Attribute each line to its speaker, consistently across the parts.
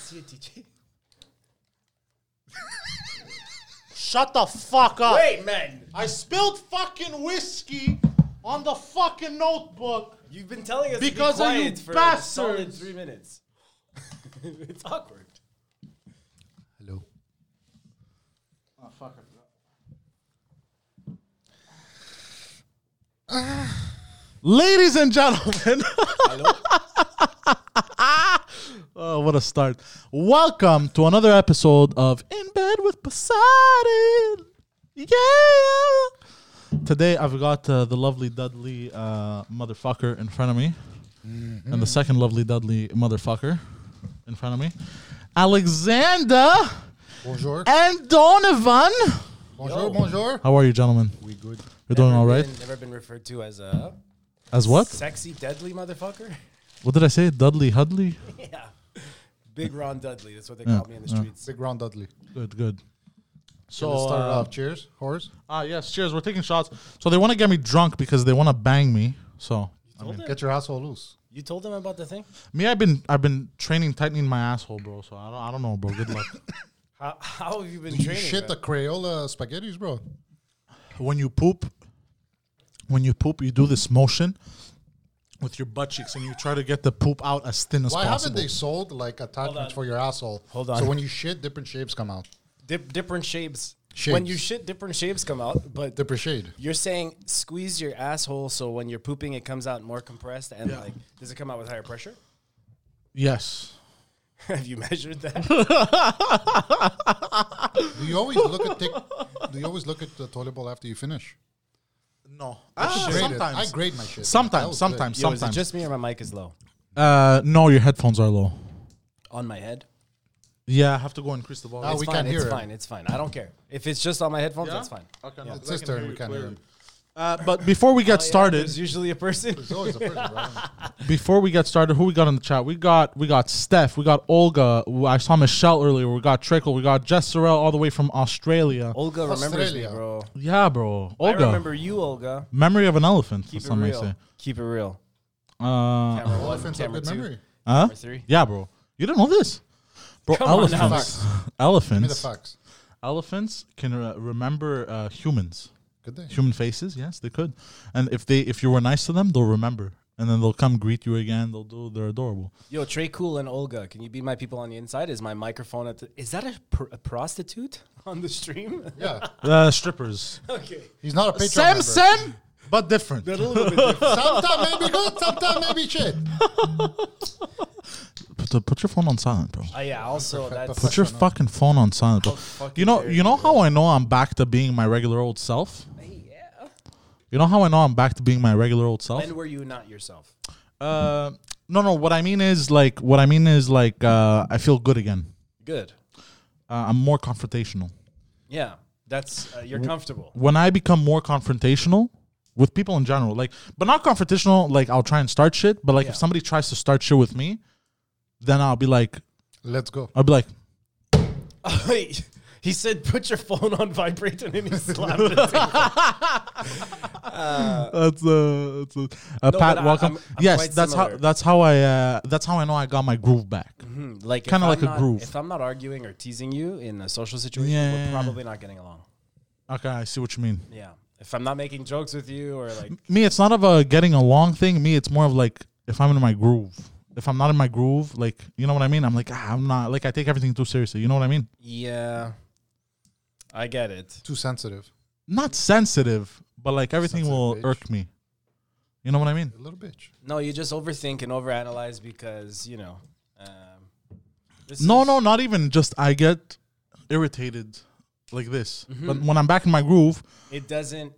Speaker 1: See it, TJ.
Speaker 2: Shut the fuck up.
Speaker 1: Wait, man.
Speaker 2: I spilled fucking whiskey on the fucking notebook.
Speaker 1: You've been telling us
Speaker 2: Because
Speaker 1: to
Speaker 2: of
Speaker 1: be
Speaker 2: you
Speaker 1: quiet for a solid
Speaker 2: bastards.
Speaker 1: three minutes. it's awkward.
Speaker 3: Hello.
Speaker 2: Oh, fuck. I forgot. Ah. Ladies and gentlemen. oh, what a start. Welcome to another episode of In Bed with Poseidon. Yeah. Today I've got uh, the lovely Dudley uh, motherfucker in front of me, and the second lovely Dudley motherfucker in front of me, Alexander
Speaker 3: Bonjour.
Speaker 2: and Donovan.
Speaker 3: Bonjour, bonjour.
Speaker 2: How are you, gentlemen?
Speaker 3: We good.
Speaker 2: You're doing
Speaker 1: Never
Speaker 2: all right.
Speaker 1: been- never been referred to as a
Speaker 2: As what?
Speaker 1: sexy, deadly motherfucker.
Speaker 2: What did I say? Dudley Hudley.
Speaker 1: yeah. Big Ron Dudley. That's what they
Speaker 2: Yeah,
Speaker 1: call me in the streets.
Speaker 3: Big round Dudley.
Speaker 2: Good, good. So
Speaker 3: Let's start it
Speaker 2: uh,
Speaker 3: off. Cheers. Horace.
Speaker 2: ah yes, cheers. We're taking shots. So they want to get me drunk because they want to bang me. So
Speaker 1: Told him-
Speaker 3: Get your asshole loose.
Speaker 1: You told him about the thing?
Speaker 2: me, I've been I've been training tightening my asshole, bro. So I don't I don't know, bro. Good luck.
Speaker 1: How, how have you been
Speaker 3: You
Speaker 1: training?
Speaker 3: shit
Speaker 1: man?
Speaker 3: the Crayola spaghettis, bro.
Speaker 2: when you poop, when you poop, you do this motion with your butt cheeks and you try to get the poop out as thin as
Speaker 3: Why
Speaker 2: possible.
Speaker 3: haven't they sold like
Speaker 1: on.
Speaker 3: attachments for your asshole?
Speaker 1: Hold on.
Speaker 3: So when you shit, different shapes come out.
Speaker 1: Dip, different shapes.
Speaker 3: Shapes.
Speaker 1: When you shit, different shapes come out. But
Speaker 3: Different shade.
Speaker 1: you're saying squeeze your asshole so when you're pooping, it comes out more compressed. And like, does it come out with higher pressure?
Speaker 2: yes.
Speaker 1: have you measured that?
Speaker 3: Do you always look at take, Do you always look at the toilet bowl after you finish?
Speaker 2: No.
Speaker 3: I
Speaker 2: Ah,
Speaker 3: grade it.
Speaker 2: sometimes.
Speaker 3: I grade my shit. That
Speaker 2: sometimes.
Speaker 3: was
Speaker 2: Sometimes.
Speaker 1: Yo, is it
Speaker 2: sometimes.
Speaker 1: just me or my mic is low?
Speaker 2: uh, no, your headphones are low.
Speaker 1: On my head?
Speaker 2: Yeah, I have to go increase the volume.
Speaker 3: Oh,
Speaker 1: It's
Speaker 3: we
Speaker 1: fine,
Speaker 3: can't
Speaker 1: it's
Speaker 3: hear it.
Speaker 1: fine, it's fine. I don't care. If it's just on my headphones, that's fine.
Speaker 2: Okay,
Speaker 1: Yeah.
Speaker 3: It's his turn, we can't hear him.
Speaker 2: Uh, but before
Speaker 1: Oh,
Speaker 2: we get started,
Speaker 1: There's usually a person.
Speaker 3: It's always the first, bro.
Speaker 2: before we get started, who we got in the chat? We got we got Steph, we got Olga. w- I saw Michelle earlier. We got Trickle, we got Jess Sorrell all the way from Australia.
Speaker 1: Olga remembers me,
Speaker 3: Australia.
Speaker 1: bro.
Speaker 2: Yeah, bro. Olga,
Speaker 1: Oh, I remember you, Olga.
Speaker 2: memory of an elephant.
Speaker 1: Keep it
Speaker 2: some may
Speaker 1: real.
Speaker 2: say.
Speaker 1: Keep it real.
Speaker 2: Uh,
Speaker 1: Camera one,
Speaker 3: Elephants have
Speaker 1: camera
Speaker 3: good
Speaker 1: two,
Speaker 3: memory.
Speaker 2: huh?
Speaker 1: camera three.
Speaker 2: Yeah, bro. You didn't know this, bro.
Speaker 1: Come on now.
Speaker 2: elephants,
Speaker 3: Give me the
Speaker 2: elephants,
Speaker 3: facts.
Speaker 2: elephants can uh, remember uh, humans,
Speaker 3: Good day.
Speaker 2: human faces. Yes, they could. And if they if you were nice to them, they'll remember, and then they'll come greet you again. They'll do. They're adorable.
Speaker 1: Yo, Trey Cool and Olga, can you be my people on the inside? Is my microphone at the, Is that a, pr- a prostitute on the stream?
Speaker 3: Yeah,
Speaker 2: Uh, strippers.
Speaker 1: okay.
Speaker 3: he's not a Patreon
Speaker 2: Sam,
Speaker 3: member.
Speaker 2: Sam, but different.
Speaker 3: Sometimes maybe good, sometimes maybe shit.
Speaker 2: Put, the- put your phone on silent, bro.
Speaker 1: Uh, yeah, also, that's.
Speaker 2: Put your fucking phone on silent, bro. You know,
Speaker 1: dare
Speaker 2: you know how I know I'm back to being my regular old self.
Speaker 1: yeah.
Speaker 2: You know how I know I'm back to being my regular old self.
Speaker 1: When were you not yourself?
Speaker 2: Uh, no, no. What I mean is like, what I mean is like, uh, I feel good again.
Speaker 1: Good.
Speaker 2: Uh, I'm more confrontational.
Speaker 1: Yeah. That's. Uh, you're comfortable.
Speaker 2: When I become more confrontational with people in general, like, but not confrontational. Like, I'll try and start shit, but like,
Speaker 1: Yeah.
Speaker 2: if somebody tries to start shit with me, then I'll be like,
Speaker 3: Let's go.
Speaker 2: I'll be like,
Speaker 1: Wait, he said, "Put your phone on vibrate," and then he slapped it.
Speaker 2: That's uh, that's uh, uh
Speaker 1: No,
Speaker 2: Pat,
Speaker 1: but I-
Speaker 2: welcome.
Speaker 1: I'm- I'm
Speaker 2: yes,
Speaker 1: quite
Speaker 2: that's how
Speaker 1: similar.
Speaker 2: that's how I uh, that's how I know I got my groove back.
Speaker 1: Hmm, like if
Speaker 2: Kinda
Speaker 1: I'm
Speaker 2: like a
Speaker 1: not-
Speaker 2: groove.
Speaker 1: If I'm not arguing or teasing you in a social situation,
Speaker 2: Yeah.
Speaker 1: we're probably not getting along. Mm-hmm.
Speaker 2: Okay, I see what you mean.
Speaker 1: Yeah. If I'm not making jokes with you or like,
Speaker 2: Me, it's not of a getting along thing. Me, it's more of like if I'm in my groove. If I'm not in my groove, like you know what I mean. I'm like ah, I'm not like I take everything too seriously. You know what I mean?
Speaker 1: yeah, I get it.
Speaker 3: Too sensitive.
Speaker 2: Not sensitive, but like everything will
Speaker 3: Sensitive bitch.
Speaker 2: irk me. You know what I mean?
Speaker 3: A little bitch.
Speaker 1: No, you just overthink and overanalyze because you know. Um, this
Speaker 2: No,
Speaker 1: is-
Speaker 2: no, not even just I get irritated like this.
Speaker 3: Mm-hmm.
Speaker 2: But when I'm back in my groove,
Speaker 1: It doesn't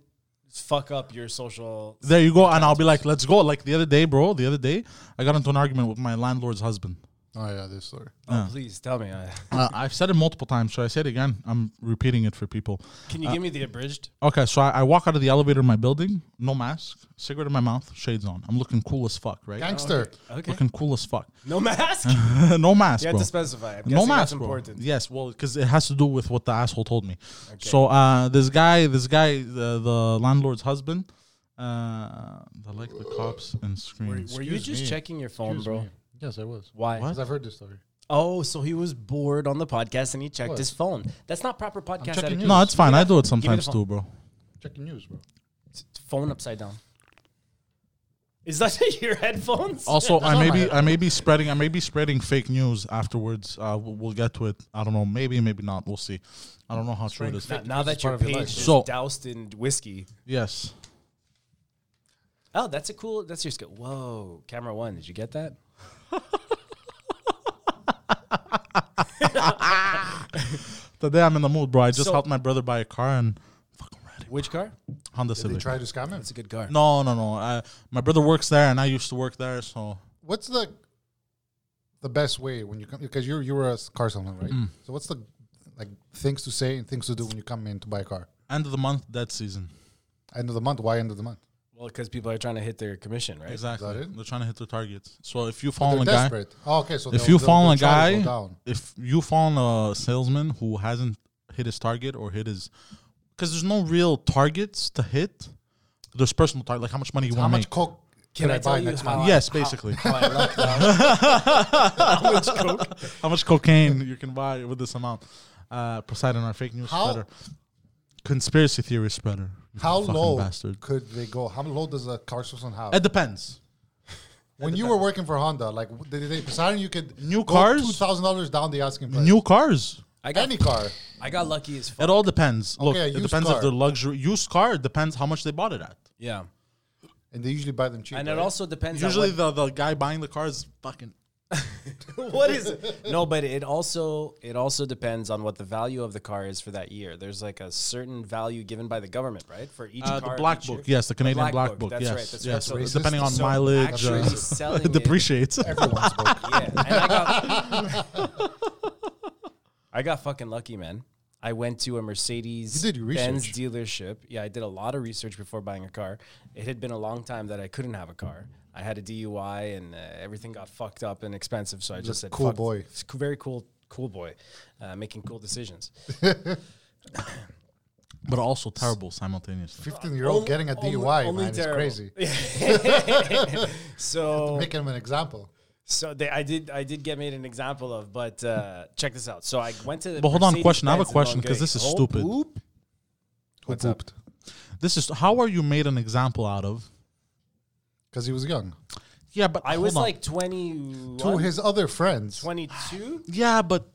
Speaker 1: fuck up your social.
Speaker 2: There you go. And I'll be like, let's go. Like the other day, bro, the other day, I got into an argument with my landlord's husband.
Speaker 3: Oh yeah, this story.
Speaker 1: Oh, please tell me. I,
Speaker 2: Uh, I've said it multiple times. Should I say it again? I'm repeating it for people.
Speaker 1: can you give me the abridged?
Speaker 2: Okay, so I, I walk out of the elevator in my building, no mask, cigarette in my mouth, shades on. I'm looking cool as fuck, right?
Speaker 3: Gangster.
Speaker 1: Okay.
Speaker 2: Looking cool as fuck.
Speaker 1: No mask.
Speaker 2: no mask,
Speaker 1: You had
Speaker 2: bro.
Speaker 1: to specify. I'm
Speaker 2: no
Speaker 1: guessing
Speaker 2: mask,
Speaker 1: that's
Speaker 2: bro.
Speaker 1: important.
Speaker 2: Yes, well, because it has to do with what the asshole told me. So uh, this guy, this guy, the, the landlord's husband, uh, I like the cops and screams.
Speaker 1: Were you just
Speaker 3: me.
Speaker 1: checking your phone, bro?
Speaker 3: Yes, I was.
Speaker 1: Why?
Speaker 3: Because I've heard this story.
Speaker 1: Oh, so he was bored on the podcast and he checked his phone. That's not proper podcast
Speaker 3: checking
Speaker 1: etiquette.
Speaker 3: you.
Speaker 2: No, it's fine. I do it
Speaker 1: the
Speaker 2: sometimes
Speaker 1: phone.
Speaker 2: too, bro.
Speaker 3: Checking news, bro.
Speaker 1: Phone upside down. Is that your headphones?
Speaker 2: Also, I may
Speaker 3: not my
Speaker 2: be I may be spreading I may be spreading fake news afterwards. Uh, we'll, we'll get to it. I don't know. Maybe, maybe not. We'll see. I don't know how true it is.
Speaker 1: now, now that
Speaker 3: is
Speaker 1: your
Speaker 3: part of your
Speaker 1: page
Speaker 3: life.
Speaker 1: is
Speaker 2: So-
Speaker 1: doused in whiskey.
Speaker 2: Yes.
Speaker 1: Oh, that's a cool. That's your skill. Whoa, camera one. Did you get that?
Speaker 2: Today I'm in the mood, bro. I just
Speaker 1: So-
Speaker 2: helped my brother buy a car and fucking ready.
Speaker 1: Which car?
Speaker 2: Honda
Speaker 3: Did they
Speaker 2: Civic.
Speaker 3: try to scam him?
Speaker 1: It's a good car.
Speaker 2: No, no, no. I, my brother works there, and I used to work there, so
Speaker 3: What's the the best way when you come? Because you're you were a s- car salesman, right?
Speaker 2: Mm.
Speaker 3: So what's the like things to say and things to do when you come in to buy a car?
Speaker 2: end of the month, dead season.
Speaker 3: End of the month. Why end of the month?
Speaker 1: Well, because people are trying to hit their commission, right?
Speaker 2: Exactly.
Speaker 3: Is that it?
Speaker 2: They're trying to hit their targets. So if you
Speaker 3: They're
Speaker 2: follow a guy,
Speaker 3: desperate. Oh, okay. So
Speaker 2: if
Speaker 3: they'll-
Speaker 2: you
Speaker 3: they'll-
Speaker 2: follow a
Speaker 3: they'll try to
Speaker 2: guy,
Speaker 3: go down.
Speaker 2: if you follow a salesman who hasn't hit his target or hit his, because there's no real targets to hit. There's personal target, like how much money you
Speaker 3: how
Speaker 2: want to
Speaker 3: much
Speaker 2: make.
Speaker 3: coke can, I, buy next month?
Speaker 1: how I-
Speaker 2: Yes,
Speaker 1: how-
Speaker 2: basically.
Speaker 1: how Oh, I lucked out?
Speaker 2: how much cocaine you can buy with this amount? Uh, Poseidon, our fake news
Speaker 3: How-
Speaker 2: spreader, conspiracy theory spreader. you
Speaker 3: How
Speaker 2: fucking
Speaker 3: low
Speaker 2: bastard?
Speaker 3: could they go? How low does a car salesman have?
Speaker 2: It depends.
Speaker 3: when you were working for Honda, like w- they, they, Poseidon, you could
Speaker 2: New cars?
Speaker 3: two thousand dollars down the asking price.
Speaker 2: New cars.
Speaker 1: I got
Speaker 3: any car.
Speaker 1: I got lucky as fuck.
Speaker 2: It all depends. Look,
Speaker 3: Okay, a
Speaker 2: it
Speaker 3: used
Speaker 2: depends
Speaker 3: car.
Speaker 2: if they're luxury used car. It depends how much they bought it at.
Speaker 1: Yeah,
Speaker 3: And they usually buy them cheap.
Speaker 1: and
Speaker 3: right?
Speaker 1: it also depends. on
Speaker 2: Usually,
Speaker 1: what-
Speaker 2: the, the guy buying the car is fucking.
Speaker 1: what is no but it also it also depends on what the value of the car is for that year there's like a certain value given by the government right for each
Speaker 2: Uh,
Speaker 1: car
Speaker 2: the black
Speaker 1: each year.
Speaker 2: book, yes, the Canadian
Speaker 1: Black
Speaker 2: black,
Speaker 1: Book,
Speaker 2: book,
Speaker 1: that's
Speaker 2: yes,
Speaker 1: right, that's right.
Speaker 2: yes.
Speaker 1: So
Speaker 2: It's
Speaker 1: this-
Speaker 2: depending on
Speaker 1: so
Speaker 2: mileage,
Speaker 1: actually
Speaker 2: uh,
Speaker 1: selling
Speaker 2: it
Speaker 1: it-
Speaker 2: depreciates.
Speaker 3: everyone's broke.
Speaker 1: yeah and I, got, I got fucking lucky man i went to a mercedes
Speaker 3: You did your
Speaker 1: benz
Speaker 3: research.
Speaker 1: dealership yeah i did a lot of research before buying a car it had been a long time that i couldn't have a car i had a dui and uh, everything got fucked up and expensive so i just said
Speaker 3: cool
Speaker 1: "Fuck,
Speaker 3: boy."
Speaker 1: it's a very cool cool boy uh, making cool decisions
Speaker 2: but also terrible simultaneously.
Speaker 3: Fifteen year old
Speaker 1: Only-
Speaker 3: getting a
Speaker 1: only-
Speaker 3: DUI,
Speaker 1: only
Speaker 3: man,
Speaker 1: terrible.
Speaker 3: it's crazy.
Speaker 1: so
Speaker 3: Make him an example.
Speaker 1: so they, I did I did get made an example of, but uh, check this out. So I went to. the
Speaker 2: But hold on, question. I have a
Speaker 1: Mercedes-Benz in
Speaker 2: question, 'cause this is
Speaker 1: Longueuil.
Speaker 2: stupid.
Speaker 1: Oop. What's up?
Speaker 2: This is how are you made an example out of?
Speaker 3: Because he was young.
Speaker 2: Yeah, but
Speaker 1: I
Speaker 2: hold
Speaker 1: was
Speaker 2: on.
Speaker 1: like
Speaker 3: To
Speaker 1: 21,
Speaker 3: his other friends,
Speaker 1: 22.
Speaker 2: yeah, but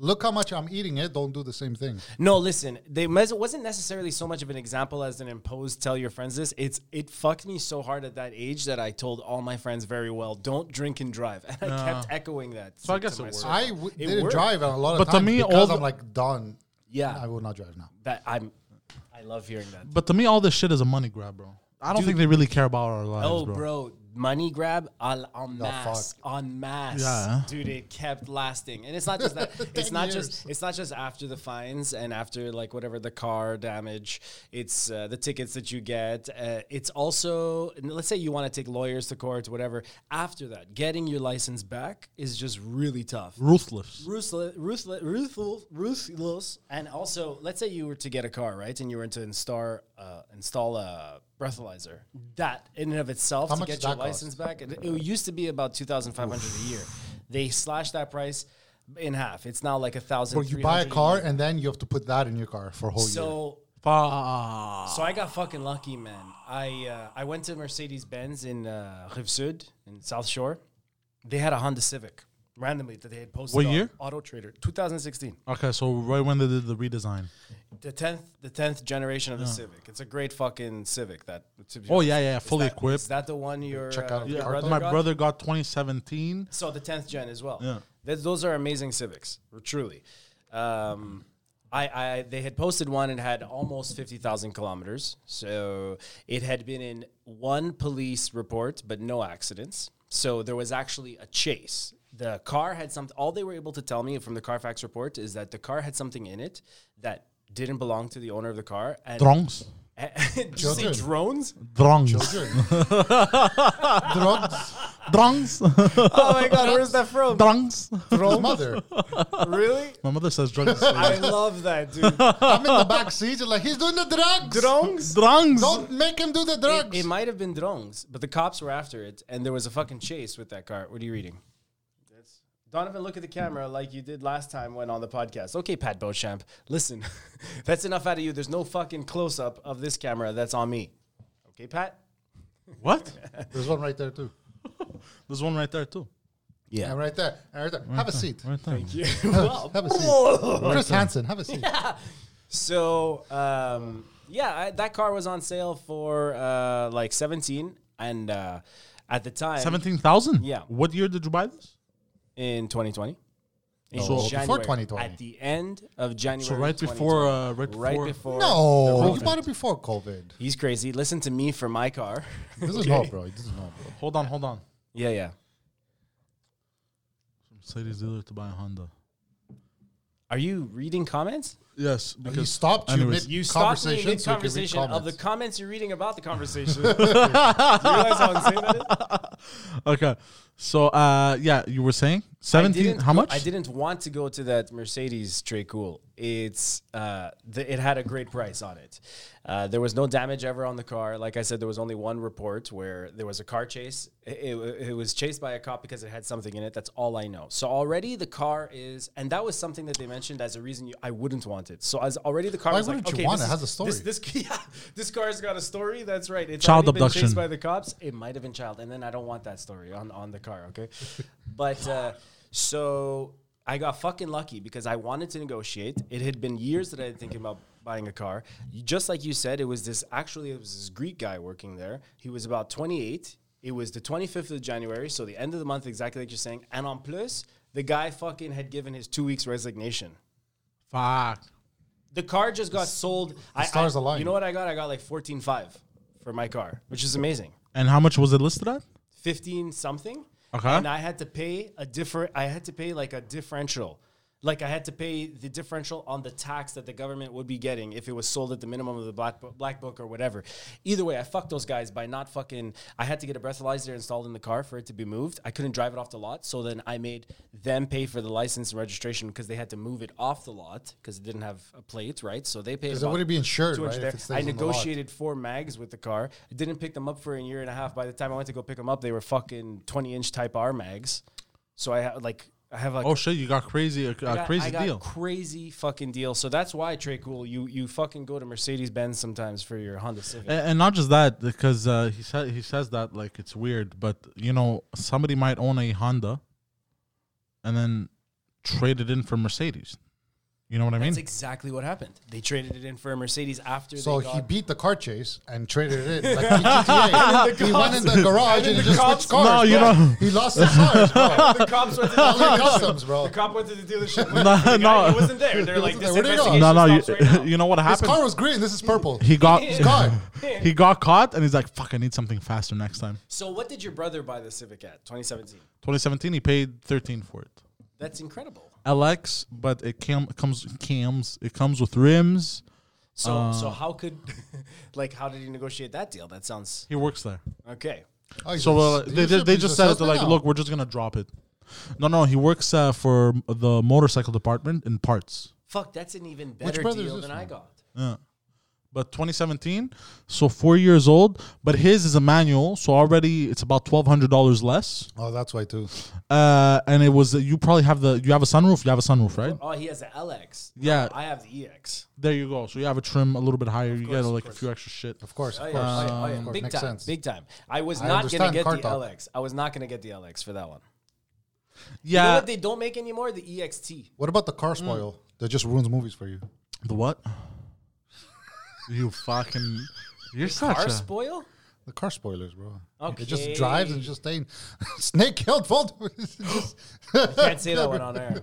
Speaker 3: look how much I'm eating it. Don't do the same thing.
Speaker 1: No, listen, they mes- it wasn't necessarily so much of an example as an imposed tell your friends this. It's it fucked me so hard at that age that I told all my friends very well, don't drink and drive, and I kept echoing that.
Speaker 2: So I
Speaker 1: to-
Speaker 2: guess
Speaker 1: to my
Speaker 2: it worked.
Speaker 1: circle.
Speaker 3: I w-
Speaker 1: It
Speaker 3: didn't
Speaker 1: worked.
Speaker 3: drive a lot of
Speaker 2: But to
Speaker 3: times
Speaker 2: me, all
Speaker 3: because
Speaker 2: the-
Speaker 3: I'm like done.
Speaker 1: Yeah,
Speaker 3: I will not drive now.
Speaker 1: that I'm. I love hearing that.
Speaker 2: but to me, all this shit is a money grab, bro. I don't think they really care about our lives,
Speaker 1: Oh,
Speaker 2: bro.
Speaker 1: bro. money grab al- en masse, en masse,
Speaker 2: Yeah.
Speaker 1: dude. It kept lasting, and it's not just that. it's
Speaker 3: Ten
Speaker 1: not just. It's not just after the fines and after like whatever the car damage. It's uh, the tickets that you get. Uh, it's also and let's say you want to take lawyers to court, whatever. After that, getting your license back is just really tough
Speaker 2: Ruthless.
Speaker 1: ruthless, ruthless, ruthless, ruthless, and also, let's say you were to get a car, right, and you were to install uh, install a breathalyzer. That in and of itself
Speaker 3: How
Speaker 1: to
Speaker 3: much
Speaker 1: get
Speaker 3: does
Speaker 1: your
Speaker 3: that cost?
Speaker 1: license back, it, it used to be about two thousand five hundred a year. They slashed that price in half. It's now like a thousand.
Speaker 3: Or you buy a car and then you have to put that in your car for a whole year.
Speaker 1: So
Speaker 2: Fuck.
Speaker 1: so I got fucking lucky, man. I uh, I went to Mercedes Benz in uh, Rive Sud in South Shore. They had a Honda Civic randomly that they had posted.
Speaker 2: What
Speaker 1: on
Speaker 2: year?
Speaker 1: Auto Trader, 2016.
Speaker 2: Okay, so right when they did the redesign.
Speaker 1: The tenth, the tenth generation of the Civic. It's a great fucking Civic. That to be
Speaker 2: Oh
Speaker 1: honest.
Speaker 2: yeah, yeah, yeah,
Speaker 1: Is
Speaker 2: fully
Speaker 1: that- Is
Speaker 2: equipped.
Speaker 1: that the one you're uh,
Speaker 3: Check out
Speaker 1: your
Speaker 3: the
Speaker 1: brother
Speaker 2: My
Speaker 1: got?
Speaker 2: brother got 2017.
Speaker 1: So the tenth gen as well.
Speaker 2: Yeah.
Speaker 1: Th- those are amazing Civics, truly. Um, I, I they had posted one and had almost fifty thousand kilometers. So it had been in one police report, but no accidents. So there was actually a chase. The car had something. All they were able to tell me from the Carfax report is that the car had something in it that didn't belong to the owner of the car. And
Speaker 2: Drongs.
Speaker 1: Did you say
Speaker 3: Children.
Speaker 1: drones?
Speaker 2: Drongs.
Speaker 3: Drugs.
Speaker 2: Drongs.
Speaker 1: Oh my god, where's that from?
Speaker 2: Drongs.
Speaker 3: His mother.
Speaker 1: really?
Speaker 2: My mother says drugs.
Speaker 1: I love that, dude.
Speaker 3: I'm in the back seat and like he's doing the drugs.
Speaker 1: Drones?
Speaker 2: Drungs.
Speaker 3: Don't make him do the drugs.
Speaker 1: It, it might have been drones, but the cops were after it, and there was a fucking chase with that car. What are you reading? Donovan, look at the camera like you did last time when on the podcast. Okay, Pat Beauchamp, listen, that's enough out of you. There's no fucking close up of this camera that's on me. Okay, Pat?
Speaker 2: What?
Speaker 3: There's one right there too.
Speaker 2: There's one right there too.
Speaker 3: Yeah, right there. and right there. have a seat.
Speaker 2: Right there.
Speaker 1: Yeah. Well,
Speaker 3: Have a seat. Chris Hansen, have a seat.
Speaker 1: So um, yeah, I, that car was on sale for uh, like seventeen, and uh, at the time,
Speaker 2: Seventeen thousand.
Speaker 1: Yeah.
Speaker 2: What year did you buy this?
Speaker 1: in twenty twenty. In
Speaker 3: So before
Speaker 1: January,
Speaker 3: 2020.
Speaker 1: at the end of January.
Speaker 2: So right before. Uh, right before.
Speaker 1: right before.
Speaker 3: No, you bought it before COVID.
Speaker 1: he's crazy. Listen to me for my car.
Speaker 3: He doesn't know, bro. He doesn't know, bro.
Speaker 2: Hold on. Hold on.
Speaker 1: yeah, yeah.
Speaker 2: Mercedes dealer to buy a Honda.
Speaker 1: Are you reading comments?
Speaker 2: Yes.
Speaker 3: He stopped you
Speaker 2: anyways.
Speaker 3: mid
Speaker 1: You stopped me
Speaker 3: conversation.
Speaker 1: mid
Speaker 3: so you could read
Speaker 1: conversation of the
Speaker 3: comments.
Speaker 1: comments you're reading about the conversation. Do you realize how insane that is?
Speaker 2: Okay. So uh yeah, you were saying
Speaker 1: I
Speaker 2: seventeen.
Speaker 1: didn't
Speaker 2: How
Speaker 1: go-
Speaker 2: much?
Speaker 1: I didn't want to go to that Mercedes Trey Cool. It's uh, the, it had a great price on it. Uh, there was no damage ever on the car. Like I said, there was only one report where there was a car chase. It, it- it was chased by a cop because it had something in it. That's all I know. So already the car is, and that was something that they mentioned as a reason you, I wouldn't want it. So as already the car
Speaker 3: Why
Speaker 1: was like,
Speaker 3: wouldn't you
Speaker 1: okay,
Speaker 3: want
Speaker 1: this
Speaker 3: it? It has
Speaker 1: is-
Speaker 3: a story.
Speaker 1: This, this, yeah, this car's got a story. That's right. It's
Speaker 2: Child
Speaker 1: already been
Speaker 2: abduction.
Speaker 1: chased by by the cops, it might have been child, and then I don't want that story on on the car, okay? but uh, so I got fucking lucky because I wanted to negotiate. It had been years that I had been thinking about buying a car. You- Just like you said, it was this actually it was this Greek guy working there. He was about 28. It was the 25th of January, so the end of the month, exactly like you're saying. And on plus, the guy fucking had given his two weeks resignation.
Speaker 2: Fuck.
Speaker 1: The car just got sold. I,
Speaker 3: stars
Speaker 1: I,
Speaker 3: aligned.
Speaker 1: You know what I got? I got like 14.5 for my car, which is amazing.
Speaker 2: And how much was it listed at?
Speaker 1: 15 something
Speaker 2: Okay.
Speaker 1: and i had to pay a different i had to pay like a differential like i had to pay the differential on the tax that the government would be getting if it was sold at the minimum of the black, bo- black book or whatever either way i fucked those guys by not fucking i had to get a breathalyzer installed in the car for it to be moved i couldn't drive it off the lot so then i made them pay for the license and registration because they had to move it off the lot because it didn't have a plate right so they paid
Speaker 3: Because it
Speaker 1: about-
Speaker 3: wouldn't be insured,
Speaker 1: too
Speaker 3: right?
Speaker 1: much
Speaker 3: if
Speaker 1: there.
Speaker 3: it stays
Speaker 1: I
Speaker 3: on the lot.
Speaker 1: negotiated four mags with the car. I didn't pick them up for a year and a half. By the time I went to go pick them up, they were fucking 20 inch Type R mags. So I have like I have like
Speaker 2: Oh shit! You got crazy. A
Speaker 1: I got-
Speaker 2: crazy
Speaker 1: I got
Speaker 2: deal.
Speaker 1: crazy fucking deal. So that's why Trey Cool, you you fucking go to Mercedes Benz sometimes for your Honda Civic.
Speaker 2: A- and not just that, because uh, he said he says that like it's weird, but you know somebody might own a Honda, and then trade it in for Mercedes. You know what I mean?
Speaker 1: That's exactly what happened. They traded it in for a Mercedes after.
Speaker 3: So
Speaker 1: they got
Speaker 3: he beat the car chase and traded it in. Like GTA. he went in the garage and he just
Speaker 1: cops-
Speaker 3: switched cars.
Speaker 2: No, you
Speaker 3: bro.
Speaker 2: know-
Speaker 3: He lost his cars, bro.
Speaker 1: the cops went to the
Speaker 3: Only
Speaker 1: dealership.
Speaker 3: customs, bro.
Speaker 1: The cop went to the dealership.
Speaker 2: No,
Speaker 1: no,
Speaker 2: no.
Speaker 1: no, he wasn't there. They're like, this
Speaker 3: wasn't there. Where'd he go?
Speaker 1: investigation
Speaker 2: no, no. You,
Speaker 1: stops right now.
Speaker 2: you know what
Speaker 3: His
Speaker 2: happened?
Speaker 3: car was green. This is purple.
Speaker 2: he got
Speaker 3: Gone.
Speaker 2: he got caught, and he's like, "Fuck! I need something faster next time."
Speaker 1: So what did your brother buy the Civic at? 2017.
Speaker 2: 2017, he paid 13 for it.
Speaker 1: That's incredible.
Speaker 2: LX, but it cam- comes cams. It comes with rims.
Speaker 1: So so
Speaker 2: Um,
Speaker 1: how could like how did he negotiate that deal? That sounds
Speaker 2: He works there.
Speaker 1: okay.
Speaker 3: Oh, he's
Speaker 2: So
Speaker 3: a
Speaker 2: uh,
Speaker 3: s-
Speaker 2: they just,
Speaker 3: he's a-
Speaker 2: they
Speaker 3: he's
Speaker 2: just
Speaker 3: a
Speaker 2: said it. They're
Speaker 3: salesman
Speaker 2: like,
Speaker 3: now.
Speaker 2: look, we're just gonna drop it. No, no, he works uh, for the motorcycle department in parts.
Speaker 1: Fuck, that's an even better
Speaker 3: brother is
Speaker 1: deal
Speaker 3: this
Speaker 1: than I got.
Speaker 2: But 2017, so four years old. But his is a manual, so already it's about twelve hundred dollars less.
Speaker 3: Oh, that's why too.
Speaker 2: Uh, and it was you probably have the you have a sunroof. You have a sunroof, right?
Speaker 1: Oh, he has the LX.
Speaker 2: Yeah.
Speaker 1: I have the E EX.
Speaker 2: There you go. So you have a trim a little bit higher. you get like a few extra shit.
Speaker 3: Of course,
Speaker 1: Oh yeah,
Speaker 3: of course.
Speaker 2: Um,
Speaker 1: oh, yeah, oh, yeah.
Speaker 3: Of course,
Speaker 1: big
Speaker 3: makes
Speaker 1: time,
Speaker 3: sense.
Speaker 1: big time. I was
Speaker 3: I
Speaker 1: not gonna
Speaker 3: understand
Speaker 1: get
Speaker 3: car
Speaker 1: the
Speaker 3: talk.
Speaker 1: LX. I was not gonna get the LX for that one. You know
Speaker 2: Yeah.
Speaker 1: what they don't make anymore? The E EXT.
Speaker 3: What about the car spoil that just ruins movies for you?
Speaker 2: the what? you fucking. You're such
Speaker 1: Car
Speaker 2: a.
Speaker 1: spoil?
Speaker 3: The car spoilers, bro. It just
Speaker 1: Okay.
Speaker 3: drives and just staying. Snake killed Voldemort. It's just-
Speaker 1: Can't say that one on air.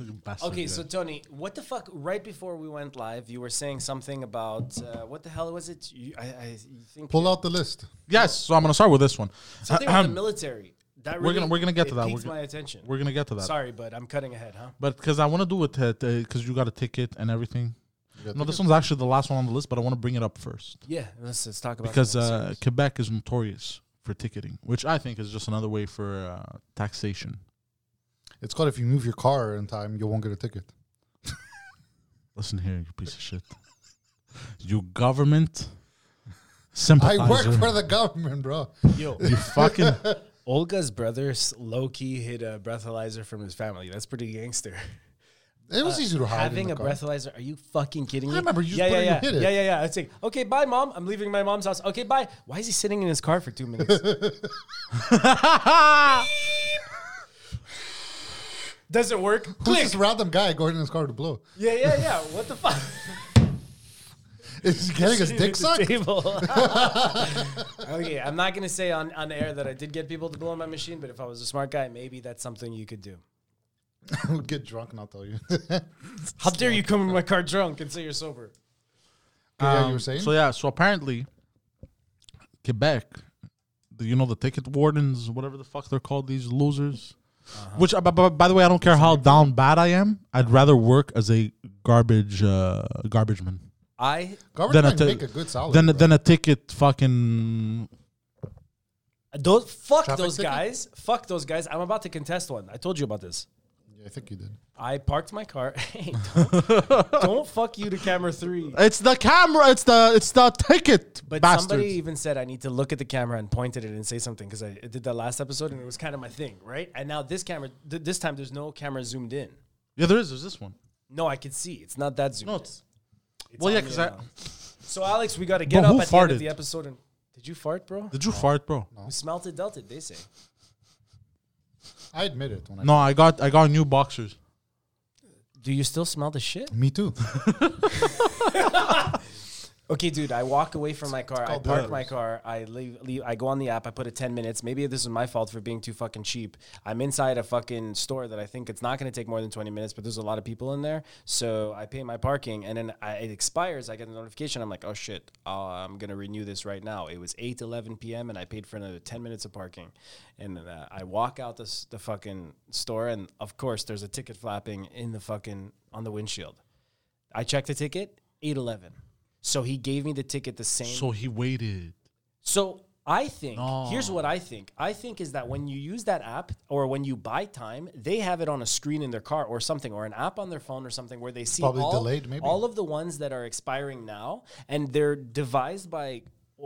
Speaker 2: you bastard,
Speaker 1: Okay,
Speaker 2: yeah.
Speaker 1: so Tony, what the fuck? Right before we went live, you were saying something about uh, what the hell was it? You, I, I you think
Speaker 3: Pull out the list.
Speaker 2: yes, so I'm gonna start with this one.
Speaker 1: something about the military. That really,
Speaker 2: We're gonna- we're gonna get
Speaker 1: it
Speaker 2: to that. We're
Speaker 1: piqued
Speaker 2: gonna-
Speaker 1: my attention.
Speaker 2: We're gonna get to that.
Speaker 1: Sorry, but I'm cutting ahead, huh?
Speaker 2: But because I want to do it because you got a ticket and everything.
Speaker 3: got a
Speaker 2: No, this one's actually the last one on the list, but I want to bring it up first
Speaker 1: Yeah, let's, let's talk about
Speaker 2: because
Speaker 1: something
Speaker 2: uh,
Speaker 1: serious.
Speaker 2: Quebec is notorious for ticketing, which I think is just another way for uh, taxation.
Speaker 3: It's called if you move your car in time, you won't get a ticket.
Speaker 2: Listen here, you piece of shit. You government
Speaker 3: I work
Speaker 2: sympathizer.
Speaker 3: for the government, bro.
Speaker 1: yo,
Speaker 2: you fucking
Speaker 1: Olga's brother low key hid a breathalyzer from his family. That's pretty gangster.
Speaker 3: It was easy to hide.
Speaker 1: Uh, Having
Speaker 3: in the
Speaker 1: a
Speaker 3: car.
Speaker 1: breathalyzer? Are you fucking kidding me?
Speaker 3: remember you just
Speaker 1: yeah,
Speaker 3: put
Speaker 1: yeah,
Speaker 3: it in,
Speaker 1: yeah,
Speaker 3: you hid it.
Speaker 1: yeah, yeah, yeah. It's like, okay, bye, mom. I'm leaving my mom's house. Okay, bye. Why is he sitting in his car for two minutes? Doesn't work.
Speaker 3: Who's
Speaker 1: Click.
Speaker 3: this random guy going in his car to blow?
Speaker 1: Yeah, yeah, yeah. What the fuck?
Speaker 3: Is he getting his dick
Speaker 1: The
Speaker 3: sucked?
Speaker 1: table. okay, I'm not gonna say on on air that I did get people to blow on my machine, but if I was a smart guy, maybe that's something you could do.
Speaker 3: Get drunk and I'll tell you.
Speaker 1: How dare you come in my car drunk and say you're sober?
Speaker 3: yeah, you
Speaker 2: Um,
Speaker 3: were saying?
Speaker 2: So yeah, so apparently, Quebec, the- you know the ticket wardens, whatever the fuck they're called, these losers.
Speaker 3: Uh-huh.
Speaker 2: Which, uh, b- b- by the way, I don't care how down bad I am. I'd rather work as a garbage, uh, garbage man
Speaker 1: I
Speaker 3: Garbage
Speaker 2: Then I
Speaker 3: men
Speaker 2: tell-
Speaker 3: make a good salad.
Speaker 2: than
Speaker 3: bro.
Speaker 2: than a ticket fucking.
Speaker 1: those fuck
Speaker 3: Traffic
Speaker 1: those
Speaker 3: ticket?
Speaker 1: guys. Fuck those guys. I'm about to contest one. I told you about this.
Speaker 3: yeah, I think you did.
Speaker 1: I parked my car. Hey, don't, don't fuck you to camera three.
Speaker 2: It's the camera. It's the it's the ticket,
Speaker 1: But
Speaker 2: bastards.
Speaker 1: somebody even said I need to look at the camera and point at it and say something because I I did that last episode and it was kind of my thing, right? And now this camera, th- this time there's no camera zoomed in.
Speaker 2: yeah, there is. There's this one.
Speaker 1: No, I can see. It's not that zoomed.
Speaker 2: No,
Speaker 1: in.
Speaker 2: it's- well, yeah,
Speaker 1: on
Speaker 2: because
Speaker 1: me
Speaker 2: I
Speaker 1: now. So Alex, we got to get
Speaker 2: But
Speaker 1: up
Speaker 2: who
Speaker 1: at the end
Speaker 2: farted?
Speaker 1: of the episode and did you fart, bro?
Speaker 2: did you fart, bro?
Speaker 1: We smelt it, dealt it. They say.
Speaker 3: I admit it when I.
Speaker 2: No, I got I got new boxers.
Speaker 1: Do you still smell the shit?
Speaker 3: Me too.
Speaker 1: Okay, dude, I walk away from my car. I
Speaker 3: called
Speaker 1: park
Speaker 3: drugs.
Speaker 1: my car. I leave, leave. I go on the app. I put it 10 minutes. Maybe this is my fault for being too fucking cheap. I'm inside a fucking store that I think it's not going to take more than 20 minutes, but there's a lot of people in there. So I pay my parking and then I, it expires. I get a notification. I'm like, oh shit, uh, I'm going to renew this right now. It was 8 11 p.m. and I paid for another 10 minutes of parking. And then uh, I walk out the, s- the fucking store. And of course, there's a ticket flapping in the fucking on the windshield. I checked the ticket, 811. So he gave me the ticket the same. So,
Speaker 2: So he waited.
Speaker 1: I think,
Speaker 2: No.
Speaker 1: here's what I think. I think is that when you use that app or when you buy time, they have it on a screen in their car or something or an app on their phone or something where they see
Speaker 3: Probably
Speaker 1: all,
Speaker 3: delayed, maybe.
Speaker 1: all of the ones that are expiring now and they're devised by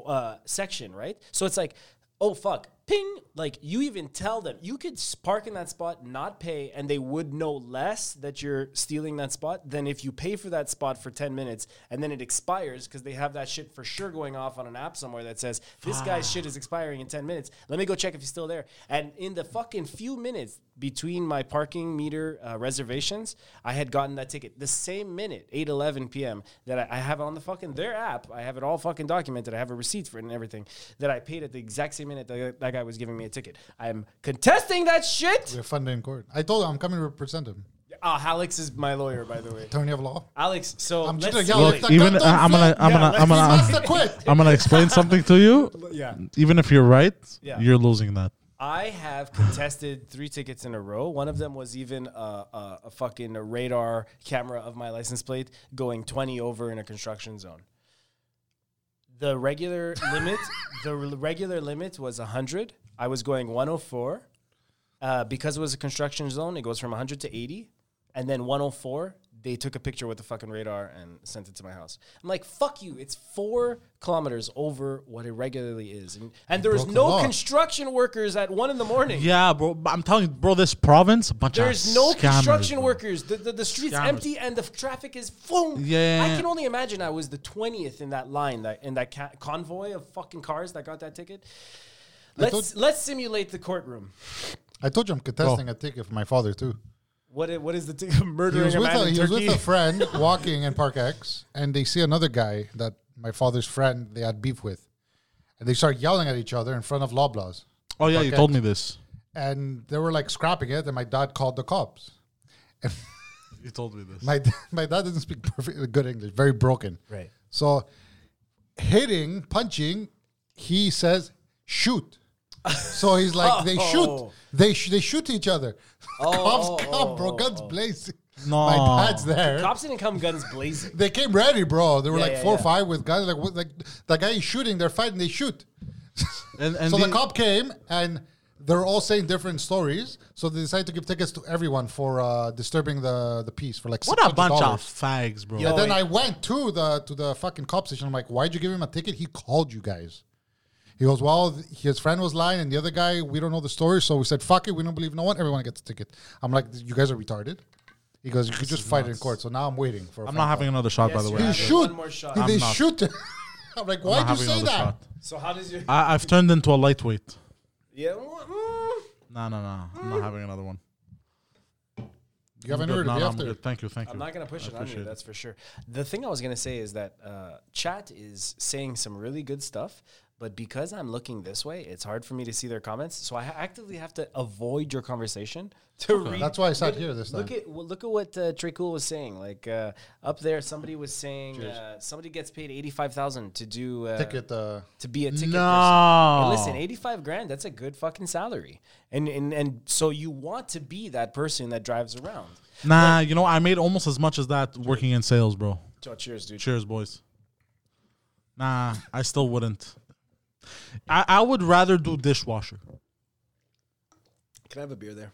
Speaker 1: uh, section, right? So it's like, oh fuck, ping. Like you even tell them you could s- park in that spot, not pay, and they would know less that you're stealing that spot than if you pay for that spot for 10 minutes and then it expires because they have that shit for sure going off on an app somewhere that says, this guy's shit is expiring in 10 minutes. Let me go check if he's still there. And in the fucking few minutes between my parking meter uh, reservations, I had gotten that ticket the same minute, 8 11 p.m., that I, I have on the fucking their app. I have it all fucking documented. I have a receipt for it and everything that I paid at the exact same minute that, that guy was giving me a ticket. I'm contesting that shit.
Speaker 3: We're funded in court. I told him I'm coming to represent him.
Speaker 1: Ah, Alex is my lawyer, by the way.
Speaker 3: Attorney of law.
Speaker 1: Alex, so
Speaker 3: I'm just
Speaker 1: let's-
Speaker 3: gonna yell at
Speaker 2: Look, even uh,
Speaker 3: Don't
Speaker 2: I'm gonna
Speaker 3: flip.
Speaker 2: I'm gonna I'm
Speaker 3: He
Speaker 2: gonna.
Speaker 3: must have quit.
Speaker 2: I'm gonna explain something to you.
Speaker 1: yeah.
Speaker 2: Even if you're right,
Speaker 1: Yeah.
Speaker 2: you're losing that.
Speaker 1: I have contested three tickets in a row. One of them was even a, a, a fucking radar camera of my license plate going 20 over in a construction zone. The regular limit, the re- regular limit was 100. I was going 104. Uh, because it was a construction zone, it goes from 100 to 80. And then 104, they took a picture with the fucking radar and sent it to my house. I'm like, fuck you. It's four kilometers over what it regularly is. And, and there was
Speaker 3: broke the
Speaker 1: no
Speaker 3: law.
Speaker 1: construction workers at one in the morning.
Speaker 2: Yeah, bro. but I'm telling you, bro, this province, a bunch
Speaker 1: There's
Speaker 2: of
Speaker 1: no
Speaker 2: scammers,
Speaker 1: construction
Speaker 2: bro.
Speaker 1: workers. The, the, the street's
Speaker 2: Scammers.
Speaker 1: empty and the f- traffic is boom.
Speaker 2: Yeah.
Speaker 1: I can only imagine I was the 20th in that line, that in that ca- convoy of fucking cars that got that ticket. Let's let's simulate the courtroom.
Speaker 3: I told you I'm contesting a ticket for my father too.
Speaker 1: What i- what is the ticket?
Speaker 3: He
Speaker 1: Murdering
Speaker 3: was,
Speaker 1: a
Speaker 3: with
Speaker 1: man
Speaker 3: a,
Speaker 1: in
Speaker 3: he was
Speaker 1: Turkey.
Speaker 3: with a friend walking in Park X, and they see another guy that my father's friend they had beef with, and they start yelling at each other in front of Loblaws,
Speaker 2: Oh yeah, you
Speaker 3: Okay.
Speaker 2: told me this.
Speaker 3: and they were like scrapping it, and my dad called the cops.
Speaker 2: You told me this.
Speaker 3: My d- my dad didn't speak perfect good English, very broken.
Speaker 1: Right.
Speaker 3: So hitting, punching, he says shoot. So he's like they shoot,
Speaker 1: Oh.
Speaker 3: they sh- they shoot each other.
Speaker 1: oh,
Speaker 3: Cops
Speaker 1: oh,
Speaker 3: come, bro,
Speaker 1: oh,
Speaker 3: guns blazing.
Speaker 2: No.
Speaker 3: My dad's there.
Speaker 1: Cops didn't come guns blazing.
Speaker 3: They came ready, bro. They were
Speaker 1: Yeah,
Speaker 3: like
Speaker 1: yeah,
Speaker 3: four or
Speaker 1: yeah.
Speaker 3: five with guns. Like what, like the guy is shooting. They're fighting. They shoot.
Speaker 2: And, and
Speaker 3: so the
Speaker 2: the-
Speaker 3: cop came and they're all saying different stories. So they decided to give tickets to everyone for uh, disturbing the the peace for like
Speaker 2: what a
Speaker 3: $600.
Speaker 2: bunch of fags, bro.
Speaker 1: Yo.
Speaker 3: And then
Speaker 1: Oh,
Speaker 3: I went to the to the fucking cop station. I'm like, why'd you give him a ticket? He called you guys. He goes, well, th- his friend was lying, and the other guy, we don't know the story, so we said, fuck it, we don't believe no one. Everyone gets a ticket. I'm like, you guys are retarded. He goes, you could just fight it in court. So now I'm waiting for. a
Speaker 2: I'm
Speaker 3: phone
Speaker 2: not
Speaker 3: call.
Speaker 2: having another shot, by
Speaker 1: Yes,
Speaker 2: the
Speaker 1: you are.
Speaker 2: way.
Speaker 3: They
Speaker 1: One
Speaker 2: I'm
Speaker 3: shoot.
Speaker 1: more shot.
Speaker 3: They
Speaker 2: I'm not.
Speaker 3: shoot. I'm like,
Speaker 2: not
Speaker 3: why'd you
Speaker 2: having
Speaker 3: say
Speaker 2: another
Speaker 3: that?
Speaker 2: shot.
Speaker 1: So how does your
Speaker 2: I, I've turned into a lightweight.
Speaker 1: yeah? mm,
Speaker 2: No, no, no. I'm not having another one.
Speaker 3: Do You have
Speaker 2: I'm
Speaker 3: any
Speaker 2: good. No,
Speaker 3: review
Speaker 2: no, I'm
Speaker 3: after?
Speaker 2: good. Thank you, thank you.
Speaker 1: I'm not gonna push
Speaker 2: I
Speaker 1: it on you.
Speaker 2: appreciate
Speaker 1: That's for sure. The thing I was gonna say is that uh, chat is saying some really good stuff, but because I'm looking this way, it's hard for me to see their comments. So I ha- actively have to avoid your conversation to read.
Speaker 3: That's why I sat here this time.
Speaker 1: Look at well, look at what uh, Trey Cool was saying. Like uh, up there, somebody was saying uh, somebody gets paid eighty five thousand to do uh,
Speaker 3: Ticket. Uh,
Speaker 1: to be a ticket.
Speaker 2: No.
Speaker 1: person. Hey, listen, eh, eighty five grand. That's a good fucking salary, and and and so you want to be that person that drives around.
Speaker 2: Nah, you know, I made almost as much as that working in sales, bro.
Speaker 1: So cheers, dude.
Speaker 2: Cheers, boys. Nah, I still wouldn't. I, I would rather do dishwasher.
Speaker 1: Can I have a beer there?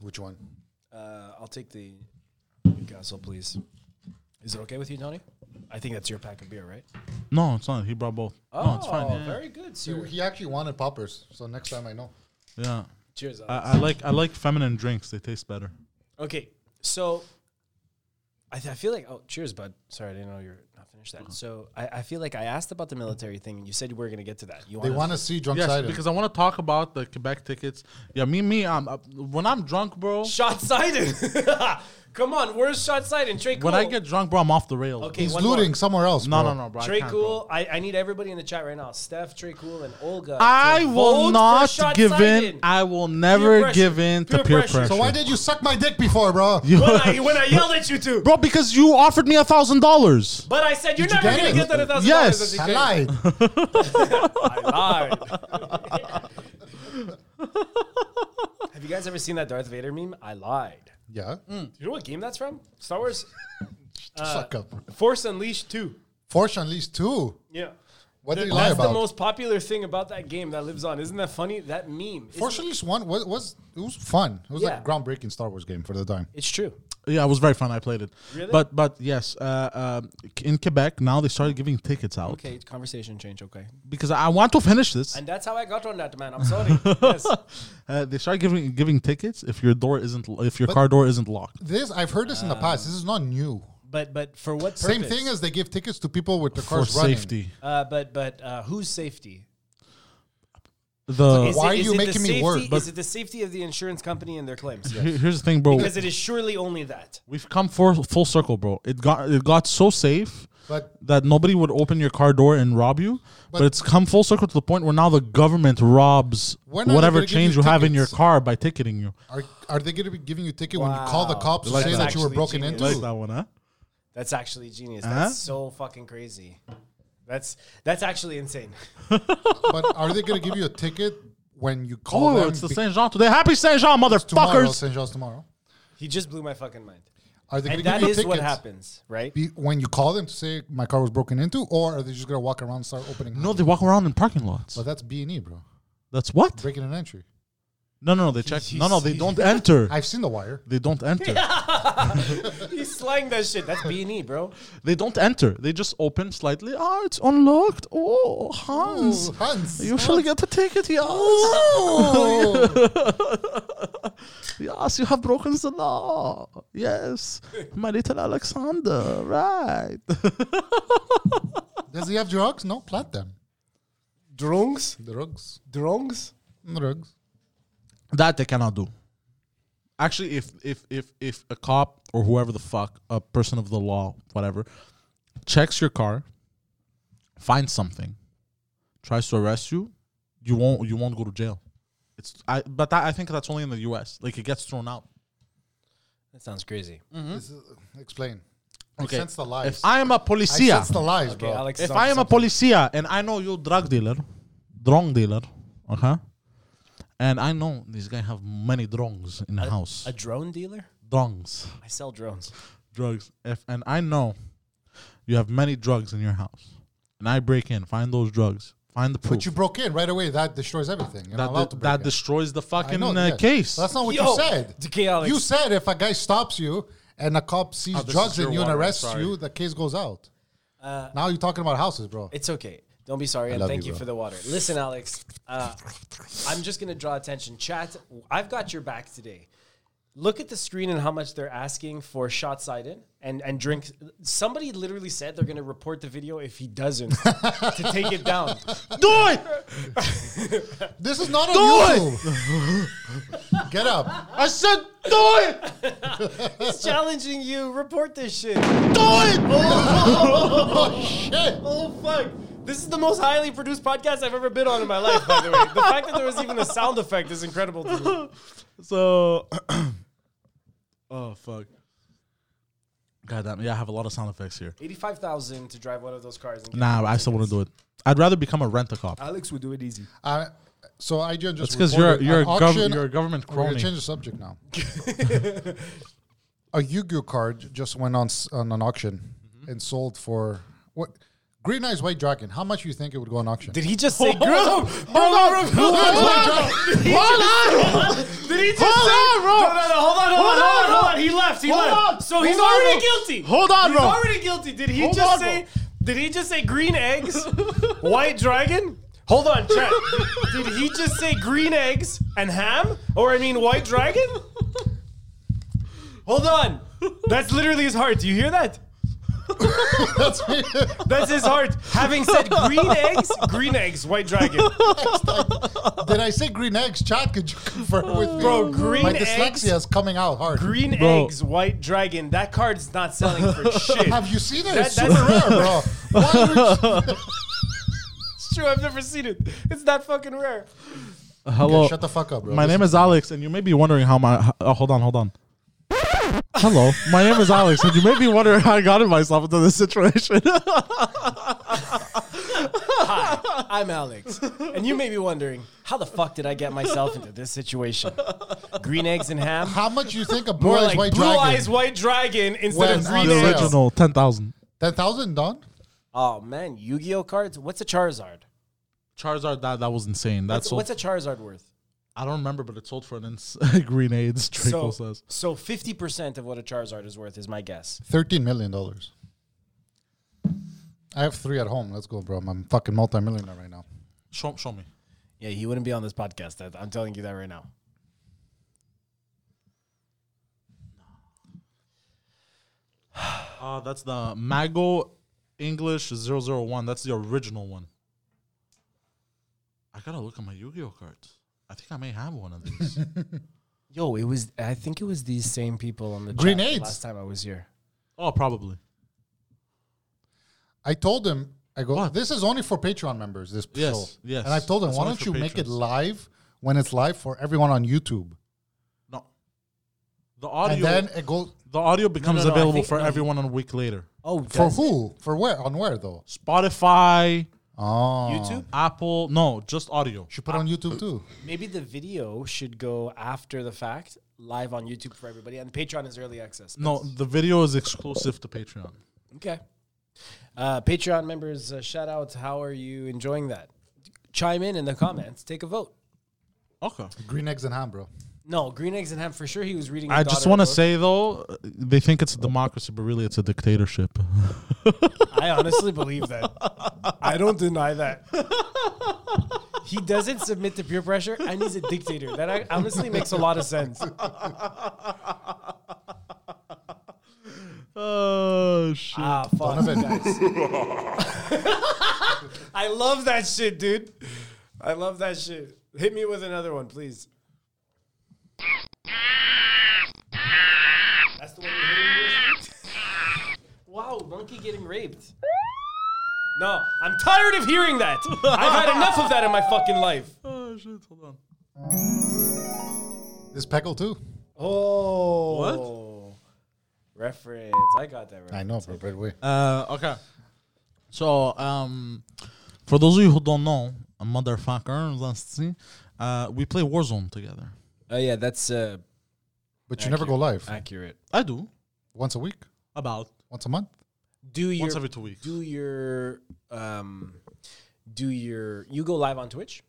Speaker 3: which one?
Speaker 1: Uh, I'll take the Newcastle, please. Is it okay with you, Tony? I think that's your pack of beer, right?
Speaker 2: No, it's not. He brought both. no, it's fine. Yeah,
Speaker 1: Oh, very good.
Speaker 3: He,
Speaker 1: sir.
Speaker 3: he actually wanted poppers, so next time I know.
Speaker 2: yeah.
Speaker 1: cheers. uh, Alex.
Speaker 2: I, I like I like feminine drinks. They taste better.
Speaker 1: Okay, so I, th- I feel like oh, cheers, bud. Sorry, I didn't know you're not finished that. So I, I feel like I asked about the military thing, and you said we are going to get to that. You
Speaker 3: They
Speaker 1: wanna-
Speaker 3: want to see drunk
Speaker 2: Yes,
Speaker 3: cider.
Speaker 2: because I want to talk about the Quebec tickets. Yeah, me, me. I'm uh, when I'm drunk, bro.
Speaker 1: shot sighted. Come on, where's shot sighted? Trey Cool.
Speaker 2: When I get drunk, bro, I'm off the rails.
Speaker 1: okay,
Speaker 3: he's
Speaker 1: one more.
Speaker 3: looting somewhere else.
Speaker 2: No,
Speaker 3: bro.
Speaker 2: no, no, bro. I
Speaker 1: Trey
Speaker 2: can't, bro.
Speaker 1: Cool. I, I need everybody in the chat right now. Steph, Trey Cool, and Olga. to
Speaker 2: I
Speaker 1: vote
Speaker 2: will
Speaker 1: for
Speaker 2: not
Speaker 1: Shot
Speaker 2: give
Speaker 1: Sighted.
Speaker 2: in. I will never
Speaker 1: pressure.
Speaker 2: give in to
Speaker 1: Peer
Speaker 2: peer
Speaker 1: pressure.
Speaker 2: pressure.
Speaker 3: So why did you suck my dick before, bro?
Speaker 1: when I when I yelled at you two.
Speaker 2: bro? Because you offered me a thousand dollars.
Speaker 1: But I said you're
Speaker 3: Did you
Speaker 1: never
Speaker 3: get
Speaker 1: gonna
Speaker 3: it?
Speaker 1: get that a thousand
Speaker 2: Yes.
Speaker 1: dollars.
Speaker 3: I lied.
Speaker 1: I lied. Have you guys ever seen that Darth Vader meme? I lied.
Speaker 3: yeah.
Speaker 1: Do you know what game that's from? Star Wars Uh,
Speaker 3: Suck up.
Speaker 1: Force Unleashed 2.
Speaker 3: Force Unleashed too.
Speaker 1: Yeah.
Speaker 3: What did
Speaker 1: Th-
Speaker 3: you lie
Speaker 1: that's
Speaker 3: about?
Speaker 1: the most popular thing about that game that lives on. Isn't that funny? That meme. Isn't-
Speaker 3: Force Unleashed one was, was it was fun. It was like
Speaker 1: Yeah.
Speaker 3: a groundbreaking Star Wars game for the time.
Speaker 1: It's true.
Speaker 2: Yeah, it was very fun. I played it.
Speaker 1: Really?
Speaker 2: But but yes, uh, uh, in Quebec now they started giving tickets out
Speaker 1: Okay, conversation change. Okay.
Speaker 2: because I want to finish this.
Speaker 1: And that's how I got on that, man. I'm sorry. yes.
Speaker 2: Uh, they started giving giving tickets if your door isn't if your car door isn't locked.
Speaker 3: This I've heard this in the past. This is not new.
Speaker 1: But but for what purpose?
Speaker 3: Same thing as they give tickets to people with their
Speaker 2: For
Speaker 3: cars running.
Speaker 2: safety,
Speaker 1: uh, but but uh, whose safety?
Speaker 2: the
Speaker 1: Is
Speaker 3: Uh, Why
Speaker 1: it-
Speaker 3: are
Speaker 1: is
Speaker 3: you
Speaker 1: it the
Speaker 3: making me
Speaker 1: safety-
Speaker 3: work?
Speaker 1: Is it the safety of the insurance company and their claims?
Speaker 2: Here- here's the thing, bro.
Speaker 1: Because it is surely only that.
Speaker 2: We've come for full circle, bro. It got it got so safe
Speaker 3: But
Speaker 2: that nobody would open your car door and rob you. But, it's come full circle to the point where now the government robs
Speaker 3: We're not
Speaker 2: whatever
Speaker 3: gonna give
Speaker 2: change
Speaker 3: you
Speaker 2: you have in your
Speaker 3: tickets.
Speaker 2: car by ticketing you.
Speaker 3: are are they going to be giving you a ticket when you call the
Speaker 1: Wow.
Speaker 3: cops to
Speaker 2: Like
Speaker 3: say
Speaker 2: that.
Speaker 3: that you were
Speaker 1: Actually
Speaker 3: broken
Speaker 1: genius.
Speaker 3: into?
Speaker 2: Like that one, huh?
Speaker 1: That's actually genius.
Speaker 2: Huh?
Speaker 3: Uh-huh.
Speaker 1: That's so fucking crazy. That's that's actually insane.
Speaker 3: but are they going to give you a ticket when you call
Speaker 2: Oh,
Speaker 3: them?
Speaker 2: it's the
Speaker 3: be-
Speaker 2: Saint Jean today. Happy Saint Jean,
Speaker 3: tomorrow,
Speaker 2: motherfuckers!
Speaker 3: St. John's tomorrow.
Speaker 1: He just blew my fucking mind.
Speaker 3: Are they going
Speaker 1: And
Speaker 3: to
Speaker 1: that
Speaker 3: give you
Speaker 1: is
Speaker 3: tickets
Speaker 1: what happens, right?
Speaker 3: be- when you call them to say my car was broken into, or are they just going to walk around and start opening?
Speaker 2: No, they walk around in parking lots.
Speaker 3: but that's B and E, bro.
Speaker 2: That's what?
Speaker 3: Breaking an entry.
Speaker 2: No, no, no. They check. No, no, they don't enter.
Speaker 3: I've seen the wire.
Speaker 2: They don't enter.
Speaker 1: He's slang that shit. That's B and E, bro.
Speaker 2: They don't enter. They just open slightly. Oh, it's unlocked. Oh, Hans.
Speaker 3: Ooh, Hans.
Speaker 2: You should get a ticket, yes.
Speaker 3: Oh.
Speaker 2: Yes, you have broken the law. Yes, my little Alexander, right?
Speaker 3: Does he have drugs? No, plat them.
Speaker 1: Drunks,
Speaker 3: Drugs.
Speaker 1: drunks.
Speaker 3: Drugs.
Speaker 2: That they cannot do. Actually, if if if if a cop or whoever the fuck, a person of the law, whatever, checks your car, finds something, tries to arrest you, you won't you won't go to jail. It's I but that, I think that's only in the U.S. Like it gets thrown out.
Speaker 1: That sounds crazy.
Speaker 2: Mm-hmm.
Speaker 3: This is, explain.
Speaker 2: Okay.
Speaker 3: I sense the lies.
Speaker 2: If I am a
Speaker 3: I
Speaker 2: policia,
Speaker 3: sense the lies, bro.
Speaker 1: Okay, Alex. is
Speaker 2: if
Speaker 1: on
Speaker 2: I am a
Speaker 1: something.
Speaker 2: policia and I know you drug dealer, drong dealer, okay, and I know this guy have many drongs in the house,
Speaker 1: a drone dealer,
Speaker 2: drongs,
Speaker 1: I sell drones.
Speaker 2: drugs. If and I know you have many drugs in your house, and I break in, find those drugs, find the proof
Speaker 3: But you broke in right away. That destroys everything. You're not
Speaker 2: that
Speaker 3: allowed
Speaker 2: de-
Speaker 3: to break
Speaker 2: that
Speaker 3: in.
Speaker 2: destroys the
Speaker 3: I
Speaker 2: fucking
Speaker 3: know,
Speaker 2: uh,
Speaker 3: yes.
Speaker 2: case.
Speaker 3: That's not what
Speaker 1: Yo,
Speaker 3: you said.
Speaker 1: okay, Alex.
Speaker 3: You said if a guy stops you and a cop sees
Speaker 2: Oh, this is
Speaker 3: drugs
Speaker 2: your
Speaker 3: in you and
Speaker 2: water,
Speaker 3: arrests
Speaker 2: sorry.
Speaker 1: Uh,
Speaker 3: you, the case goes out. now you're talking about houses, bro.
Speaker 1: It's okay. Don't be sorry, and
Speaker 3: love
Speaker 1: thank
Speaker 3: you,
Speaker 1: you
Speaker 3: bro.
Speaker 1: for the water. Listen, Alex, uh, I'm just gonna draw attention. Chat, I've got your back today. Look at the screen and how much they're asking for shots cited and and drink. Somebody literally said they're gonna report the video if he doesn't to take it down.
Speaker 2: Do it!
Speaker 3: This is not on
Speaker 2: Do
Speaker 3: YouTube. Get up.
Speaker 2: I said do it!
Speaker 1: It's challenging you. Report this shit.
Speaker 2: Do it!
Speaker 3: Oh shit.
Speaker 1: Oh fuck. This is the most highly produced podcast I've ever been on in my life, by the way. The fact that there was even a sound effect is incredible to me.
Speaker 2: So, oh fuck. God damn it! Yeah, I have a lot of sound effects here.
Speaker 1: 85,000 to drive one of those cars. And
Speaker 2: Nah, I still want to do it. I'd rather become a rent a cop.
Speaker 1: Alex would do it easy.
Speaker 3: Uh, so IGN just
Speaker 2: It's because you're
Speaker 3: reported
Speaker 2: you're a,
Speaker 3: an
Speaker 2: gov-
Speaker 3: auction-
Speaker 2: you're a government
Speaker 3: We're gonna
Speaker 2: crony.
Speaker 3: change the subject now. a Yu-Gi-Oh card just went on s- on an auction
Speaker 2: Mm-hmm.
Speaker 3: and sold for what? Green Eyes White Dragon. How much you think it would go on auction?
Speaker 1: Did he just say
Speaker 2: Hold on,
Speaker 1: Grum?
Speaker 2: hold on,
Speaker 3: Green Eyes White Dragon.
Speaker 2: hold on,
Speaker 1: Did he just
Speaker 2: Hold
Speaker 1: say?
Speaker 2: on, bro.
Speaker 1: No, no, no, hold on, hold on, hold on,
Speaker 2: bro.
Speaker 1: hold on. He left. He
Speaker 2: Hold
Speaker 1: left.
Speaker 2: on.
Speaker 1: So he's
Speaker 2: Hold on,
Speaker 1: already
Speaker 2: bro.
Speaker 1: guilty.
Speaker 2: Hold on,
Speaker 1: he's
Speaker 2: bro.
Speaker 1: already guilty. Did he
Speaker 2: Hold
Speaker 1: just
Speaker 2: on,
Speaker 1: say? Did he just say green eggs, white dragon? Hold on, chat. Did he just say green eggs and ham, or I mean white dragon? Hold on. That's literally his heart. Do you hear that?
Speaker 3: That's me.
Speaker 1: That's his heart. Having said green eggs, green eggs, white dragon.
Speaker 3: Did I say green eggs? Chad, could you confirm with me?
Speaker 1: Bro, green
Speaker 3: My
Speaker 1: eggs.
Speaker 3: dyslexia is coming out hard.
Speaker 1: Green
Speaker 2: Bro.
Speaker 1: eggs, white dragon. That card's not selling for shit.
Speaker 3: Have you seen it?
Speaker 1: That-
Speaker 3: it's
Speaker 1: that's-
Speaker 3: super rare, bro. Why would you-
Speaker 1: It's true. I've never seen it. It's that fucking rare.
Speaker 2: Hello,
Speaker 3: Shut the fuck up, bro.
Speaker 2: my name is Alex, and you may be wondering how my. h- Oh, hold on, hold on. Hello, my name is Alex, and you may be wondering how I got myself into this situation.
Speaker 1: I'm Alex, and you may be wondering how the fuck did I get myself into this situation? Green eggs and ham.
Speaker 3: How much you think a blue
Speaker 1: More
Speaker 3: eyes
Speaker 1: like
Speaker 3: white
Speaker 1: blue
Speaker 3: dragon?
Speaker 1: eyes white dragon instead
Speaker 3: When
Speaker 1: of
Speaker 3: on
Speaker 1: green
Speaker 3: sale.
Speaker 2: the
Speaker 1: eggs.
Speaker 2: original ten thousand.
Speaker 3: Ten thousand, Don.
Speaker 1: Oh man, Yu-Gi-Oh cards. What's a Charizard?
Speaker 2: Charizard, that that was insane. That's
Speaker 1: What's, what's a Charizard worth?
Speaker 2: I don't remember, but it sold for an ins- grenades. Draco
Speaker 1: So,
Speaker 2: says.
Speaker 1: so 50% of what a Charizard is worth is my guess.
Speaker 3: Thirteen million dollars. I have three at home. Let's go, bro. I'm a fucking multimillionaire right now.
Speaker 2: Show, show me.
Speaker 1: Yeah, he wouldn't be on this podcast. I- I'm telling you that right now.
Speaker 2: Uh, that's the Mago English 001. That's the original one. I gotta look at my Yu Gi Oh cards. I think I may have one of these.
Speaker 1: Yo, it was. I think it was these same people on the chat
Speaker 3: Grenades.
Speaker 1: the last time I was here.
Speaker 2: oh, probably.
Speaker 3: I told him, I go,
Speaker 2: What?
Speaker 3: this is only for Patreon members, this
Speaker 2: Yes,
Speaker 3: show.
Speaker 2: yes.
Speaker 3: And I've told him,
Speaker 2: It's
Speaker 3: why
Speaker 2: only
Speaker 3: don't
Speaker 2: for
Speaker 3: you make it
Speaker 2: patrons.
Speaker 3: live when it's live for everyone on YouTube?
Speaker 2: No. The audio.
Speaker 3: And then it goes
Speaker 2: the audio becomes
Speaker 1: no, no, I
Speaker 2: available
Speaker 1: think-
Speaker 2: for
Speaker 1: no, you-
Speaker 2: everyone a week later.
Speaker 1: Oh,
Speaker 3: for
Speaker 1: does it?
Speaker 3: who? For where? On where though?
Speaker 2: Spotify,
Speaker 3: Oh.
Speaker 1: YouTube?
Speaker 2: Apple. No, just audio.
Speaker 3: Should put it on YouTube too.
Speaker 1: Maybe the video should go after the fact, live on YouTube for everybody, and Patreon is early access.
Speaker 2: No, the video is exclusive to Patreon.
Speaker 1: Okay. Uh, Patreon members, uh, shout out. How are you enjoying that? Chime in in the comments. Take a vote.
Speaker 2: Okay.
Speaker 3: Green eggs and ham, bro.
Speaker 1: No, Green Eggs and Ham for sure. He was reading.
Speaker 2: I
Speaker 1: his
Speaker 2: just
Speaker 1: daughter a
Speaker 2: want to
Speaker 1: book.
Speaker 2: say though, they think it's a democracy, but really it's a dictatorship.
Speaker 1: I honestly believe that. I don't deny that. He doesn't submit to peer pressure, and he's a dictator. That I, honestly makes a lot of sense.
Speaker 2: oh shit.
Speaker 1: Ah, fuck,
Speaker 3: Donovan.
Speaker 1: guys. I love that shit, dude. I love that shit. Hit me with another one, please. That's the one you're hitting me with? Wow, monkey getting raped. No, I'm tired of hearing that. I've had enough of that in my fucking life.
Speaker 2: oh shit. Hold on.
Speaker 3: This peckle too.
Speaker 1: Oh. What? Reference. I got that reference.
Speaker 3: I know, bro. Right away.
Speaker 2: Uh, okay. So, um, for those of you who don't know, a motherfucker, let's see, uh, we play Warzone together.
Speaker 1: Oh, yeah, that's uh,
Speaker 3: But you never go live.
Speaker 1: accurate.
Speaker 2: I do
Speaker 3: Once a week?
Speaker 2: about
Speaker 3: Once a month?
Speaker 1: Do your
Speaker 2: once every two weeks.
Speaker 1: do your um, do your you go live on Twitch.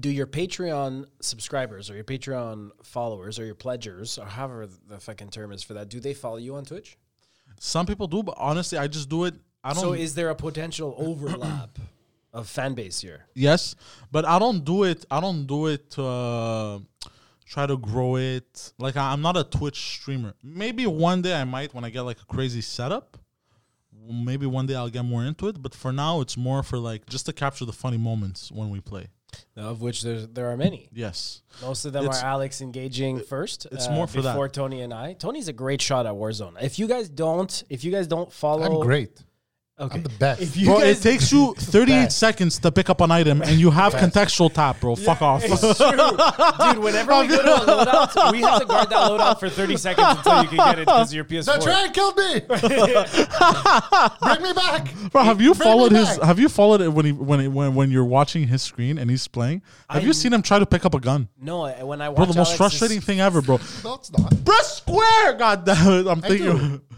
Speaker 1: Do your Patreon subscribers or your Patreon followers or your pledgers or however the fucking term is for that? Do they follow you on Twitch?
Speaker 2: Some people do, but honestly, I just do it. I don't.
Speaker 1: So is there a potential overlap of fan base here.
Speaker 2: Yes, but I don't do it. I don't do it to uh, try to grow it. Like I, I'm not a Twitch streamer. Maybe one day I might when I get like a crazy setup. Maybe one day I'll get more into it. But for now, it's more for like just to capture the funny moments when we play.
Speaker 1: Of which there's, there are many.
Speaker 2: Yes,
Speaker 1: Most of them
Speaker 2: It's-
Speaker 1: are Alex engaging first. uh,
Speaker 2: it's more for that.
Speaker 1: before Tony and I. Tony's a great shot at Warzone. If you guys don't, if you guys don't follow,
Speaker 3: I'm great.
Speaker 1: Okay.
Speaker 3: I'm the best.
Speaker 1: If you
Speaker 2: bro.
Speaker 1: guys,
Speaker 2: It takes you 38 seconds to pick up an item, and you have contextual tap, bro. Fuck off.
Speaker 1: It's true. Dude, whenever we go to a loadout, we have to guard that loadout for 30 seconds until you can get it because your PS4.
Speaker 3: that train killed me. Bring me back.
Speaker 2: Bro, have you
Speaker 3: Bring me
Speaker 2: followed his?
Speaker 3: back.
Speaker 2: Have you followed it when he when he, when when you're watching his screen and he's playing? Have you
Speaker 1: I-
Speaker 2: seen him try to pick up a gun?
Speaker 1: No, I- when I watch
Speaker 2: Bro, the most
Speaker 1: Alex's-
Speaker 2: frustrating thing ever, bro.
Speaker 3: No, it's not.
Speaker 2: Press square, goddamn it! I'm thinking,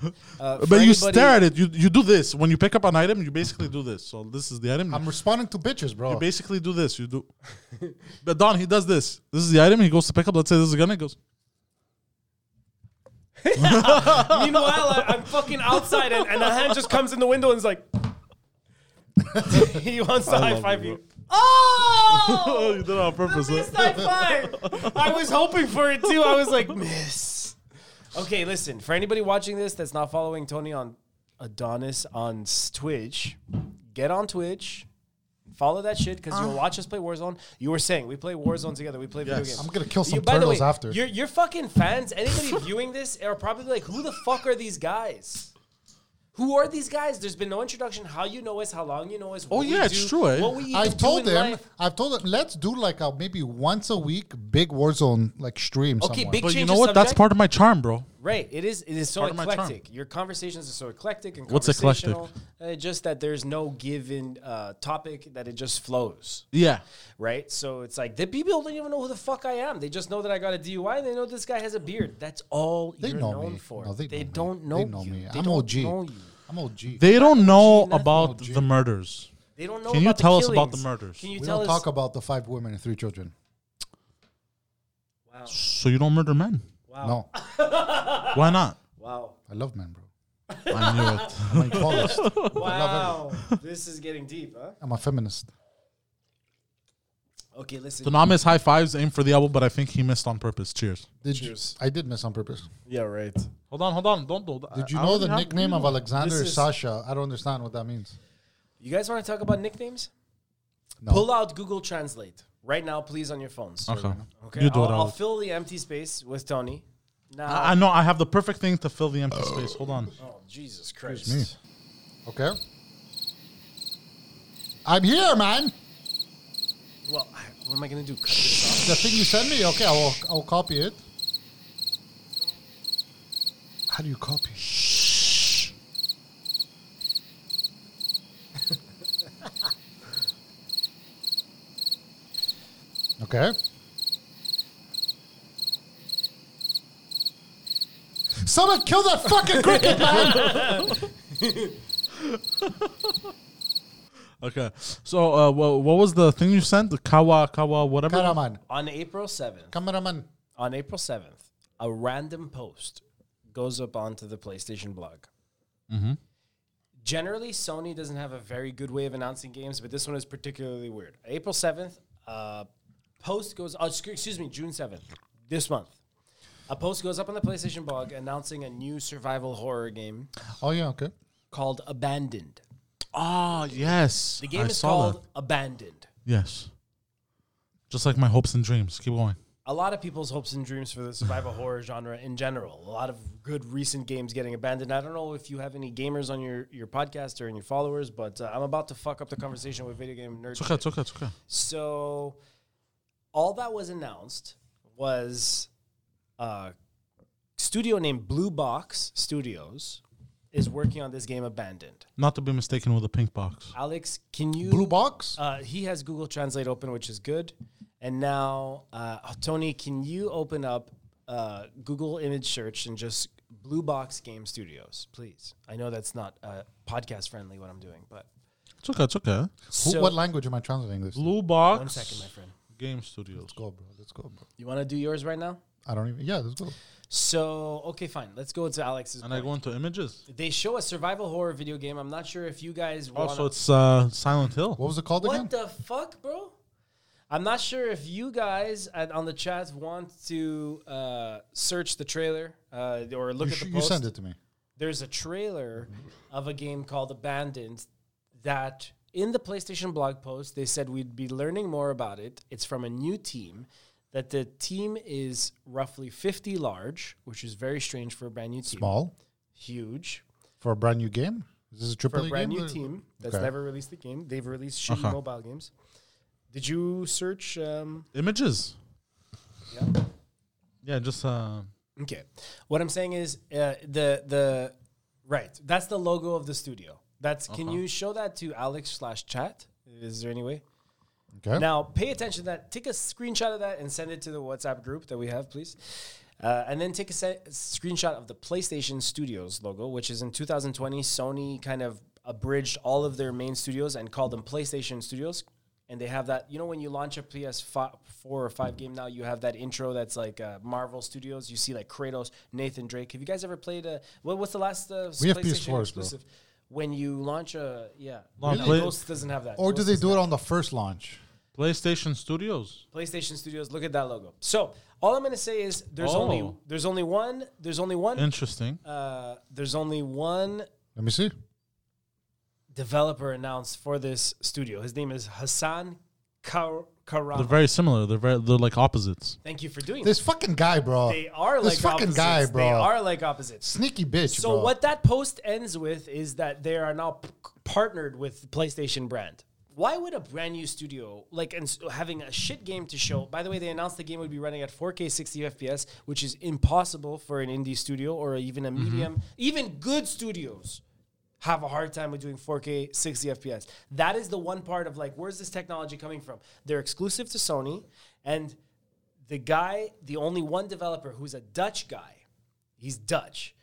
Speaker 3: do.
Speaker 1: Uh, for
Speaker 2: but you
Speaker 1: anybody-
Speaker 2: stare at it. You you do this when you pick up an item. You basically do this. So this is the item.
Speaker 3: I'm responding to bitches, bro.
Speaker 2: you basically do this. You do. but Don, he does this. This is the item. He goes to pick up. Let's say this is a gun. He goes.
Speaker 1: Meanwhile, I, I'm fucking outside, and, and a hand just comes in the window and is like, he wants to high five you.
Speaker 2: Oh, you
Speaker 1: Oh,
Speaker 2: did it on purpose.
Speaker 1: missed
Speaker 2: huh?
Speaker 1: high five! I was hoping for it too. I was like, miss. Okay, listen. For anybody watching this that's not following Tony on Adonis on s- Twitch, get on Twitch. Follow that shit because you'll watch us play Warzone. You were saying we play Warzone together. We play video
Speaker 2: Yes.
Speaker 1: games.
Speaker 3: I'm gonna kill some
Speaker 1: You- by the
Speaker 3: turtles
Speaker 1: way,
Speaker 3: after.
Speaker 1: Your, your fucking fans, anybody viewing this, are probably like, who the fuck are these guys? Who are these guys? There's been no introduction. How you know us? How long you know us? Oh
Speaker 2: yeah, it's true, eh?
Speaker 1: What we even
Speaker 3: I've
Speaker 1: do
Speaker 3: told
Speaker 1: in
Speaker 3: him.
Speaker 1: life.
Speaker 3: I've told him. Let's do like a maybe once a week big Warzone like stream.
Speaker 1: Okay,
Speaker 3: somewhere.
Speaker 1: big
Speaker 2: But you
Speaker 1: change
Speaker 2: know
Speaker 1: of
Speaker 2: what? That's
Speaker 1: subject.
Speaker 2: part of my charm, bro.
Speaker 1: Right. It is. It is so
Speaker 2: Part of my charm.
Speaker 1: eclectic. Your conversations are so eclectic and
Speaker 2: What's eclectic?
Speaker 1: conversational. Uh, just that there's no given uh, topic that it just flows.
Speaker 2: Yeah.
Speaker 1: Right. So it's like the people don't even know who the fuck I am. They just know that I got a DUI. and They know this guy has a beard. That's all
Speaker 3: They
Speaker 1: you're
Speaker 3: know
Speaker 1: known
Speaker 3: me.
Speaker 1: for.
Speaker 3: No, they,
Speaker 1: they
Speaker 3: know me.
Speaker 1: don't know
Speaker 3: They know
Speaker 1: you.
Speaker 3: me.
Speaker 1: They
Speaker 3: I'm
Speaker 1: don't
Speaker 3: OG.
Speaker 1: know you.
Speaker 3: I'm OG.
Speaker 2: They don't know
Speaker 1: nothing.
Speaker 2: about the murders.
Speaker 1: They don't know.
Speaker 2: Can you
Speaker 1: about the
Speaker 2: tell us about
Speaker 1: killings.
Speaker 2: the murders?
Speaker 1: Can you
Speaker 3: we
Speaker 1: tell
Speaker 3: don't
Speaker 1: us?
Speaker 3: talk about the five women and three children.
Speaker 1: wow.
Speaker 2: So you don't murder men.
Speaker 1: Wow.
Speaker 3: No,
Speaker 2: Why not?
Speaker 1: Wow.
Speaker 3: I love men, bro.
Speaker 2: I knew it.
Speaker 3: I'm a equalist.
Speaker 1: Wow. this is getting deep, huh?
Speaker 3: I'm a feminist.
Speaker 1: Okay. Listen.
Speaker 2: So Namis high fives, aim for the elbow, but I think he missed on purpose. Cheers.
Speaker 3: Did
Speaker 1: Cheers.
Speaker 3: You, I did miss on purpose.
Speaker 1: yeah. Right.
Speaker 2: Hold on, hold on. Don't do that.
Speaker 3: Did you know the nickname of Alexander
Speaker 1: This
Speaker 3: is
Speaker 1: is-
Speaker 3: Sasha? I don't understand what that means.
Speaker 1: You guys want to talk about nicknames?
Speaker 3: No.
Speaker 1: Pull out Google Translate right now, please, on your phones.
Speaker 2: Okay.
Speaker 1: Okay,
Speaker 2: You do
Speaker 1: I'll,
Speaker 2: it,
Speaker 1: I'll
Speaker 2: Alex.
Speaker 1: fill the empty space with Tony. Now,
Speaker 2: I I know. I have the perfect thing to fill the empty space. Hold on.
Speaker 1: oh Jesus Christ!
Speaker 3: Okay. I'm here, man.
Speaker 1: Well, I, what am I gonna do? Cut this off?
Speaker 3: The thing you sent me. Okay, I will. I will copy it. How do you copy? okay. Someone kill that fucking cricket, man!
Speaker 2: Okay. So, uh, wha- what was the thing you sent? The kawa, kawa, whatever.
Speaker 3: Cameraman,
Speaker 1: On April seventh,
Speaker 3: cameraman.
Speaker 1: on April seventh, a random post goes up onto the PlayStation blog.
Speaker 2: Mm-hmm.
Speaker 1: Generally, Sony doesn't have a very good way of announcing games, but this one is particularly weird. April seventh, uh, post goes. Oh, sc- excuse me, June seventh, this month. A post goes up on the PlayStation blog announcing a new survival horror game
Speaker 3: Oh yeah, okay.
Speaker 1: called Abandoned.
Speaker 2: Oh yes.
Speaker 1: The game
Speaker 2: I
Speaker 1: is
Speaker 2: saw
Speaker 1: called
Speaker 2: that.
Speaker 1: Abandoned.
Speaker 2: Yes. Just like my hopes and dreams. Keep going.
Speaker 1: A lot of people's hopes and dreams for the survival horror genre in general. A lot of good recent games getting abandoned. I don't know if you have any gamers on your, your podcast or in your followers, but uh, I'm about to fuck up the conversation with video game nerds.
Speaker 2: It's okay. It's okay. It's okay.
Speaker 1: So, all that was announced was a studio named Blue Box Studios is working on this game Abandoned.
Speaker 2: Not to be mistaken with a pink box.
Speaker 1: Alex, can you
Speaker 3: Blue box.
Speaker 1: Uh, he has Google Translate open, which is good. And now, uh, Tony, can you open up uh, Google image search and just Blue Box Game Studios, please? I know that's not uh, podcast friendly what I'm doing, but
Speaker 2: It's okay. It's okay.
Speaker 3: Who,
Speaker 1: so
Speaker 3: what language am I translating this?
Speaker 2: Blue box.
Speaker 1: one second, my friend.
Speaker 2: Game Studios.
Speaker 3: Let's go, bro. Let's go, bro.
Speaker 1: You want to do yours right now?
Speaker 3: I don't even. Yeah, let's go.
Speaker 1: So okay, fine. Let's go into Alex's.
Speaker 2: And I
Speaker 1: point.
Speaker 2: go into images.
Speaker 1: They show a survival horror video game. I'm not sure if you guys.
Speaker 2: Oh,
Speaker 1: want
Speaker 2: so it's uh, Silent Hill.
Speaker 3: What was it called again?
Speaker 1: What the fuck, bro? I'm not sure if you guys at, on the chat want to uh, search the trailer uh, or look
Speaker 3: you,
Speaker 1: at
Speaker 3: sh-
Speaker 1: the
Speaker 3: you
Speaker 1: post.
Speaker 3: sent it to me.
Speaker 1: There's a trailer of a game called Abandoned that in the PlayStation blog post they said we'd be learning more about it. It's from a new team. That the team is roughly 50 large, which is very strange for a brand new team.
Speaker 3: Small
Speaker 1: Huge,
Speaker 3: for a brand new game. Is this a
Speaker 1: for
Speaker 3: triple
Speaker 1: a brand
Speaker 3: game?
Speaker 1: new team that's
Speaker 3: Okay. Uh-huh.
Speaker 1: never released a game. They've released shitty
Speaker 2: Okay.
Speaker 1: mobile games. Did you search? Um,
Speaker 2: Images.
Speaker 1: yeah.
Speaker 2: Yeah, just uh,
Speaker 1: Okay. What I'm saying is uh, the the right. That's the logo of the studio. That's. Can
Speaker 3: Uh-huh.
Speaker 1: you show that to Alex slash chat? Is there any way?
Speaker 3: Okay.
Speaker 1: Now, pay attention to that. Take a screenshot of that and send it to the WhatsApp group that we have, please. Uh, and then take a se- screenshot of the PlayStation Studios logo, which is in 2020. Sony kind of abridged all of their main studios and called them PlayStation Studios. And they have that, you know, when you launch a PS4 or 5 game now, you have that intro that's like uh, Marvel Studios. You see like Kratos, Nathan Drake. Have you guys ever played a. What, what's the last uh,
Speaker 3: We have
Speaker 1: PlayStation
Speaker 3: PS4s, bro.
Speaker 1: When you launch a. Yeah.
Speaker 2: Long
Speaker 1: Really?
Speaker 2: play-
Speaker 1: Ghost doesn't have that.
Speaker 3: or
Speaker 1: Ghost
Speaker 3: did they
Speaker 1: doesn't
Speaker 3: do it on the first launch?
Speaker 2: PlayStation Studios.
Speaker 1: PlayStation Studios. Look at that logo. So all I'm gonna say is there's
Speaker 2: Oh.
Speaker 1: only there's only one there's only one
Speaker 2: Interesting.
Speaker 1: uh, there's only one
Speaker 3: Let me see.
Speaker 1: developer announced for this studio. His name is Hassan Kar- Karama.
Speaker 2: They're very similar. They're very they're like opposites.
Speaker 1: Thank you for doing this.
Speaker 3: This fucking guy, bro.
Speaker 1: They are
Speaker 3: this
Speaker 1: like
Speaker 3: fucking
Speaker 1: opposites.
Speaker 3: guy, bro.
Speaker 1: They are like opposites.
Speaker 3: Sneaky bitch,
Speaker 1: So
Speaker 3: bro.
Speaker 1: what that post ends with is that they are now p- partnered with PlayStation brand. Why would a brand new studio like and s- having a shit game to show? By the way, they announced the game would be running at 4K 60 FPS, which is impossible for an indie studio or even a
Speaker 3: Mm-hmm.
Speaker 1: medium, even good studios have a hard time with doing 4K 60 FPS. That is the one part of like where's this technology coming from? They're exclusive to Sony and the guy, the only one developer who's a Dutch guy. He's Dutch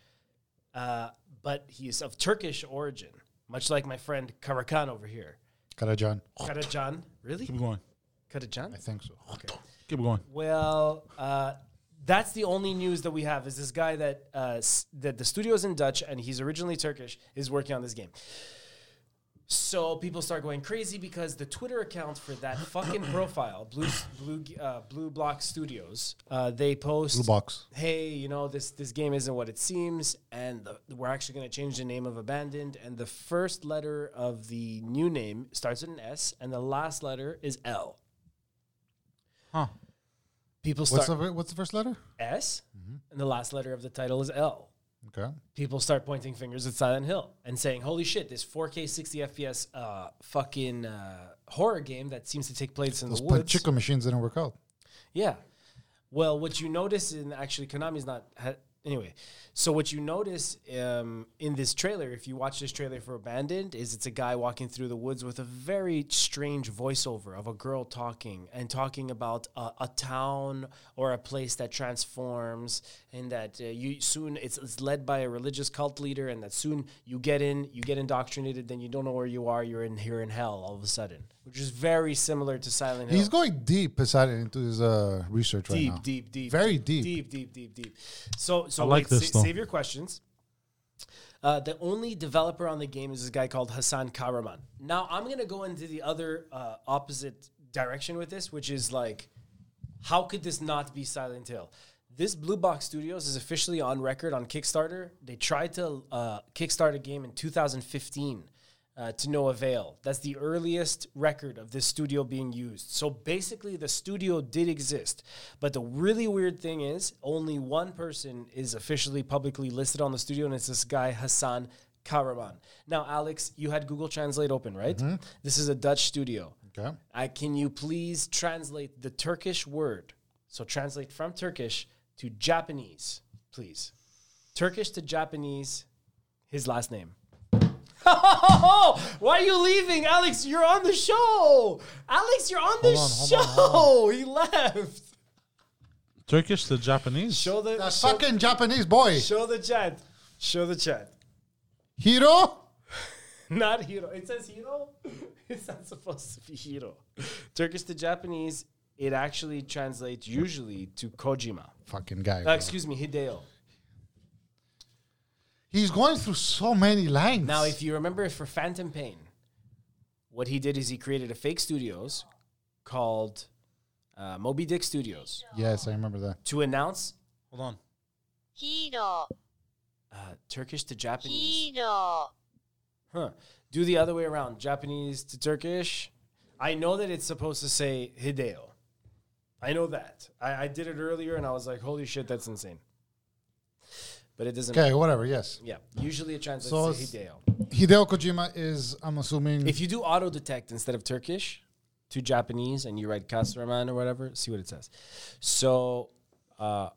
Speaker 1: uh, but he's of Turkish origin, much like my friend Karakan over here.
Speaker 3: Karajan.
Speaker 1: Karajan, really?
Speaker 2: Keep going.
Speaker 3: I
Speaker 1: Karajan?
Speaker 3: think so. Okay.
Speaker 2: Keep going.
Speaker 1: Well, uh, that's the only news that we have is this guy that uh, s- that the studio's in Dutch and he's originally Turkish is working on this game. So people start going crazy because the Twitter account for that fucking profile, Blue S- Blue uh, Blue Block Studios, uh, they post
Speaker 3: Blue box.
Speaker 1: hey, you know, this this game isn't what it seems, and the, we're actually going to change the name of Abandoned. And the first letter of the new name starts with an S, and the last letter is L.
Speaker 2: Huh.
Speaker 1: People
Speaker 3: What's
Speaker 1: start
Speaker 3: the, what's the Mm-hmm. first letter?
Speaker 1: S, and the last letter of the title is L.
Speaker 3: Okay.
Speaker 1: People start pointing fingers at Silent Hill and saying, "Holy shit! This 4K 60 FPS uh, fucking uh, horror game that seems to take place in
Speaker 3: Those
Speaker 1: the woods."
Speaker 3: Pachico machines didn't work out.
Speaker 1: Yeah. Well, what you notice in actually Konami's not ha- anyway. So what you notice um, in this trailer, if you watch this trailer for Abandoned, is it's a guy walking through the woods with a very strange voiceover of a girl talking and talking about a, a town or a place that transforms, and that uh, you soon it's, it's led by a religious cult leader, and that soon you get in, you get indoctrinated, then you don't know where you are, you're in here in hell all of a sudden, which is very similar to Silent Hill
Speaker 3: He's going deep aside into his uh, research right
Speaker 1: deep,
Speaker 3: now.
Speaker 1: deep, deep,
Speaker 3: Very deep.
Speaker 1: deep, deep, deep, deep. So, so
Speaker 2: I like
Speaker 1: wait,
Speaker 2: this,
Speaker 1: sa-
Speaker 2: though.
Speaker 1: save your questions. Uh, the only developer on the game is this guy called Hassan Karaman. Now, I'm gonna go into the other uh, opposite direction with this, which is like, how could this not be Silent Hill? This Blue Box Studios is officially on record on Kickstarter. They tried to uh, kickstart a game in 2015 uh, to no avail. That's the earliest record of this studio being used. So basically, the studio did exist. But the really weird thing is, only one person is officially publicly listed on the studio, and it's this guy, Hassan Karaman. Now, Alex, you had Google Translate open, right? This is a Dutch studio.
Speaker 3: Okay.
Speaker 1: I, can you please translate the Turkish word? So translate from Turkish to Japanese, please. Turkish to Japanese, his last name. Why are you leaving, Alex? You're on the show. Alex, you're on the
Speaker 2: on, hold
Speaker 1: show.
Speaker 2: on,
Speaker 1: He left.
Speaker 2: Turkish to Japanese.
Speaker 1: Show the
Speaker 3: That
Speaker 1: show,
Speaker 3: fucking Japanese boy.
Speaker 1: show the chat. Show the chat.
Speaker 3: Hiro?
Speaker 1: Not hero. It says hero. It's not supposed to be hero. Turkish to Japanese, it actually translates usually to Kojima.
Speaker 3: fucking guy.
Speaker 1: Uh,
Speaker 3: bro.
Speaker 1: excuse me, Hideo.
Speaker 3: He's going through so many lengths.
Speaker 1: Now, if you remember for Phantom Pain, what he did is he created a fake studios called uh, Moby Dick Studios
Speaker 3: yes, I remember that.
Speaker 1: to announce
Speaker 4: Hold on.
Speaker 5: ヒーロー、
Speaker 1: uh, Turkish to Japanese.
Speaker 5: ヒーロ
Speaker 1: Huh. Do the other way around, Japanese to Turkish. I know that it's supposed to say Hideo. I know that. I, I did it earlier and I was like, holy shit, that's insane. But it doesn't.
Speaker 3: Okay, whatever. Yes,
Speaker 1: Yeah. Usually it translates to
Speaker 3: So it's-
Speaker 1: Hideo.
Speaker 3: Hideo Kojima is. I'm assuming.
Speaker 1: If you do auto detect instead of Turkish to Japanese and you write Kasraman or whatever, see what it says. So uh,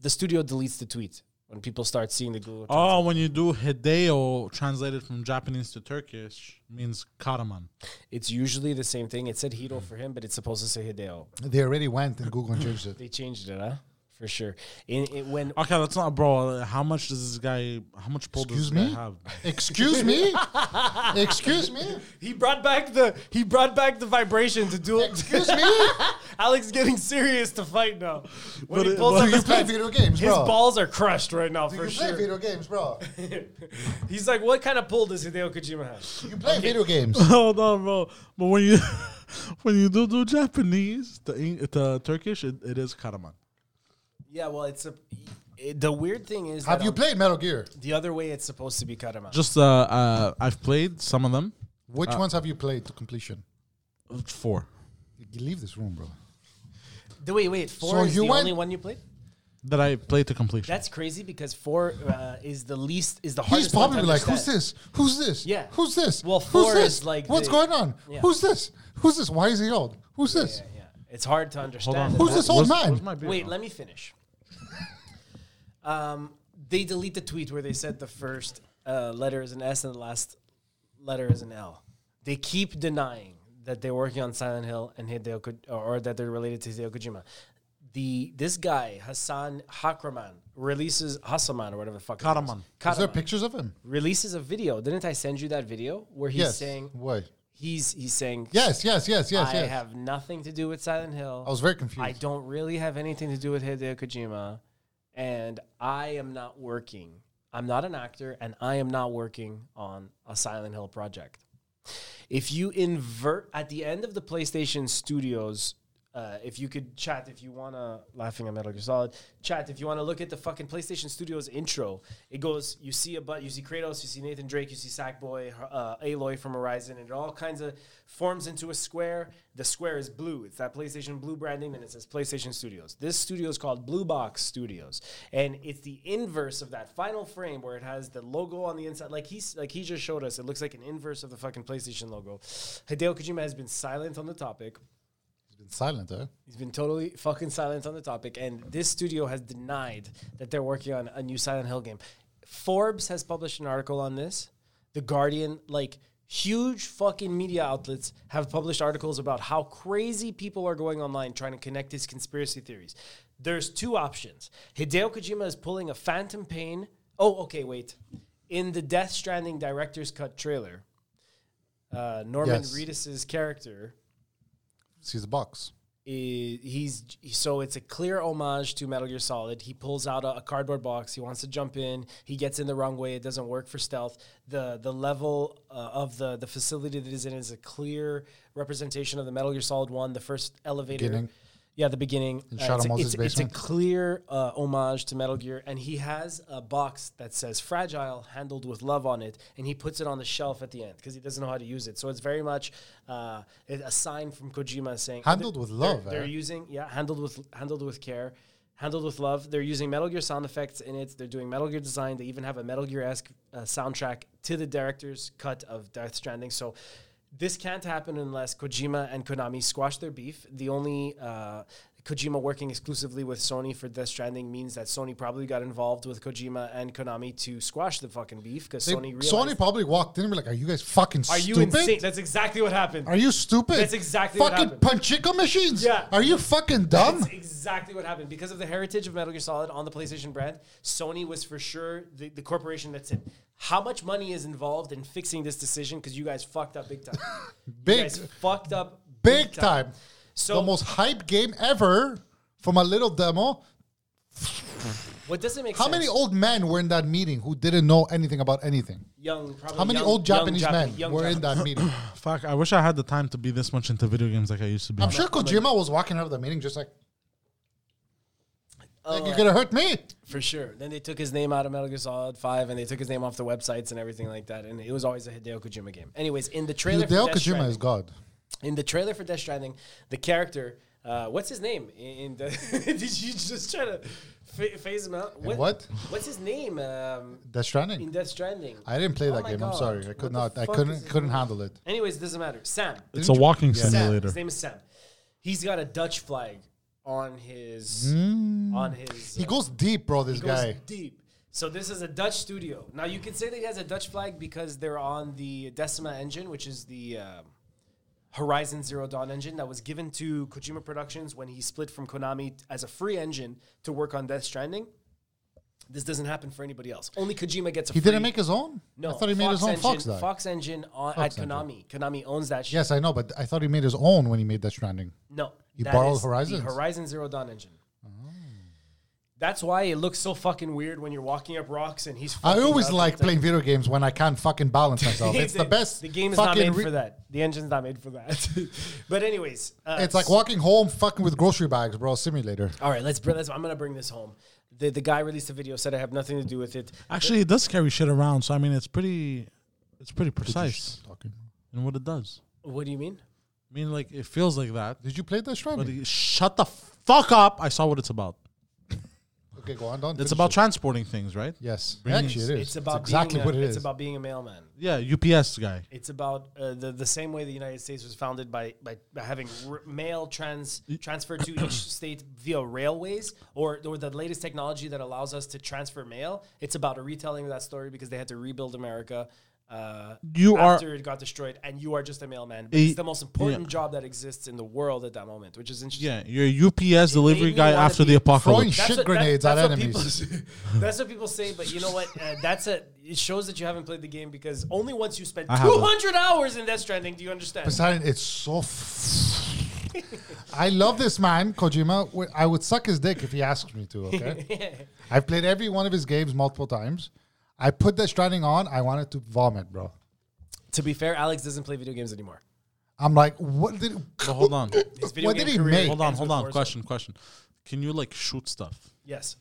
Speaker 1: the studio deletes the tweet when people start seeing the Google.
Speaker 2: Oh, when you do Hideo translated from Japanese to Turkish means Karaman.
Speaker 1: It's usually the same thing. It said Hiro for him, but it's supposed to say Hideo.
Speaker 3: they already went and Google and changed it.
Speaker 1: They changed it, huh? For sure. In it, when
Speaker 2: Okay, that's not bro. How much does this guy? How much pull does
Speaker 3: Excuse
Speaker 2: this
Speaker 3: me?
Speaker 2: guy have?
Speaker 3: Excuse me. Excuse me.
Speaker 1: he brought back the he brought back the vibration to do it.
Speaker 3: Excuse me.
Speaker 1: Alex getting serious to fight now. When
Speaker 2: But
Speaker 1: he
Speaker 2: it-
Speaker 1: pulls
Speaker 2: but-
Speaker 1: out
Speaker 3: Do you
Speaker 1: his
Speaker 3: play
Speaker 1: pants,
Speaker 3: video games,
Speaker 1: his
Speaker 3: bro?
Speaker 1: balls are crushed right now
Speaker 3: Do
Speaker 1: for
Speaker 3: you play
Speaker 1: sure.
Speaker 3: video games, bro?
Speaker 1: He's like, what kind of pull does Hideo Kojima have?
Speaker 3: You play video games.
Speaker 2: Hold on, bro. But when you when you do do Japanese to, Eng- to Turkish, it, it is Karaman.
Speaker 1: Yeah, well, it's a. It, the weird thing is,
Speaker 3: Have
Speaker 1: that
Speaker 3: you
Speaker 1: on-
Speaker 3: played Metal Gear?
Speaker 1: the other way? It's supposed to be Karama.
Speaker 2: Just uh, uh I've played some of them. uh,
Speaker 3: Which ones have you played to completion?
Speaker 2: Four.
Speaker 3: You leave this room, bro.
Speaker 1: The, wait, wait, four
Speaker 3: So
Speaker 1: is
Speaker 3: you
Speaker 1: the
Speaker 3: went-
Speaker 1: only one you played.
Speaker 2: That I played to completion.
Speaker 1: That's crazy because four uh, is the least is the hardest.
Speaker 3: He's probably
Speaker 1: one to
Speaker 3: like, "Who's
Speaker 1: understand.
Speaker 3: this? Who's this?
Speaker 1: Yeah.
Speaker 3: Who's this?
Speaker 1: Well,
Speaker 3: who's
Speaker 1: four
Speaker 3: this?
Speaker 1: is like
Speaker 3: What's
Speaker 1: the-
Speaker 3: going on?
Speaker 1: Yeah.
Speaker 3: Who's this? Who's this? Why is he old? Who's this?
Speaker 1: Yeah, yeah. It's hard to understand.
Speaker 3: Who's this old man?
Speaker 1: Wait, let me finish. um, they delete the tweet where they said the first uh, letter is an S and the last letter is an L. They keep denying that they're working on Silent Hill and Hideo Ko- or that they're related to Hideo Kojima. The this guy Hassan Hakraman releases Hassaman or whatever the fuck. his name is.
Speaker 2: Karaman.
Speaker 3: Is there
Speaker 1: Karaman.
Speaker 3: pictures of him?
Speaker 1: releases a video. Didn't I send you that video where he's
Speaker 3: yes.
Speaker 1: saying
Speaker 3: Wait.
Speaker 1: he's he's saying
Speaker 3: Yes, yes, yes, yes,
Speaker 1: I
Speaker 3: yes.
Speaker 1: have nothing to do with Silent Hill.
Speaker 3: I was very confused.
Speaker 1: I don't really have anything to do with Hideo Kojima, and I am not working. I'm not an actor, and I am not working on a Silent Hill project. If you invert at the end of the PlayStation Studios, uh, if you could chat, if you wanna laughing at Metal Gear Solid, chat. If you wanna look at the fucking PlayStation Studios intro, it goes. You see a but, you see Kratos, you see Nathan Drake, you see Sackboy, uh, Aloy from Horizon, and it all kinds of forms into a square. The square is blue. It's that PlayStation blue branding, and it says PlayStation Studios. This studio is called Blue Box Studios, and it's the inverse of that final frame where it has the logo on the inside. Like he's like he just showed us, it looks like an inverse of the fucking PlayStation logo. Hideo Kojima has been silent on the topic.
Speaker 3: It's silent, eh?
Speaker 1: He's been totally fucking silent on the topic, and this studio has denied that they're working on a new Silent Hill game. Forbes has published an article on this. The Guardian, like huge fucking media outlets, have published articles about how crazy people are going online trying to connect these conspiracy theories. There's two options. Hideo Kojima is pulling a Phantom Pain. Oh, okay, wait. In the Death Stranding director's cut trailer, uh, Norman
Speaker 3: Yes.
Speaker 1: Reedus' character
Speaker 3: See the box.
Speaker 1: i- he's so it's a clear homage to Metal Gear Solid. He pulls out a, a cardboard box. He wants to jump in. He gets in the wrong way. It doesn't work for stealth. The the level uh, of the the facility that is in is a clear representation of the Metal Gear Solid One, the first elevator.
Speaker 3: Beginning.
Speaker 1: Yeah, the beginning.
Speaker 3: In
Speaker 1: Uh,
Speaker 3: Shadow
Speaker 1: it's, a,
Speaker 3: Moses'
Speaker 1: it's, it's a
Speaker 3: basement.
Speaker 1: clear uh, homage to Metal Gear, and he has a box that says "fragile, handled with love" on it, and he puts it on the shelf at the end because he doesn't know how to use it. So it's very much uh, a sign from Kojima saying
Speaker 3: Handled with love,
Speaker 1: They're, they're
Speaker 3: eh?
Speaker 1: using yeah, handled with handled with care, handled with love. They're using Metal Gear sound effects in it. They're doing Metal Gear design. They even have a Metal Gear esque uh, soundtrack to the director's cut of Death Stranding. So. This can't happen unless Kojima and Konami squash their beef. The only uh, Kojima working exclusively with Sony for Death Stranding means that Sony probably got involved with Kojima and Konami to squash the fucking beef because
Speaker 3: They,
Speaker 1: Sony
Speaker 3: Sony,
Speaker 1: realized.
Speaker 3: probably walked in and be like, "Are you guys fucking
Speaker 1: are you
Speaker 3: stupid?
Speaker 1: insane? That's exactly what happened.
Speaker 3: Are you stupid?
Speaker 1: That's exactly what
Speaker 3: fucking
Speaker 1: happened.
Speaker 3: Pachinko machines.
Speaker 1: Yeah.
Speaker 3: Are you fucking dumb?
Speaker 1: That's exactly what happened. Because of the heritage of Metal Gear Solid on the PlayStation brand, Sony was for sure the, the corporation that said, how much money is involved in fixing this decision? Because you guys fucked up big time. you
Speaker 3: Big-
Speaker 1: guys fucked up
Speaker 3: Big time.
Speaker 1: So
Speaker 3: the most hype game ever from a little demo
Speaker 1: What doesn't make
Speaker 3: How
Speaker 1: sense?
Speaker 3: many old men were in that meeting who didn't know anything about anything?
Speaker 1: young? Probably
Speaker 3: How many
Speaker 1: young-
Speaker 3: old
Speaker 1: young
Speaker 3: Japanese
Speaker 1: Japan-
Speaker 3: men
Speaker 1: young
Speaker 3: were in
Speaker 1: Japan-
Speaker 3: that meeting?
Speaker 2: Fuck, I wish I had the time to be this much into video games like I used to be.
Speaker 3: I'm sure Kojima was walking out of the meeting just like,
Speaker 1: Uh,
Speaker 3: like you're gonna hurt me.
Speaker 1: For sure. Then they took his name out of Metal Gear Solid 5 and they took his name off the websites and everything like that. And it was always a Hideo Kojima game. Anyways, in the trailer for
Speaker 3: Hideo
Speaker 1: Death
Speaker 3: Kojima
Speaker 1: Stranding,
Speaker 3: is God.
Speaker 1: in the trailer for Death Stranding, the character, uh, what's his name? In the Did you just try to fa- phase him out?
Speaker 3: what?
Speaker 1: What's his name um,
Speaker 3: Death
Speaker 1: in
Speaker 3: Stranding.
Speaker 1: Death Stranding?
Speaker 3: I didn't play
Speaker 1: Oh
Speaker 3: that
Speaker 1: my
Speaker 3: game. I'm
Speaker 1: God.
Speaker 3: sorry. I
Speaker 1: What
Speaker 3: could
Speaker 1: the
Speaker 3: not. I
Speaker 1: fuck is
Speaker 3: couldn't.
Speaker 1: his
Speaker 3: Couldn't
Speaker 1: name?
Speaker 3: handle it.
Speaker 1: Anyways, it doesn't matter. Sam.
Speaker 2: It's a walking
Speaker 1: Sam.
Speaker 2: simulator.
Speaker 1: His name is Sam. He's got a Dutch flag on his on his.
Speaker 3: He
Speaker 1: uh,
Speaker 3: goes deep, bro. This
Speaker 1: He goes
Speaker 3: guy.
Speaker 1: deep. So this is a Dutch studio. Now you can say that he has a Dutch flag because they're on the Decima engine, which is the um, Horizon Zero Dawn engine that was given to Kojima Productions when he split from Konami as a free engine to work on Death Stranding. This doesn't happen for anybody else. Only Kojima gets a.
Speaker 3: He
Speaker 1: free,
Speaker 3: didn't make his own.
Speaker 1: No,
Speaker 3: I thought he made his own
Speaker 1: engine,
Speaker 3: Fox die.
Speaker 1: Fox engine on,
Speaker 3: Fox
Speaker 1: at
Speaker 3: engine.
Speaker 1: Konami. Konami owns that. shit.
Speaker 3: Yes, I know, but I thought he made his own when he made Death Stranding.
Speaker 1: No.
Speaker 3: You
Speaker 1: that
Speaker 3: borrowed Oh.
Speaker 1: is the
Speaker 3: Horizons?
Speaker 1: Horizon Zero Dawn engine. That's why it looks so fucking weird when you're walking up rocks and he's.
Speaker 3: I
Speaker 1: fucking
Speaker 3: always
Speaker 1: up
Speaker 3: like
Speaker 1: with the-
Speaker 3: playing video games when I can't fucking balance myself. It's the best.
Speaker 1: The game is not
Speaker 3: fucking
Speaker 1: made
Speaker 3: re-
Speaker 1: for that. The engine's not made for that. but anyways, uh,
Speaker 3: It's like walking home, fucking with grocery bags, bro. Simulator.
Speaker 1: All right, let's. Bring, let's I'm gonna bring this home. The the guy released a video said I have nothing to do with it.
Speaker 2: Actually, it does carry shit around, so I mean, it's pretty, it's pretty precise
Speaker 3: Talking.
Speaker 2: in what it does.
Speaker 1: What do you mean?
Speaker 2: I mean, like it feels like that.
Speaker 3: Did you play Death
Speaker 2: But
Speaker 3: Stranding?
Speaker 2: it- shut the fuck up! I saw what it's about.
Speaker 3: Okay, go on. Don't.
Speaker 2: It's
Speaker 3: finish
Speaker 2: about
Speaker 3: it.
Speaker 2: transporting things, right?
Speaker 3: Yes,
Speaker 2: Bringing-
Speaker 3: actually, it is.
Speaker 1: It's about
Speaker 3: exactly
Speaker 1: being a,
Speaker 3: what it
Speaker 1: it's
Speaker 3: is.
Speaker 1: about being a mailman.
Speaker 2: Yeah, UPS guy.
Speaker 1: It's about uh, the the same way the United States was founded by by, by having r- mail trans transferred to each state via railways or or the latest technology that allows us to transfer mail. It's about a retelling of that story because they had to rebuild America. Uh,
Speaker 2: You are-
Speaker 1: after it got destroyed, and you are just a mailman. But
Speaker 2: A-
Speaker 1: it's the most important job that exists in the world at that moment, which is interesting.
Speaker 2: Yeah, you're a UPS delivery
Speaker 1: made me
Speaker 2: guy
Speaker 1: wanna
Speaker 2: after
Speaker 1: be
Speaker 2: the apocalypse.
Speaker 3: Shit grenades at
Speaker 1: what
Speaker 3: enemies.
Speaker 1: people- that's what people say, but you know what? Uh, that's a. It shows that you haven't played the game because only once you spend
Speaker 2: I haven't.
Speaker 1: 200 hours in Death Stranding do you understand.
Speaker 3: Poseidon, it's so. F- I love this man, Kojima. W- I would suck his dick if he asked me to. Okay, I've played every one of his games multiple times. I put that Stranding on. I wanted to vomit, bro.
Speaker 1: to be fair, Alex doesn't play video games anymore.
Speaker 3: I'm like, what did?
Speaker 2: But hold on,
Speaker 1: His video
Speaker 3: What
Speaker 1: game
Speaker 3: did he
Speaker 1: career
Speaker 3: make?
Speaker 2: hold on,
Speaker 1: ends
Speaker 2: hold
Speaker 1: with
Speaker 2: on.
Speaker 1: Warzone.
Speaker 2: Question, question. Can you like shoot stuff?
Speaker 1: Yes.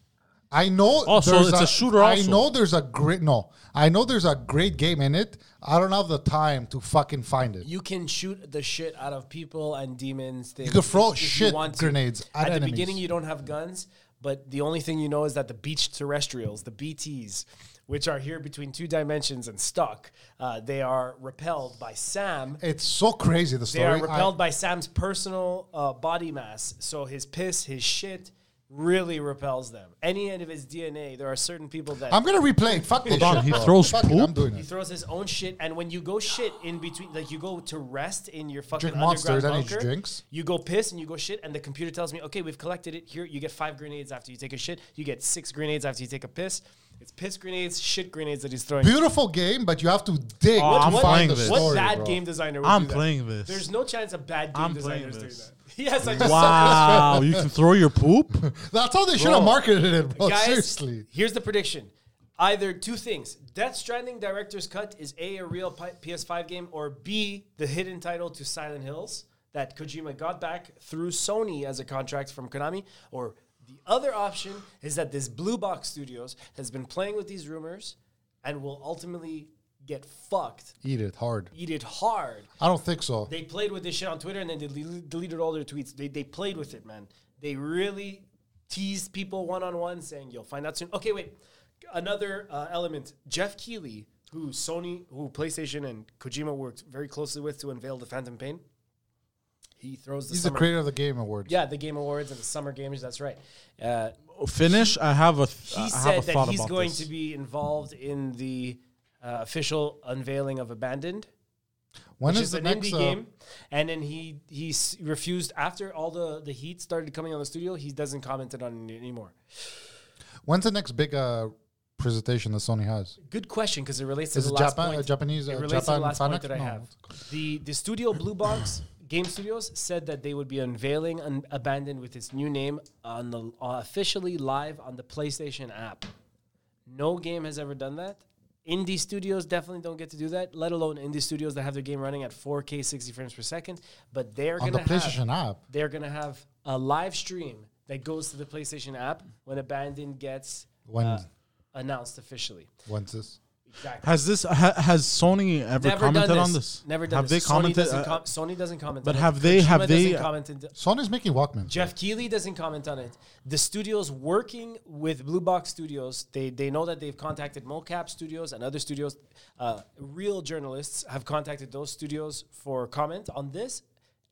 Speaker 3: I know.
Speaker 2: Oh, so
Speaker 3: there's
Speaker 2: it's a shooter
Speaker 3: I
Speaker 2: also.
Speaker 3: know there's a great no. I know there's a great game in it. I don't have the time to fucking find it.
Speaker 1: You can shoot the shit out of people and demons. Things,
Speaker 3: can throw
Speaker 1: if you
Speaker 3: shit
Speaker 1: want to.
Speaker 3: grenades at
Speaker 1: At, the
Speaker 3: enemies.
Speaker 1: beginning, you don't have guns, but the only thing you know is that the beach terrestrials, the BTs, which are here between two dimensions and stuck, uh, they are repelled by Sam.
Speaker 3: It's so crazy
Speaker 1: They
Speaker 3: the story.
Speaker 1: are
Speaker 3: I-
Speaker 1: repelled by Sam's personal uh, body mass. So his piss, his shit, really repels them. Any end of his DNA, there are certain people that
Speaker 3: I'm gonna replay. it. Fuck this.
Speaker 2: on,
Speaker 3: shit,
Speaker 2: he
Speaker 3: bro.
Speaker 2: throws
Speaker 3: Fuck it, I'm
Speaker 2: poop?
Speaker 3: doing
Speaker 1: He
Speaker 3: it.
Speaker 1: throws his own shit, and when you go shit in between, like you go to rest in your fucking
Speaker 3: Drink
Speaker 1: underground
Speaker 3: Monsters and he
Speaker 1: bunker,
Speaker 3: drinks?
Speaker 1: you go piss and you go shit, and the computer tells me, okay, we've collected it. Here, you get five grenades after you take a shit. You get six grenades after you take a piss. It's piss grenades, shit grenades that he's throwing.
Speaker 3: Beautiful game, but you have to dig
Speaker 2: Oh,
Speaker 3: to
Speaker 2: I'm
Speaker 1: what,
Speaker 2: playing
Speaker 3: find the
Speaker 2: this.
Speaker 1: what
Speaker 3: story.
Speaker 1: bad
Speaker 3: bro.
Speaker 1: game designer? Would
Speaker 2: I'm
Speaker 1: do that?
Speaker 2: playing this.
Speaker 1: There's no chance a bad game
Speaker 2: I'm playing
Speaker 1: designer is doing
Speaker 2: this.
Speaker 1: that. Yes, I just
Speaker 2: Wow, you can throw your poop.
Speaker 3: That's how they should have marketed it, bro.
Speaker 1: Guys,
Speaker 3: Oh, Seriously.
Speaker 1: here's the prediction. Either two things: Death Stranding director's cut is a a real pi- PS5 game, or B the hidden title to Silent Hills that Kojima got back through Sony as a contract from Konami, or the other option is that this Blue Box Studios has been playing with these rumors and will ultimately get fucked,
Speaker 3: Eat it hard.
Speaker 1: eat it hard.
Speaker 3: I don't think so.
Speaker 1: They played with this shit on Twitter and then they del- deleted all their tweets. They, they played with it, man. They really teased people one on one, saying you'll find out soon. Okay, wait. Another uh, element: Jeff Keighley, who Sony, who PlayStation and Kojima worked very closely with to unveil the Phantom Pain. He throws the
Speaker 3: He's the
Speaker 1: summer.
Speaker 3: creator of the game award.
Speaker 1: yeah, the Game Awards and the Summer Games. That's right. Uh,
Speaker 2: Finish. I have a. Th-
Speaker 1: he
Speaker 2: I have
Speaker 1: said
Speaker 2: a
Speaker 1: that
Speaker 2: thought
Speaker 1: he's
Speaker 2: about
Speaker 1: going
Speaker 2: this.
Speaker 1: to be involved in the uh, official unveiling of Abandoned.
Speaker 3: When
Speaker 1: which
Speaker 3: is
Speaker 1: is
Speaker 3: the
Speaker 1: an
Speaker 3: next
Speaker 1: indie
Speaker 3: uh,
Speaker 1: game. And then he he s- refused after all the the heat started coming on the studio. He doesn't comment it on it anymore.
Speaker 3: When's the next big uh, presentation that Sony has?
Speaker 1: Good question because it relates to
Speaker 3: Is
Speaker 1: the
Speaker 3: it
Speaker 1: last
Speaker 3: Japan,
Speaker 1: point.
Speaker 3: uh, Japanese?
Speaker 1: it
Speaker 3: Uh,
Speaker 1: relates to
Speaker 3: Japan
Speaker 1: the last
Speaker 3: fan
Speaker 1: point
Speaker 3: act?
Speaker 1: that I
Speaker 3: No.
Speaker 1: have. The the studio Blue Box Game Studios said that they would be unveiling un- Abandoned with its new name on the uh, officially live on the PlayStation app. No game has ever done that. Indie studios definitely don't get to do that, let alone indie studios that have their game running at 4K 60 frames per second. But they're
Speaker 3: on
Speaker 1: going
Speaker 3: the
Speaker 1: to have
Speaker 3: PlayStation app.
Speaker 1: they're gonna have a live stream that goes to the PlayStation app when Abandoned gets
Speaker 3: When
Speaker 1: uh, announced officially.
Speaker 3: when's this?
Speaker 1: Exactly.
Speaker 2: Has this ha, has Sony ever
Speaker 1: Never
Speaker 2: commented
Speaker 1: done this.
Speaker 2: on this?
Speaker 1: Never done
Speaker 2: have
Speaker 1: this.
Speaker 2: they commented?
Speaker 1: Sony doesn't,
Speaker 2: uh,
Speaker 1: com- Sony doesn't comment.
Speaker 2: but
Speaker 1: on
Speaker 2: have
Speaker 1: it.
Speaker 2: they- have
Speaker 1: Kojima
Speaker 2: they- uh,
Speaker 1: Doesn't comment on it.
Speaker 3: Sony's making Walkman.
Speaker 1: Jeff Keighley doesn't comment on it. The studios working with Blue Box Studios, they they know that they've contacted MoCap Studios and other studios. Uh, real journalists have contacted those studios for comment on this.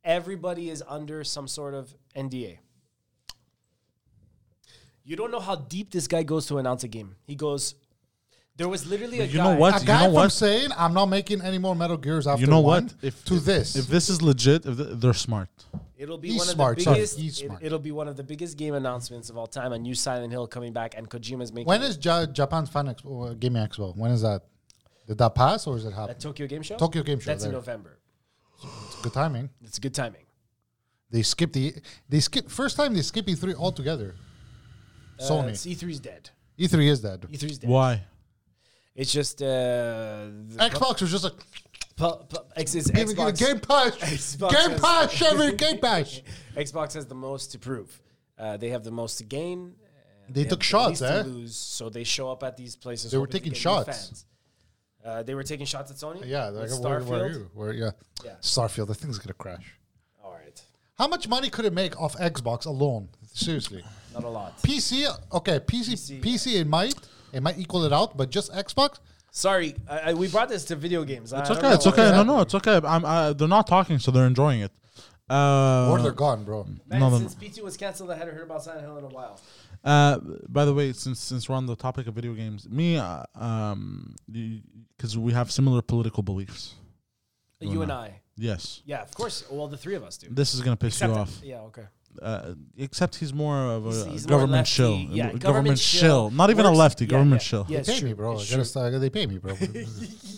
Speaker 1: Everybody is under some sort of NDA. You don't know how deep this guy goes to announce a game. He goes, there was literally a
Speaker 2: You
Speaker 1: guy.
Speaker 2: know what?
Speaker 3: A
Speaker 2: You
Speaker 3: guy
Speaker 2: know
Speaker 3: from
Speaker 2: what?
Speaker 3: saying I'm not making any more Metal Gears after
Speaker 2: you know
Speaker 3: one
Speaker 2: what? If
Speaker 3: to
Speaker 2: if-
Speaker 3: this.
Speaker 2: if this is legit, if th- they're smart.
Speaker 1: It'll be
Speaker 3: He's
Speaker 1: one of
Speaker 3: smart,
Speaker 1: the
Speaker 3: sorry.
Speaker 1: biggest.
Speaker 3: He's
Speaker 1: it,
Speaker 3: smart.
Speaker 1: will be one of the biggest game announcements of all time. A new Silent Hill coming back, and Kojima's making
Speaker 3: when is ja- Japan's Fan Expo, uh, Gaming Expo? When is that? Did that pass or is it
Speaker 1: at
Speaker 3: happening?
Speaker 1: Tokyo Game Show.
Speaker 3: Tokyo Game Show,
Speaker 1: That's in
Speaker 3: there.
Speaker 1: November.
Speaker 3: It's good timing.
Speaker 1: It's good timing.
Speaker 3: They skipped the they skip first time they skip E3 altogether.
Speaker 1: Uh, E
Speaker 3: Sony
Speaker 1: it's- E3's dead.
Speaker 3: E3 is dead.
Speaker 1: E3's dead.
Speaker 2: Why?
Speaker 1: It's just uh, the
Speaker 3: Xbox was just like
Speaker 1: pu- pu- it's, it's
Speaker 3: give me- give me
Speaker 1: Xbox.
Speaker 3: Game Pass,
Speaker 1: Xbox
Speaker 3: Game
Speaker 1: has-
Speaker 3: Pass, Chevy, Game Pass.
Speaker 1: Xbox has the most to prove. Uh, they have the most to gain. and
Speaker 3: They
Speaker 1: have
Speaker 3: took
Speaker 1: the least
Speaker 3: shots,
Speaker 1: to
Speaker 3: eh?
Speaker 1: lose, so they show up at these places.
Speaker 3: They were
Speaker 1: hoping to
Speaker 3: taking
Speaker 1: get new
Speaker 3: shots.
Speaker 1: fans. Uh, they were taking shots at Sony.
Speaker 3: Yeah,
Speaker 1: with
Speaker 3: like, where, where are
Speaker 1: Starfield?
Speaker 3: you? Where, yeah.
Speaker 1: Yeah.
Speaker 3: Starfield. The thing's gonna crash.
Speaker 1: All right,
Speaker 3: How much money could it make off Xbox alone? Seriously,
Speaker 1: not a lot.
Speaker 3: PC. Okay, PC.
Speaker 1: PC,
Speaker 3: PC, it might it might equal it out, but just Xbox.
Speaker 1: Sorry, I, I, we brought this to video games.
Speaker 2: It's okay. It's okay. No, no, it's okay. I'm. I, they're not talking, so they're enjoying it. Uh,
Speaker 3: or they're gone, bro.
Speaker 1: Man,
Speaker 2: No, no,
Speaker 1: since P2 was canceled, I hadn't heard about Silent Hill in a while.
Speaker 2: Uh, by the way, since since we're on the topic of video games, me, uh, um, because we have similar political beliefs.
Speaker 1: You and I.
Speaker 2: Yes,
Speaker 1: Yeah, of course. Well, the three of us do.
Speaker 2: this is gonna piss
Speaker 1: Except-
Speaker 2: you off.
Speaker 1: Yeah, okay.
Speaker 2: Uh, except he's more of a
Speaker 1: He's- he's more
Speaker 2: government
Speaker 1: lefty.
Speaker 2: shill.
Speaker 1: Yeah,
Speaker 2: Uh, government,
Speaker 1: government
Speaker 2: shill.
Speaker 1: shill.
Speaker 2: Not even
Speaker 1: Works-
Speaker 2: a lefty.
Speaker 1: yeah,
Speaker 2: government
Speaker 1: yeah,
Speaker 2: shill.
Speaker 1: yeah.
Speaker 3: They
Speaker 1: It's
Speaker 3: pay
Speaker 1: true,
Speaker 3: me, bro. I
Speaker 1: it's
Speaker 3: gotta start, they pay me, bro. they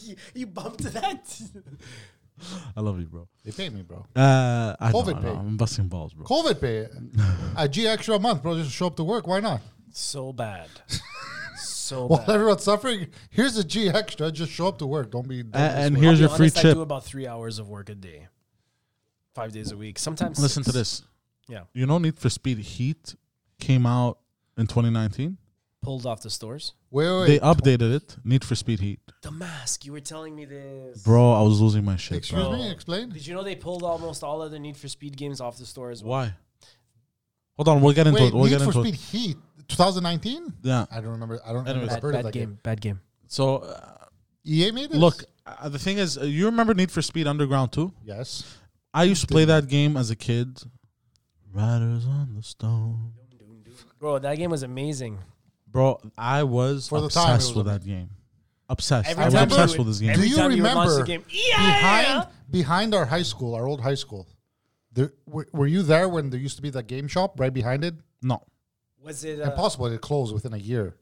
Speaker 1: you bumped that.
Speaker 2: I love you, bro.
Speaker 3: pay me, bro.
Speaker 2: Uh, I know,
Speaker 3: COVID
Speaker 2: I know,
Speaker 3: pay.
Speaker 2: I'm busting balls, bro.
Speaker 3: COVID pay. A G extra a month, bro. Just show up to work. Why not?
Speaker 1: so bad. So
Speaker 3: While
Speaker 1: bad.
Speaker 3: everyone's suffering, here's a G extra. Just show up to work. Don't be. Don't
Speaker 2: A-
Speaker 3: be
Speaker 2: Uh, and
Speaker 3: sweaty.
Speaker 2: here's
Speaker 1: I'll be
Speaker 2: your free
Speaker 1: honest, I do
Speaker 2: chip.
Speaker 1: about three hours of work a day, five days a week. Sometimes.
Speaker 2: Listen to
Speaker 1: six.
Speaker 2: this.
Speaker 1: Yeah.
Speaker 2: You know, Need for Speed Heat came out in 2019.
Speaker 1: Pulled off the stores.
Speaker 3: Wait, wait,
Speaker 2: They
Speaker 3: wait.
Speaker 2: updated it. Need for Speed Heat,
Speaker 1: The mask. You were telling me this.
Speaker 2: bro. I was losing my shit.
Speaker 3: Excuse
Speaker 2: Bro.
Speaker 3: me. Explain.
Speaker 1: Did you know they pulled almost all other Need for Speed games off the store as well?
Speaker 2: Why? Hold on, we'll get into
Speaker 3: Wait,
Speaker 2: it. We'll
Speaker 3: Need
Speaker 2: get
Speaker 3: for
Speaker 2: into
Speaker 3: Speed
Speaker 2: it.
Speaker 3: Heat, 2019.
Speaker 2: Yeah.
Speaker 3: I don't remember. I don't.
Speaker 2: Anyways.
Speaker 3: I've heard of that game.
Speaker 1: Bad game.
Speaker 2: So, uh,
Speaker 3: EA made this.
Speaker 2: look, uh, the thing is, uh, you remember Need for Speed Underground too?
Speaker 3: Yes.
Speaker 2: I used to play that game as a kid. Riders on the Stone,
Speaker 1: Bro, that game was amazing.
Speaker 2: bro. I was
Speaker 3: For the time, it
Speaker 2: obsessed
Speaker 3: was
Speaker 2: with that game. Obsessed.
Speaker 1: Every
Speaker 2: I was
Speaker 1: time you
Speaker 2: obsessed
Speaker 1: would-
Speaker 2: with this game.
Speaker 1: Every
Speaker 3: Do you
Speaker 1: time you would launch
Speaker 3: remember
Speaker 1: the game, yeah!
Speaker 3: behind behind our high school, our old high school? There, were, were you there when there used to be that game shop right behind it?
Speaker 2: no,
Speaker 1: Was it uh,
Speaker 3: Impossible. It closed within a year.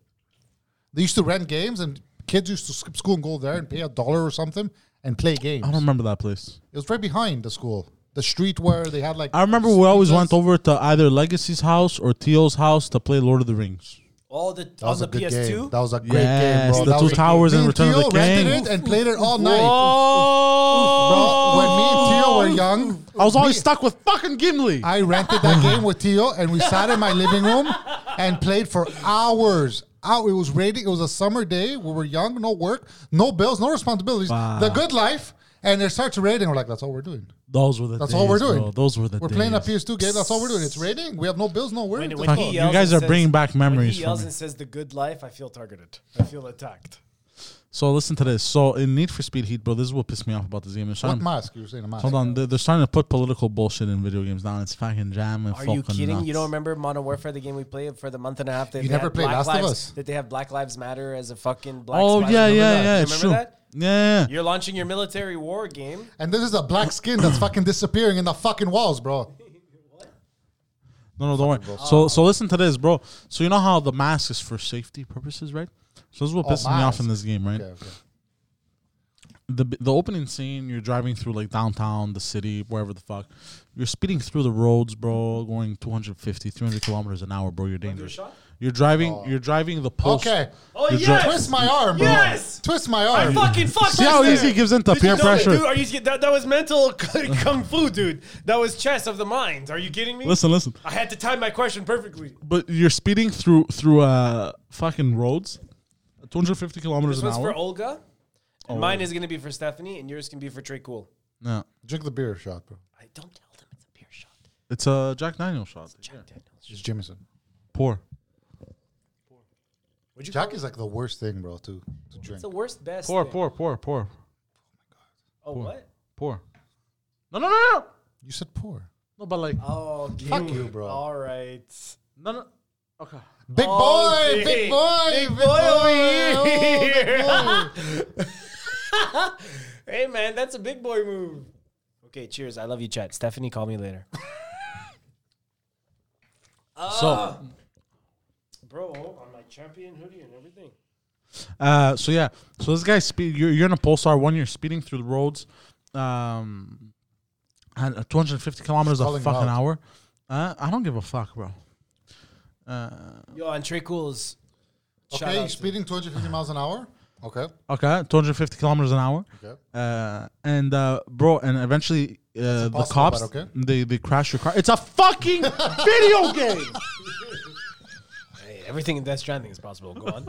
Speaker 3: They used to rent games, and kids used to skip school and go there and pay a dollar or something and play games.
Speaker 2: I don't remember that place.
Speaker 3: It was right behind the school, the street where they had like.
Speaker 2: I remember we always
Speaker 3: pizzas.
Speaker 2: went over to either Legacy's house or Teal's house to play Lord of the Rings.
Speaker 1: all the
Speaker 3: That
Speaker 1: on
Speaker 3: was
Speaker 1: the
Speaker 3: a good
Speaker 1: PS2?
Speaker 3: game. That was a great game,
Speaker 2: Yes,
Speaker 3: bro.
Speaker 2: the
Speaker 3: That
Speaker 2: two
Speaker 3: was a-
Speaker 2: towers
Speaker 3: Me
Speaker 2: and Return of the
Speaker 3: Tio rented
Speaker 2: King.
Speaker 3: it and played it all night. Bro, when me and Tio
Speaker 2: Oh,
Speaker 3: were young,
Speaker 2: I was always
Speaker 3: me-
Speaker 2: stuck with fucking Gimli.
Speaker 3: I rented that game with Tio, and we sat in my living room and played for hours. Out, it was raining. It was a summer day. We were young, no work, no bills, no responsibilities.
Speaker 2: Wow.
Speaker 3: The good life, and it starts raining. We're like, that's all we're doing.
Speaker 2: Those were the.
Speaker 3: That's
Speaker 2: days,
Speaker 3: all we're doing.
Speaker 2: bro. Those were the.
Speaker 3: We're
Speaker 2: days.
Speaker 3: playing a PS2 game. That's all we're doing. It's raining. We have no bills, no work.
Speaker 1: When-
Speaker 3: That's
Speaker 1: when
Speaker 3: all.
Speaker 1: he
Speaker 2: you
Speaker 1: yells
Speaker 2: guys
Speaker 1: and
Speaker 2: are bringing back
Speaker 1: When
Speaker 2: memories
Speaker 1: he
Speaker 2: for
Speaker 1: yells
Speaker 2: me.
Speaker 1: and says the good life, I feel targeted. I feel attacked.
Speaker 2: So listen to this. So in Need for Speed Heat, bro, this is what pissed me off about this game. They're
Speaker 3: what
Speaker 2: starting-
Speaker 3: mask? You were saying a mask.
Speaker 2: hold on, they're, they're starting to put political bullshit in video games now, and it's fucking jam and
Speaker 1: Are you
Speaker 2: fucking
Speaker 1: kidding?
Speaker 2: nuts.
Speaker 1: You don't remember Modern Warfare, the game we played for the month and a half? That
Speaker 3: You
Speaker 1: they
Speaker 3: never
Speaker 1: had
Speaker 3: played
Speaker 1: Black
Speaker 3: Last of
Speaker 1: Lives-
Speaker 3: Us?
Speaker 1: That they have Black Lives Matter as a fucking black.
Speaker 2: Oh
Speaker 1: spot.
Speaker 2: yeah, yeah,
Speaker 1: Remember
Speaker 2: yeah,
Speaker 1: that? You
Speaker 2: It's
Speaker 1: remember
Speaker 2: true.
Speaker 1: that?
Speaker 2: Yeah, yeah.
Speaker 1: You're launching your military war game.
Speaker 3: And this is a black skin that's fucking disappearing in the fucking walls, bro.
Speaker 2: No, no, don't worry. So, so listen to this, bro. So you know how the mask is for safety purposes, right? So this is what
Speaker 3: Oh,
Speaker 2: pisses me off in
Speaker 3: mask.
Speaker 2: this game, right?
Speaker 3: Okay, okay.
Speaker 2: the the opening scene, you're driving through like downtown, the city, wherever the fuck. You're speeding through the roads, bro, going 250, 300 kilometers an hour, bro. You're dangerous.
Speaker 1: shot?
Speaker 2: You're driving. You're driving the post.
Speaker 3: Okay.
Speaker 1: Oh
Speaker 2: You're
Speaker 1: yes,
Speaker 2: dri-
Speaker 3: Twist my arm, bro.
Speaker 1: Yes!
Speaker 3: Twist my arm.
Speaker 1: I fucking fuck.
Speaker 2: See how easy he gives in to peer pressure.
Speaker 1: That, dude? Are you sca- that, that was mental kung fu, dude. That was chess of the mind. Are you kidding me?
Speaker 2: Listen, listen.
Speaker 1: I had to time my question perfectly.
Speaker 2: But you're speeding through through uh fucking roads, 250 kilometers
Speaker 1: This
Speaker 2: an
Speaker 1: one's
Speaker 2: hour.
Speaker 1: for Olga. And mine is going to be for Stephanie, and yours can be for Trey Cool.
Speaker 2: no,
Speaker 3: Drink the beer shot, bro.
Speaker 1: I don't tell them it's a beer shot.
Speaker 2: it's a Jack Daniel shot.
Speaker 1: Jack Daniels.
Speaker 3: It's Jameson.
Speaker 2: Pour.
Speaker 1: Would you
Speaker 3: Jack is like the worst thing, bro, to, to drink.
Speaker 1: It's the worst best.
Speaker 2: Pour.
Speaker 1: thing.
Speaker 2: Pour. Pour. Pour.
Speaker 1: Oh, what?
Speaker 2: Pour. No, no, no, no.
Speaker 3: You said poor.
Speaker 2: No, but like
Speaker 1: Oh,
Speaker 3: Fuck you, bro.
Speaker 1: All right.
Speaker 2: no, no. Okay.
Speaker 3: Big
Speaker 1: Oh,
Speaker 3: boy,
Speaker 1: big-
Speaker 3: big boy,
Speaker 1: big
Speaker 3: big
Speaker 1: boy
Speaker 3: boy,
Speaker 1: over here.
Speaker 3: oh, big boy.
Speaker 1: Hey, man, that's a big boy move. Okay, cheers. I love you, chat. Stephanie, call me later. uh.
Speaker 2: So,
Speaker 1: Bro, on my champion hoodie and everything.
Speaker 2: uh, so yeah, so this guy speed. You're, you're in a Polestar one. You're speeding through the roads, um, and uh, 250 kilometers a
Speaker 3: calling him
Speaker 2: fucking
Speaker 3: out.
Speaker 2: hour. Uh, I don't give a fuck, bro.
Speaker 1: Yo, and Trey Cool is. shout
Speaker 3: Okay,
Speaker 1: out
Speaker 3: you're
Speaker 1: to-
Speaker 3: speeding 250 miles an hour. Okay,
Speaker 2: Okay, 250 kilometers an hour.
Speaker 3: okay.
Speaker 2: Uh, and uh, bro, and eventually uh, the
Speaker 3: impossible,
Speaker 2: cops
Speaker 3: but okay.
Speaker 2: they they crash your car. It's a fucking video game.
Speaker 1: Hey, everything in Death Stranding is possible. Go on.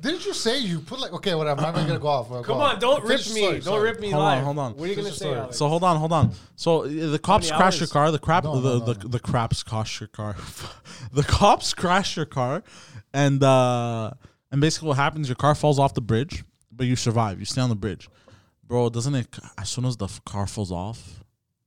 Speaker 3: Didn't you say you put like okay? Whatever. I'm not gonna go off. uh, Go
Speaker 1: Come
Speaker 3: off.
Speaker 1: on, don't rip
Speaker 3: Finish the
Speaker 1: me.
Speaker 3: story,
Speaker 1: don't
Speaker 3: sorry.
Speaker 1: rip me
Speaker 2: Hold on,
Speaker 1: live.
Speaker 2: hold on.
Speaker 1: What are you going to say, Alex?
Speaker 2: So hold on, hold on. So uh, the cops
Speaker 1: many
Speaker 2: crash your
Speaker 1: hours?
Speaker 2: car. The crap,
Speaker 3: No,
Speaker 2: the,
Speaker 3: no, no,
Speaker 2: the, the craps crash your car. the cops crash your car, and uh, and basically what happens? Your car falls off the bridge, but you survive. You stay on the bridge, bro. Doesn't it? As soon as the f- car falls off,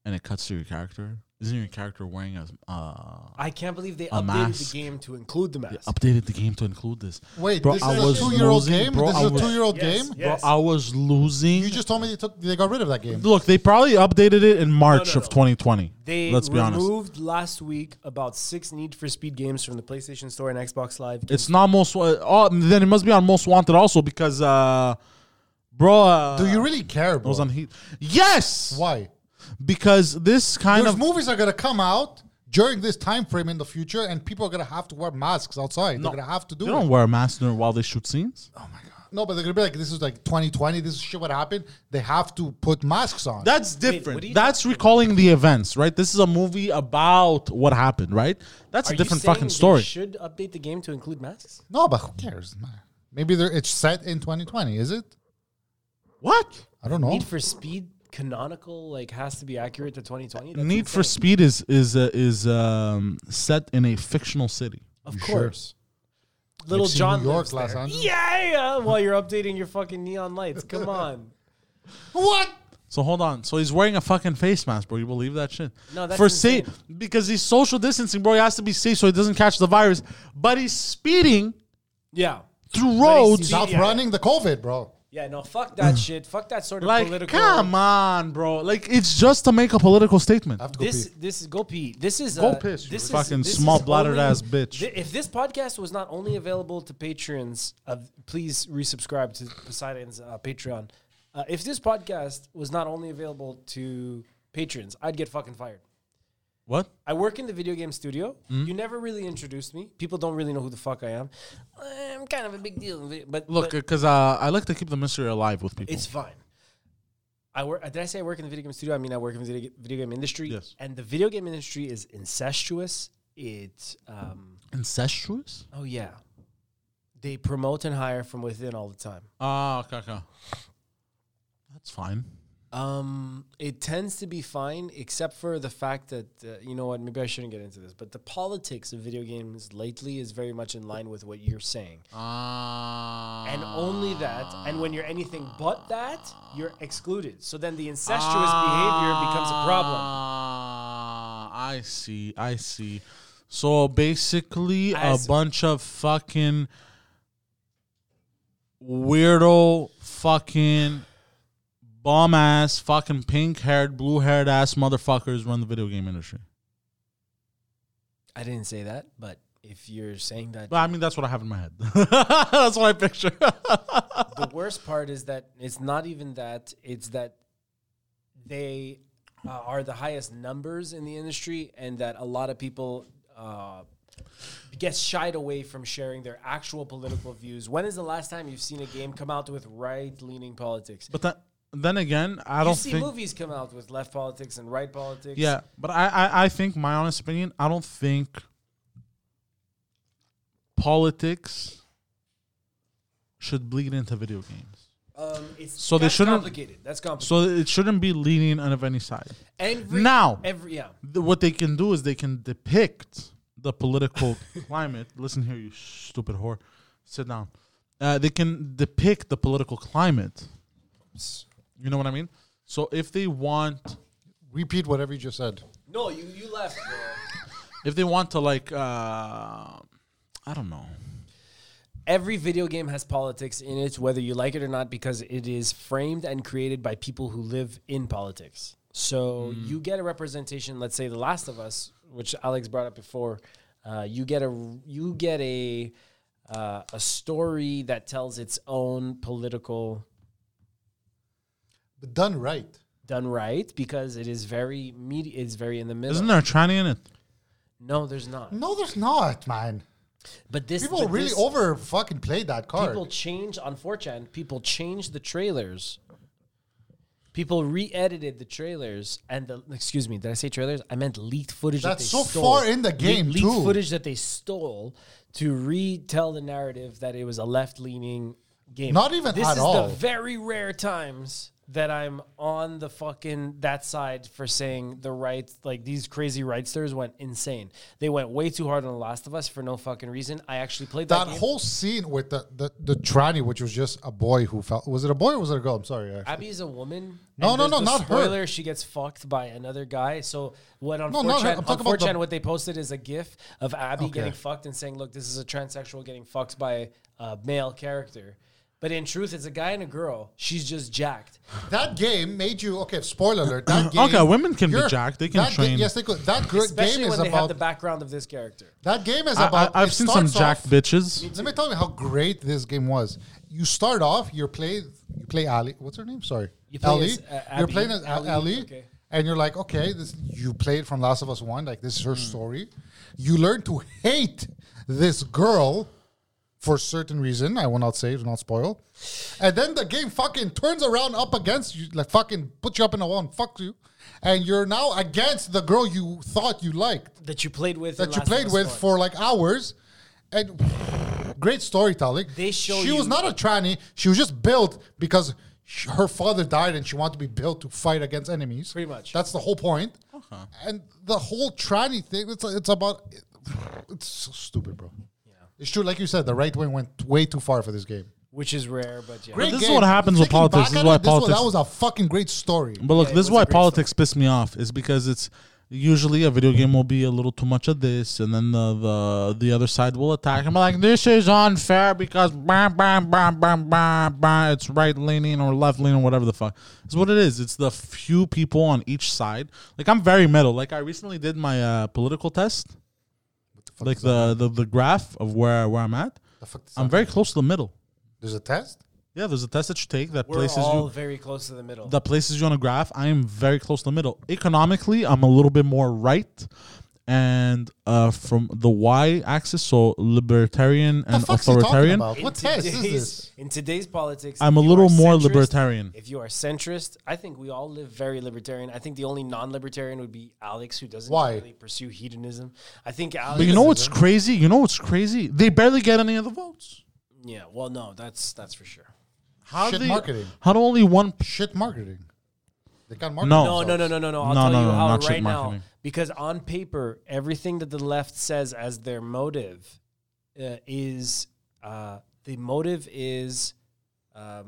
Speaker 2: and it cuts to your character, isn't your character wearing a uh,
Speaker 1: I can't believe they
Speaker 2: A
Speaker 1: updated
Speaker 2: mask.
Speaker 1: the game to include the mask.
Speaker 2: updated the game to include this?
Speaker 3: Wait,
Speaker 2: Bro,
Speaker 3: this
Speaker 2: I
Speaker 3: is
Speaker 2: was
Speaker 3: a two-year-old
Speaker 2: losing,
Speaker 3: game.
Speaker 2: bro,
Speaker 3: this
Speaker 2: I
Speaker 3: is a
Speaker 2: was-
Speaker 3: two-year-old
Speaker 1: Yes,
Speaker 3: game.
Speaker 1: yes.
Speaker 2: Bro, I was losing.
Speaker 3: You just told me they took they got rid of that game.
Speaker 2: Look, they probably updated it in March
Speaker 1: no,
Speaker 2: of
Speaker 1: no.
Speaker 2: 2020.
Speaker 1: They
Speaker 2: Let's be honest.
Speaker 1: removed last week about six Need for Speed games from the PlayStation Store and Xbox Live.
Speaker 2: It's not most. Wa- Oh, then it must be on most wanted also because, uh, bro. Uh,
Speaker 3: Do you really care, bro?
Speaker 2: was on heat? Yes,
Speaker 3: Why?
Speaker 2: because this kind
Speaker 3: Those
Speaker 2: of
Speaker 3: movies are gonna come out during this time frame in the future, and people are gonna have to wear masks outside. They're gonna have to do
Speaker 2: you
Speaker 3: it.
Speaker 2: don't wear a mask during while they shoot scenes.
Speaker 1: Oh,
Speaker 3: No, but they're gonna be like, this is like 2020. This is shit. What happened? They have to put masks on.
Speaker 2: That's
Speaker 1: what
Speaker 2: different.
Speaker 1: are you
Speaker 2: That's recalling the events, right? This is a movie about what happened, right? That's
Speaker 1: Are
Speaker 2: a
Speaker 1: you
Speaker 2: different
Speaker 1: saying
Speaker 2: fucking
Speaker 1: they
Speaker 2: story.
Speaker 1: Should update the game to include masks.
Speaker 3: no, but who cares? man? Maybe they're, it's set in 2020. Is it?
Speaker 2: what?
Speaker 3: I don't know.
Speaker 1: Need for Speed canonical like has to be accurate to 2020. That's
Speaker 2: Need for
Speaker 1: insane.
Speaker 2: Speed is is uh, is um, set in a fictional city.
Speaker 1: of
Speaker 3: sure?
Speaker 1: course. Little
Speaker 3: I've seen
Speaker 1: John
Speaker 3: New York
Speaker 1: lives
Speaker 3: last
Speaker 1: there.
Speaker 3: time.
Speaker 1: Yeah, while you're updating your fucking neon lights. Come on.
Speaker 3: What?
Speaker 2: So hold on. So he's wearing a fucking face mask, bro. You believe that shit?
Speaker 1: No, that's
Speaker 2: for safe
Speaker 1: insane.
Speaker 2: because he's social distancing, bro. He has to be safe so he doesn't catch the virus. But he's speeding
Speaker 1: Yeah.
Speaker 2: through roads.
Speaker 1: speeding.
Speaker 3: Oh, Stop
Speaker 1: Yeah.
Speaker 3: running the COVID, bro.
Speaker 1: Yeah, no, fuck that shit. Fuck that sort of
Speaker 2: Like,
Speaker 1: political.
Speaker 2: come on, bro. Like, it's just to make a political statement.
Speaker 3: I have to go
Speaker 1: This
Speaker 3: pee.
Speaker 1: this is go pee. This is
Speaker 2: Go
Speaker 1: uh,
Speaker 2: piss, you
Speaker 1: This
Speaker 2: fucking
Speaker 1: this
Speaker 2: small bladdered
Speaker 1: only-
Speaker 2: ass bitch.
Speaker 1: thi- if this podcast was not only available to patrons, uh, please resubscribe to Poseidon's uh, Patreon. Uh, if this podcast was not only available to patrons, I'd get fucking fired.
Speaker 2: What?
Speaker 1: I work in the video game studio.
Speaker 2: Hmm?
Speaker 1: You never really introduced me. People don't really know who the fuck I am. I'm kind of a big deal, in video- but
Speaker 2: Look,
Speaker 1: but
Speaker 2: because uh, I like to keep the mystery alive with people.
Speaker 1: it's fine. I work. Did I say I work in the video game studio? I mean, I work in the video, video game industry.
Speaker 2: Yes.
Speaker 1: And the video game industry is incestuous. It. Um,
Speaker 2: incestuous.
Speaker 1: oh yeah. They promote and hire from within all the time.
Speaker 2: Ah, okay, okay. That's fine.
Speaker 1: Um, it tends to be fine, except for the fact that uh, you know what? Maybe I shouldn't get into this, but the politics of video games lately is very much in line with what you're saying.
Speaker 2: Ah,
Speaker 1: and only that. And when you're anything but that, you're excluded. So then the incestuous behavior becomes a problem.
Speaker 2: Ah, I see. I see. So basically,
Speaker 1: As-
Speaker 2: a bunch of fucking weirdo, fucking bomb ass, fucking pink haired, blue haired ass motherfuckers run the video game industry.
Speaker 1: I didn't say that, but if you're saying that
Speaker 2: But I mean, that's what I have in my head. that's what I picture. uh,
Speaker 1: the worst part is that it's not even that it's that they uh, are the highest numbers in the industry and that a lot of people uh, get shied away from sharing their actual political views when is the last time you've seen a game come out with right-leaning politics
Speaker 2: but that, then again, I
Speaker 1: you
Speaker 2: don't
Speaker 1: see
Speaker 2: think.
Speaker 1: movies come out with left politics and right politics
Speaker 2: Yeah, but I, I, I think my honest opinion, I don't think politics should bleed into video games.
Speaker 1: um, it's,
Speaker 2: So they
Speaker 1: that's
Speaker 2: shouldn't-
Speaker 1: complicated that's complicated
Speaker 2: So it shouldn't be leaning on of any side.
Speaker 1: every,
Speaker 2: now-
Speaker 1: every yeah
Speaker 2: Th- What they can do is they can depict the political climate. Listen here, you stupid whore. Sit down. Uh, they can depict the political climate. You know what I mean? So if they want
Speaker 3: Repeat whatever you just said.
Speaker 1: no you you left bro.
Speaker 2: if they want to like uh I don't know.
Speaker 1: every video game has politics in it, whether you like it or not, because it is framed and created by people who live in politics. So
Speaker 3: Mm.
Speaker 1: you get a representation. Let's say The Last of Us, which Alex brought up before. Uh, you get a you get a uh, a story that tells its own political
Speaker 3: But done right.
Speaker 1: done right because it is very media. It's very in the middle.
Speaker 2: Isn't there a tranny in it?
Speaker 1: no, there's not.
Speaker 3: No, there's not, man.
Speaker 1: But this
Speaker 3: People
Speaker 1: but
Speaker 3: really
Speaker 1: this-
Speaker 3: over fucking played that card.
Speaker 1: People change on 4chan. People change the trailers. People re-edited the trailers and the excuse me, did I say trailers? I meant leaked footage.
Speaker 3: That's
Speaker 1: that
Speaker 3: so
Speaker 1: they stole.
Speaker 3: far in the game,
Speaker 1: leaked
Speaker 3: too.
Speaker 1: footage that they stole to retell the narrative that it was a left-leaning game.
Speaker 3: Not even
Speaker 1: this
Speaker 3: at
Speaker 1: is
Speaker 3: all.
Speaker 1: the very rare times that I'm on the fucking that side for saying the right. Like these crazy rightsters went insane. They went way too hard on The Last of Us for no fucking reason. I actually played that,
Speaker 3: that
Speaker 1: game.
Speaker 3: whole scene with the, the the tranny, which was just a boy who fell. Was it a boy or was it a girl? I'm sorry. I-
Speaker 1: Abby is a woman.
Speaker 3: No,
Speaker 1: and
Speaker 3: no,
Speaker 1: there's
Speaker 3: no,
Speaker 1: the
Speaker 3: not her.
Speaker 1: spoiler, She gets fucked by another guy. So what on
Speaker 3: No, not her.
Speaker 1: 4chan,
Speaker 3: I'm
Speaker 1: on
Speaker 3: talking about
Speaker 1: 4chan
Speaker 3: the-
Speaker 1: what they posted is a gif of Abby
Speaker 3: Okay.
Speaker 1: getting fucked and saying, "Look, this is a transsexual getting fucked by a male character." But in truth, it's a guy and a girl. She's just jacked.
Speaker 3: That game made you okay. Spoiler alert. That game.
Speaker 2: Okay, women can be
Speaker 3: you're-
Speaker 2: jacked. They can
Speaker 3: that ga-
Speaker 2: train.
Speaker 3: yes, they could. That gr- game
Speaker 1: Especially
Speaker 3: is
Speaker 1: when they have
Speaker 3: about.
Speaker 1: the background of this character.
Speaker 3: that game is
Speaker 2: I,
Speaker 3: about.
Speaker 2: I,
Speaker 3: it
Speaker 2: I've seen some
Speaker 3: starts
Speaker 2: jacked
Speaker 3: off-
Speaker 2: bitches.
Speaker 3: Let me tell you how great this game was. You start off. You play. You play Ali. What's her name? Sorry.
Speaker 1: You play
Speaker 3: Ali.
Speaker 1: as, uh,
Speaker 3: you're
Speaker 1: Abby.
Speaker 3: playing as Ali.
Speaker 1: Ali,
Speaker 3: Ali
Speaker 1: okay.
Speaker 3: And you're like, okay, this you played from Last of Us One. Like this is her
Speaker 1: Hmm.
Speaker 3: story. You learn to hate this girl for certain reason. I will not say. Do not spoil. And then the game fucking turns around up against you, like fucking put you up in a wall and fuck you. And you're now against the girl you thought you liked
Speaker 1: That you played with. in
Speaker 3: that you
Speaker 1: Last of
Speaker 3: played
Speaker 1: Us
Speaker 3: with
Speaker 1: one.
Speaker 3: for like hours and great storytelling
Speaker 1: They show
Speaker 3: she was
Speaker 1: you-
Speaker 3: not a tranny she was just built because sh her father died and she wanted to be built to fight against enemies
Speaker 1: Pretty much.
Speaker 3: that's the whole point
Speaker 2: Uh-huh.
Speaker 3: and the whole tranny thing it's, it's about it's so stupid bro it's true like you said the right wing went way too far for this game
Speaker 1: which is rare, but yeah.
Speaker 3: Great
Speaker 2: this is what happens with
Speaker 3: Thinking
Speaker 2: politics.
Speaker 3: back
Speaker 2: This is
Speaker 3: at
Speaker 2: why
Speaker 3: it, was-
Speaker 2: politics-
Speaker 3: that was a fucking great story
Speaker 2: But look,
Speaker 1: Yeah, it
Speaker 2: this
Speaker 1: was
Speaker 2: is
Speaker 1: a
Speaker 2: why
Speaker 1: great
Speaker 2: politics piss me off. Is because it's usually a video game will be a little too much of this, and then the the, the other side will attack. I'm like, this is unfair because bah, bah, bah, bah, bah, bah, it's right leaning or left leaning or whatever the fuck. It's what it is. It's the few people on each side. Like I'm very middle. Like I recently did my uh, political test,
Speaker 3: fuck
Speaker 2: like the, the the graph of where where I'm at.
Speaker 3: The fuck does
Speaker 2: I'm
Speaker 3: that-
Speaker 2: very close to the middle.
Speaker 3: there's a test
Speaker 2: Yeah, there's a test that you take that
Speaker 1: We're
Speaker 2: places
Speaker 1: all
Speaker 2: you
Speaker 1: very close to the middle.
Speaker 2: that places you on a graph, I am very close to the middle. Economically, I'm a little bit more right. And uh, from the y axis, so libertarian
Speaker 3: the
Speaker 2: and
Speaker 3: fuck's he talking
Speaker 2: authoritarian,
Speaker 3: about?
Speaker 1: In
Speaker 3: What test is
Speaker 1: today's-
Speaker 3: this?
Speaker 1: In today's politics,
Speaker 2: I'm a
Speaker 1: if you
Speaker 2: little
Speaker 1: are
Speaker 2: more
Speaker 1: centrist-
Speaker 2: libertarian.
Speaker 1: If you are centrist, I think we all live very libertarian. I think the only non-libertarian would be Alex, who doesn't
Speaker 3: Why?
Speaker 1: really pursue hedonism. I think Alex.
Speaker 2: But you know what's crazy? You know what's crazy? They barely get any of the votes.
Speaker 1: Yeah. Well, no, that's that's for sure.
Speaker 2: How
Speaker 3: Shit
Speaker 2: they-
Speaker 3: marketing.
Speaker 2: How do only one?
Speaker 3: Shit marketing. They got marketing.
Speaker 2: No.
Speaker 1: No, no, no, no, no, no. I'll
Speaker 2: Oh, No,
Speaker 1: tell
Speaker 2: no,
Speaker 1: you
Speaker 2: no,
Speaker 1: how
Speaker 2: not shit
Speaker 1: right now,
Speaker 2: marketing.
Speaker 1: because on paper, everything that the left says as their motive uh, is uh, the motive is, um,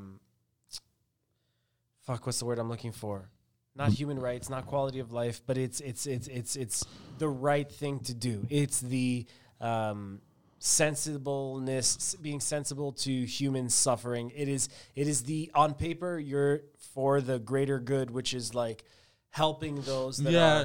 Speaker 1: fuck, what's the word I'm looking for? Not human rights, not quality of life, but it's it's it's it's it's the right thing to do. It's the um, sensibleness, s- being sensible to human suffering. It is it is the on paper you're for the greater good, which is like helping those that
Speaker 2: Yeah.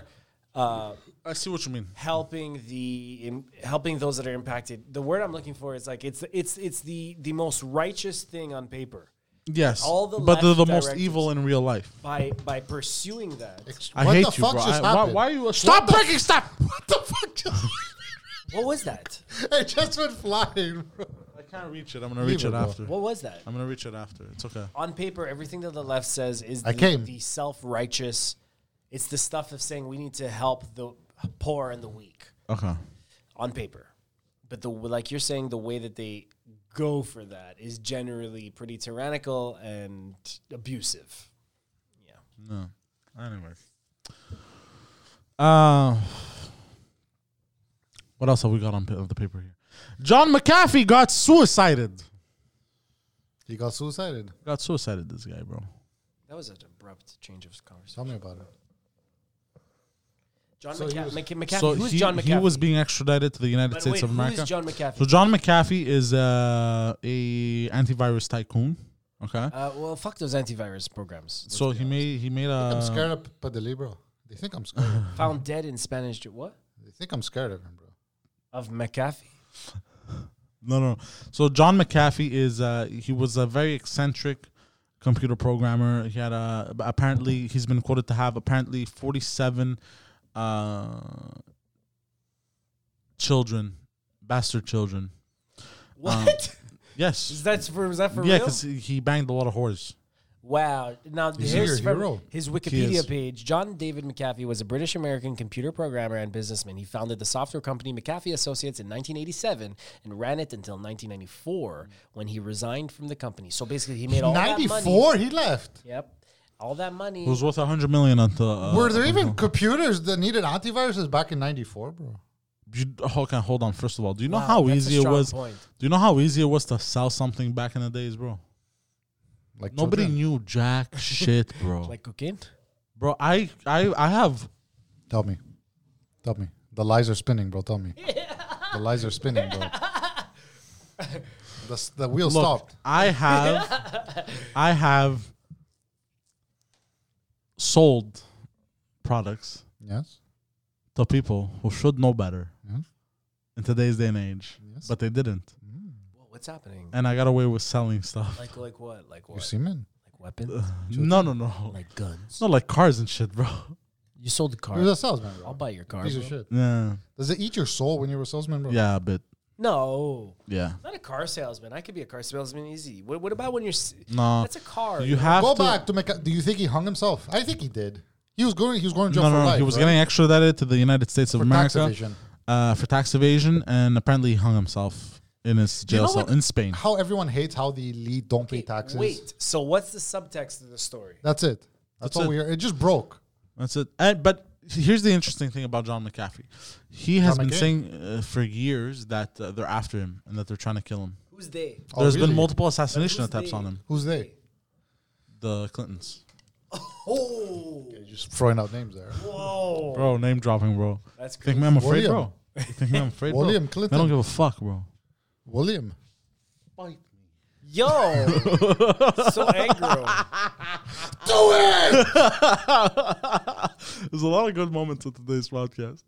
Speaker 1: are uh,
Speaker 2: I see what you mean.
Speaker 1: helping the im helping those that are impacted. The word I'm looking for is like it's it's it's the the most righteous thing on paper.
Speaker 2: Yes,
Speaker 1: All the
Speaker 2: but they're
Speaker 1: left
Speaker 2: the most
Speaker 1: directives.
Speaker 2: evil in real life.
Speaker 1: By by pursuing that,
Speaker 2: I
Speaker 3: what
Speaker 2: hate
Speaker 3: the
Speaker 2: you,
Speaker 3: fuck
Speaker 2: bro.
Speaker 3: just
Speaker 2: I- why,
Speaker 3: happened?
Speaker 2: why are you? A
Speaker 3: Stop breaking stuff! What the fuck just?
Speaker 1: what was that?
Speaker 3: it just went flying. Bro.
Speaker 2: I can't reach it. I'm gonna reach
Speaker 3: Leave it,
Speaker 2: it
Speaker 3: bro.
Speaker 2: after.
Speaker 1: What was that?
Speaker 2: I'm gonna reach it after. It's okay.
Speaker 1: On paper, everything that the left says is
Speaker 3: I
Speaker 1: the,
Speaker 3: came.
Speaker 1: the self righteous. It's the stuff of saying we need to help the poor and the weak
Speaker 2: Okay.
Speaker 1: on paper. But the like you're saying, the way that they go for that is generally pretty tyrannical and abusive. Yeah.
Speaker 2: No. Anyway. Uh, what else have we got on pa- the paper here? John McAfee got suicided.
Speaker 3: He got suicided.
Speaker 2: Got suicided. This guy, bro.
Speaker 1: That was an abrupt change of conversation.
Speaker 3: Tell me about it.
Speaker 1: John
Speaker 3: So he
Speaker 1: McCa-
Speaker 3: was-
Speaker 1: McC- McCaffrey.
Speaker 2: so
Speaker 1: who's
Speaker 2: he,
Speaker 1: John McCaffrey?
Speaker 2: he was being extradited to the United
Speaker 1: But
Speaker 2: States
Speaker 1: wait,
Speaker 2: of
Speaker 1: who is
Speaker 2: America.
Speaker 1: John McAfee?
Speaker 2: So John McAfee is uh, a antivirus tycoon. Okay.
Speaker 1: Uh, well, fuck those antivirus programs. Let's
Speaker 2: so
Speaker 1: be
Speaker 2: he
Speaker 1: honest.
Speaker 2: made he made
Speaker 3: I'm
Speaker 2: a
Speaker 3: scared of Padalibro. They think I'm scared.
Speaker 1: found dead in Spanish. ju- What
Speaker 3: they think I'm scared of him, bro.
Speaker 1: of McAfee?
Speaker 2: No, no. So John McAfee is uh, he was a very eccentric computer programmer. He had a apparently he's been quoted to have apparently forty seven uh, children, bastard children. Um,
Speaker 1: What?
Speaker 2: Yes,
Speaker 1: is that for? Is that for
Speaker 2: yeah,
Speaker 1: real?
Speaker 2: because he banged a lot of whores.
Speaker 1: Wow. Now,
Speaker 3: Is he
Speaker 1: here's
Speaker 3: your
Speaker 1: from
Speaker 3: hero?
Speaker 1: his
Speaker 2: He is.
Speaker 1: Wikipedia page. John David McAfee was a British American computer programmer and businessman. He founded the software company McAfee Associates in 1987 and ran it until 1994 when he resigned from the company. So basically, he made all that money.
Speaker 3: 94. He left.
Speaker 1: Yep. All that money.
Speaker 2: It was worth a hundred million until. Uh,
Speaker 3: Were there even computers that needed antiviruses back in '94, bro?
Speaker 2: You, okay, hold on. First of all, do you know
Speaker 1: Wow,
Speaker 2: how
Speaker 1: that's a
Speaker 2: easy it
Speaker 1: strong
Speaker 2: was?
Speaker 1: point.
Speaker 2: Do you know how easy it was to sell something back in the days, bro?
Speaker 3: Like
Speaker 2: Nobody
Speaker 3: children?
Speaker 2: knew jack shit, bro.
Speaker 1: like cocaine?
Speaker 2: bro, I, I, I have
Speaker 3: Tell me, tell me. The lies are spinning, bro. Tell me. the lies are spinning, bro. The, s- the wheel
Speaker 2: Look,
Speaker 3: stopped.
Speaker 2: I have, I have sold products
Speaker 3: Yes.
Speaker 2: to people who should know better
Speaker 1: Mm-hmm.
Speaker 3: Yes.
Speaker 2: in today's day and age,
Speaker 3: Yes.
Speaker 2: but they didn't,
Speaker 1: Whoa, what's happening?
Speaker 2: and I got away with selling stuff.
Speaker 1: Like like what? Like
Speaker 3: You
Speaker 1: what?
Speaker 3: semen.
Speaker 1: like weapons?
Speaker 2: no, no, no.
Speaker 1: like guns?
Speaker 2: It's not like cars and shit, bro.
Speaker 1: You sold the
Speaker 3: You was
Speaker 1: car.
Speaker 3: a salesman,
Speaker 1: I'll
Speaker 3: bro.
Speaker 1: buy your car.
Speaker 3: Piece of
Speaker 1: bro.
Speaker 3: shit.
Speaker 2: Yeah,
Speaker 3: Does it eat your soul when you were a salesman, bro?
Speaker 2: yeah, but
Speaker 1: No,
Speaker 2: yeah.
Speaker 1: not a car salesman. I could be a car salesman easy. What, what about when you're? s-
Speaker 2: No.
Speaker 1: that's a car.
Speaker 2: You have
Speaker 3: Go
Speaker 2: to.
Speaker 3: back to Mecca. Do you think he hung himself? I think he did. He was going. He was going to jail
Speaker 2: No,
Speaker 3: for
Speaker 2: no, no.
Speaker 3: life.
Speaker 2: He was
Speaker 3: right?
Speaker 2: getting extradited to the United States of
Speaker 3: For tax
Speaker 2: America
Speaker 3: evasion.
Speaker 2: uh, for tax evasion, and apparently he hung himself in his
Speaker 3: you
Speaker 2: jail
Speaker 3: know
Speaker 2: cell
Speaker 3: what-
Speaker 2: in Spain.
Speaker 3: How everyone hates how the elite don't pay
Speaker 1: Wait,
Speaker 3: taxes.
Speaker 1: Wait. So what's the subtext of the story?
Speaker 3: That's it. That's,
Speaker 2: That's
Speaker 3: all
Speaker 2: it.
Speaker 3: we hear. It just broke.
Speaker 2: That's it. And, but here's the interesting thing about John McAfee. He has
Speaker 3: John
Speaker 2: been
Speaker 3: McCain?
Speaker 2: saying uh, for years that uh, they're after him and that they're trying to kill him.
Speaker 1: Who's they?
Speaker 3: Oh,
Speaker 2: There's
Speaker 3: really?
Speaker 2: been multiple assassination
Speaker 1: Who's
Speaker 2: attempts
Speaker 1: they?
Speaker 2: on him.
Speaker 3: Who's they?
Speaker 2: The Clintons.
Speaker 1: Oh,
Speaker 3: Just throwing out names there.
Speaker 1: whoa.
Speaker 2: Bro, name dropping, bro.
Speaker 1: That's
Speaker 2: You think me I'm afraid,
Speaker 3: William.
Speaker 2: bro? You think me I'm afraid, bro?
Speaker 3: William
Speaker 2: I
Speaker 3: Clinton.
Speaker 2: don't give a fuck, bro.
Speaker 3: William.
Speaker 1: Yo, so aggro.
Speaker 2: There's a lot of good moments in today's podcast.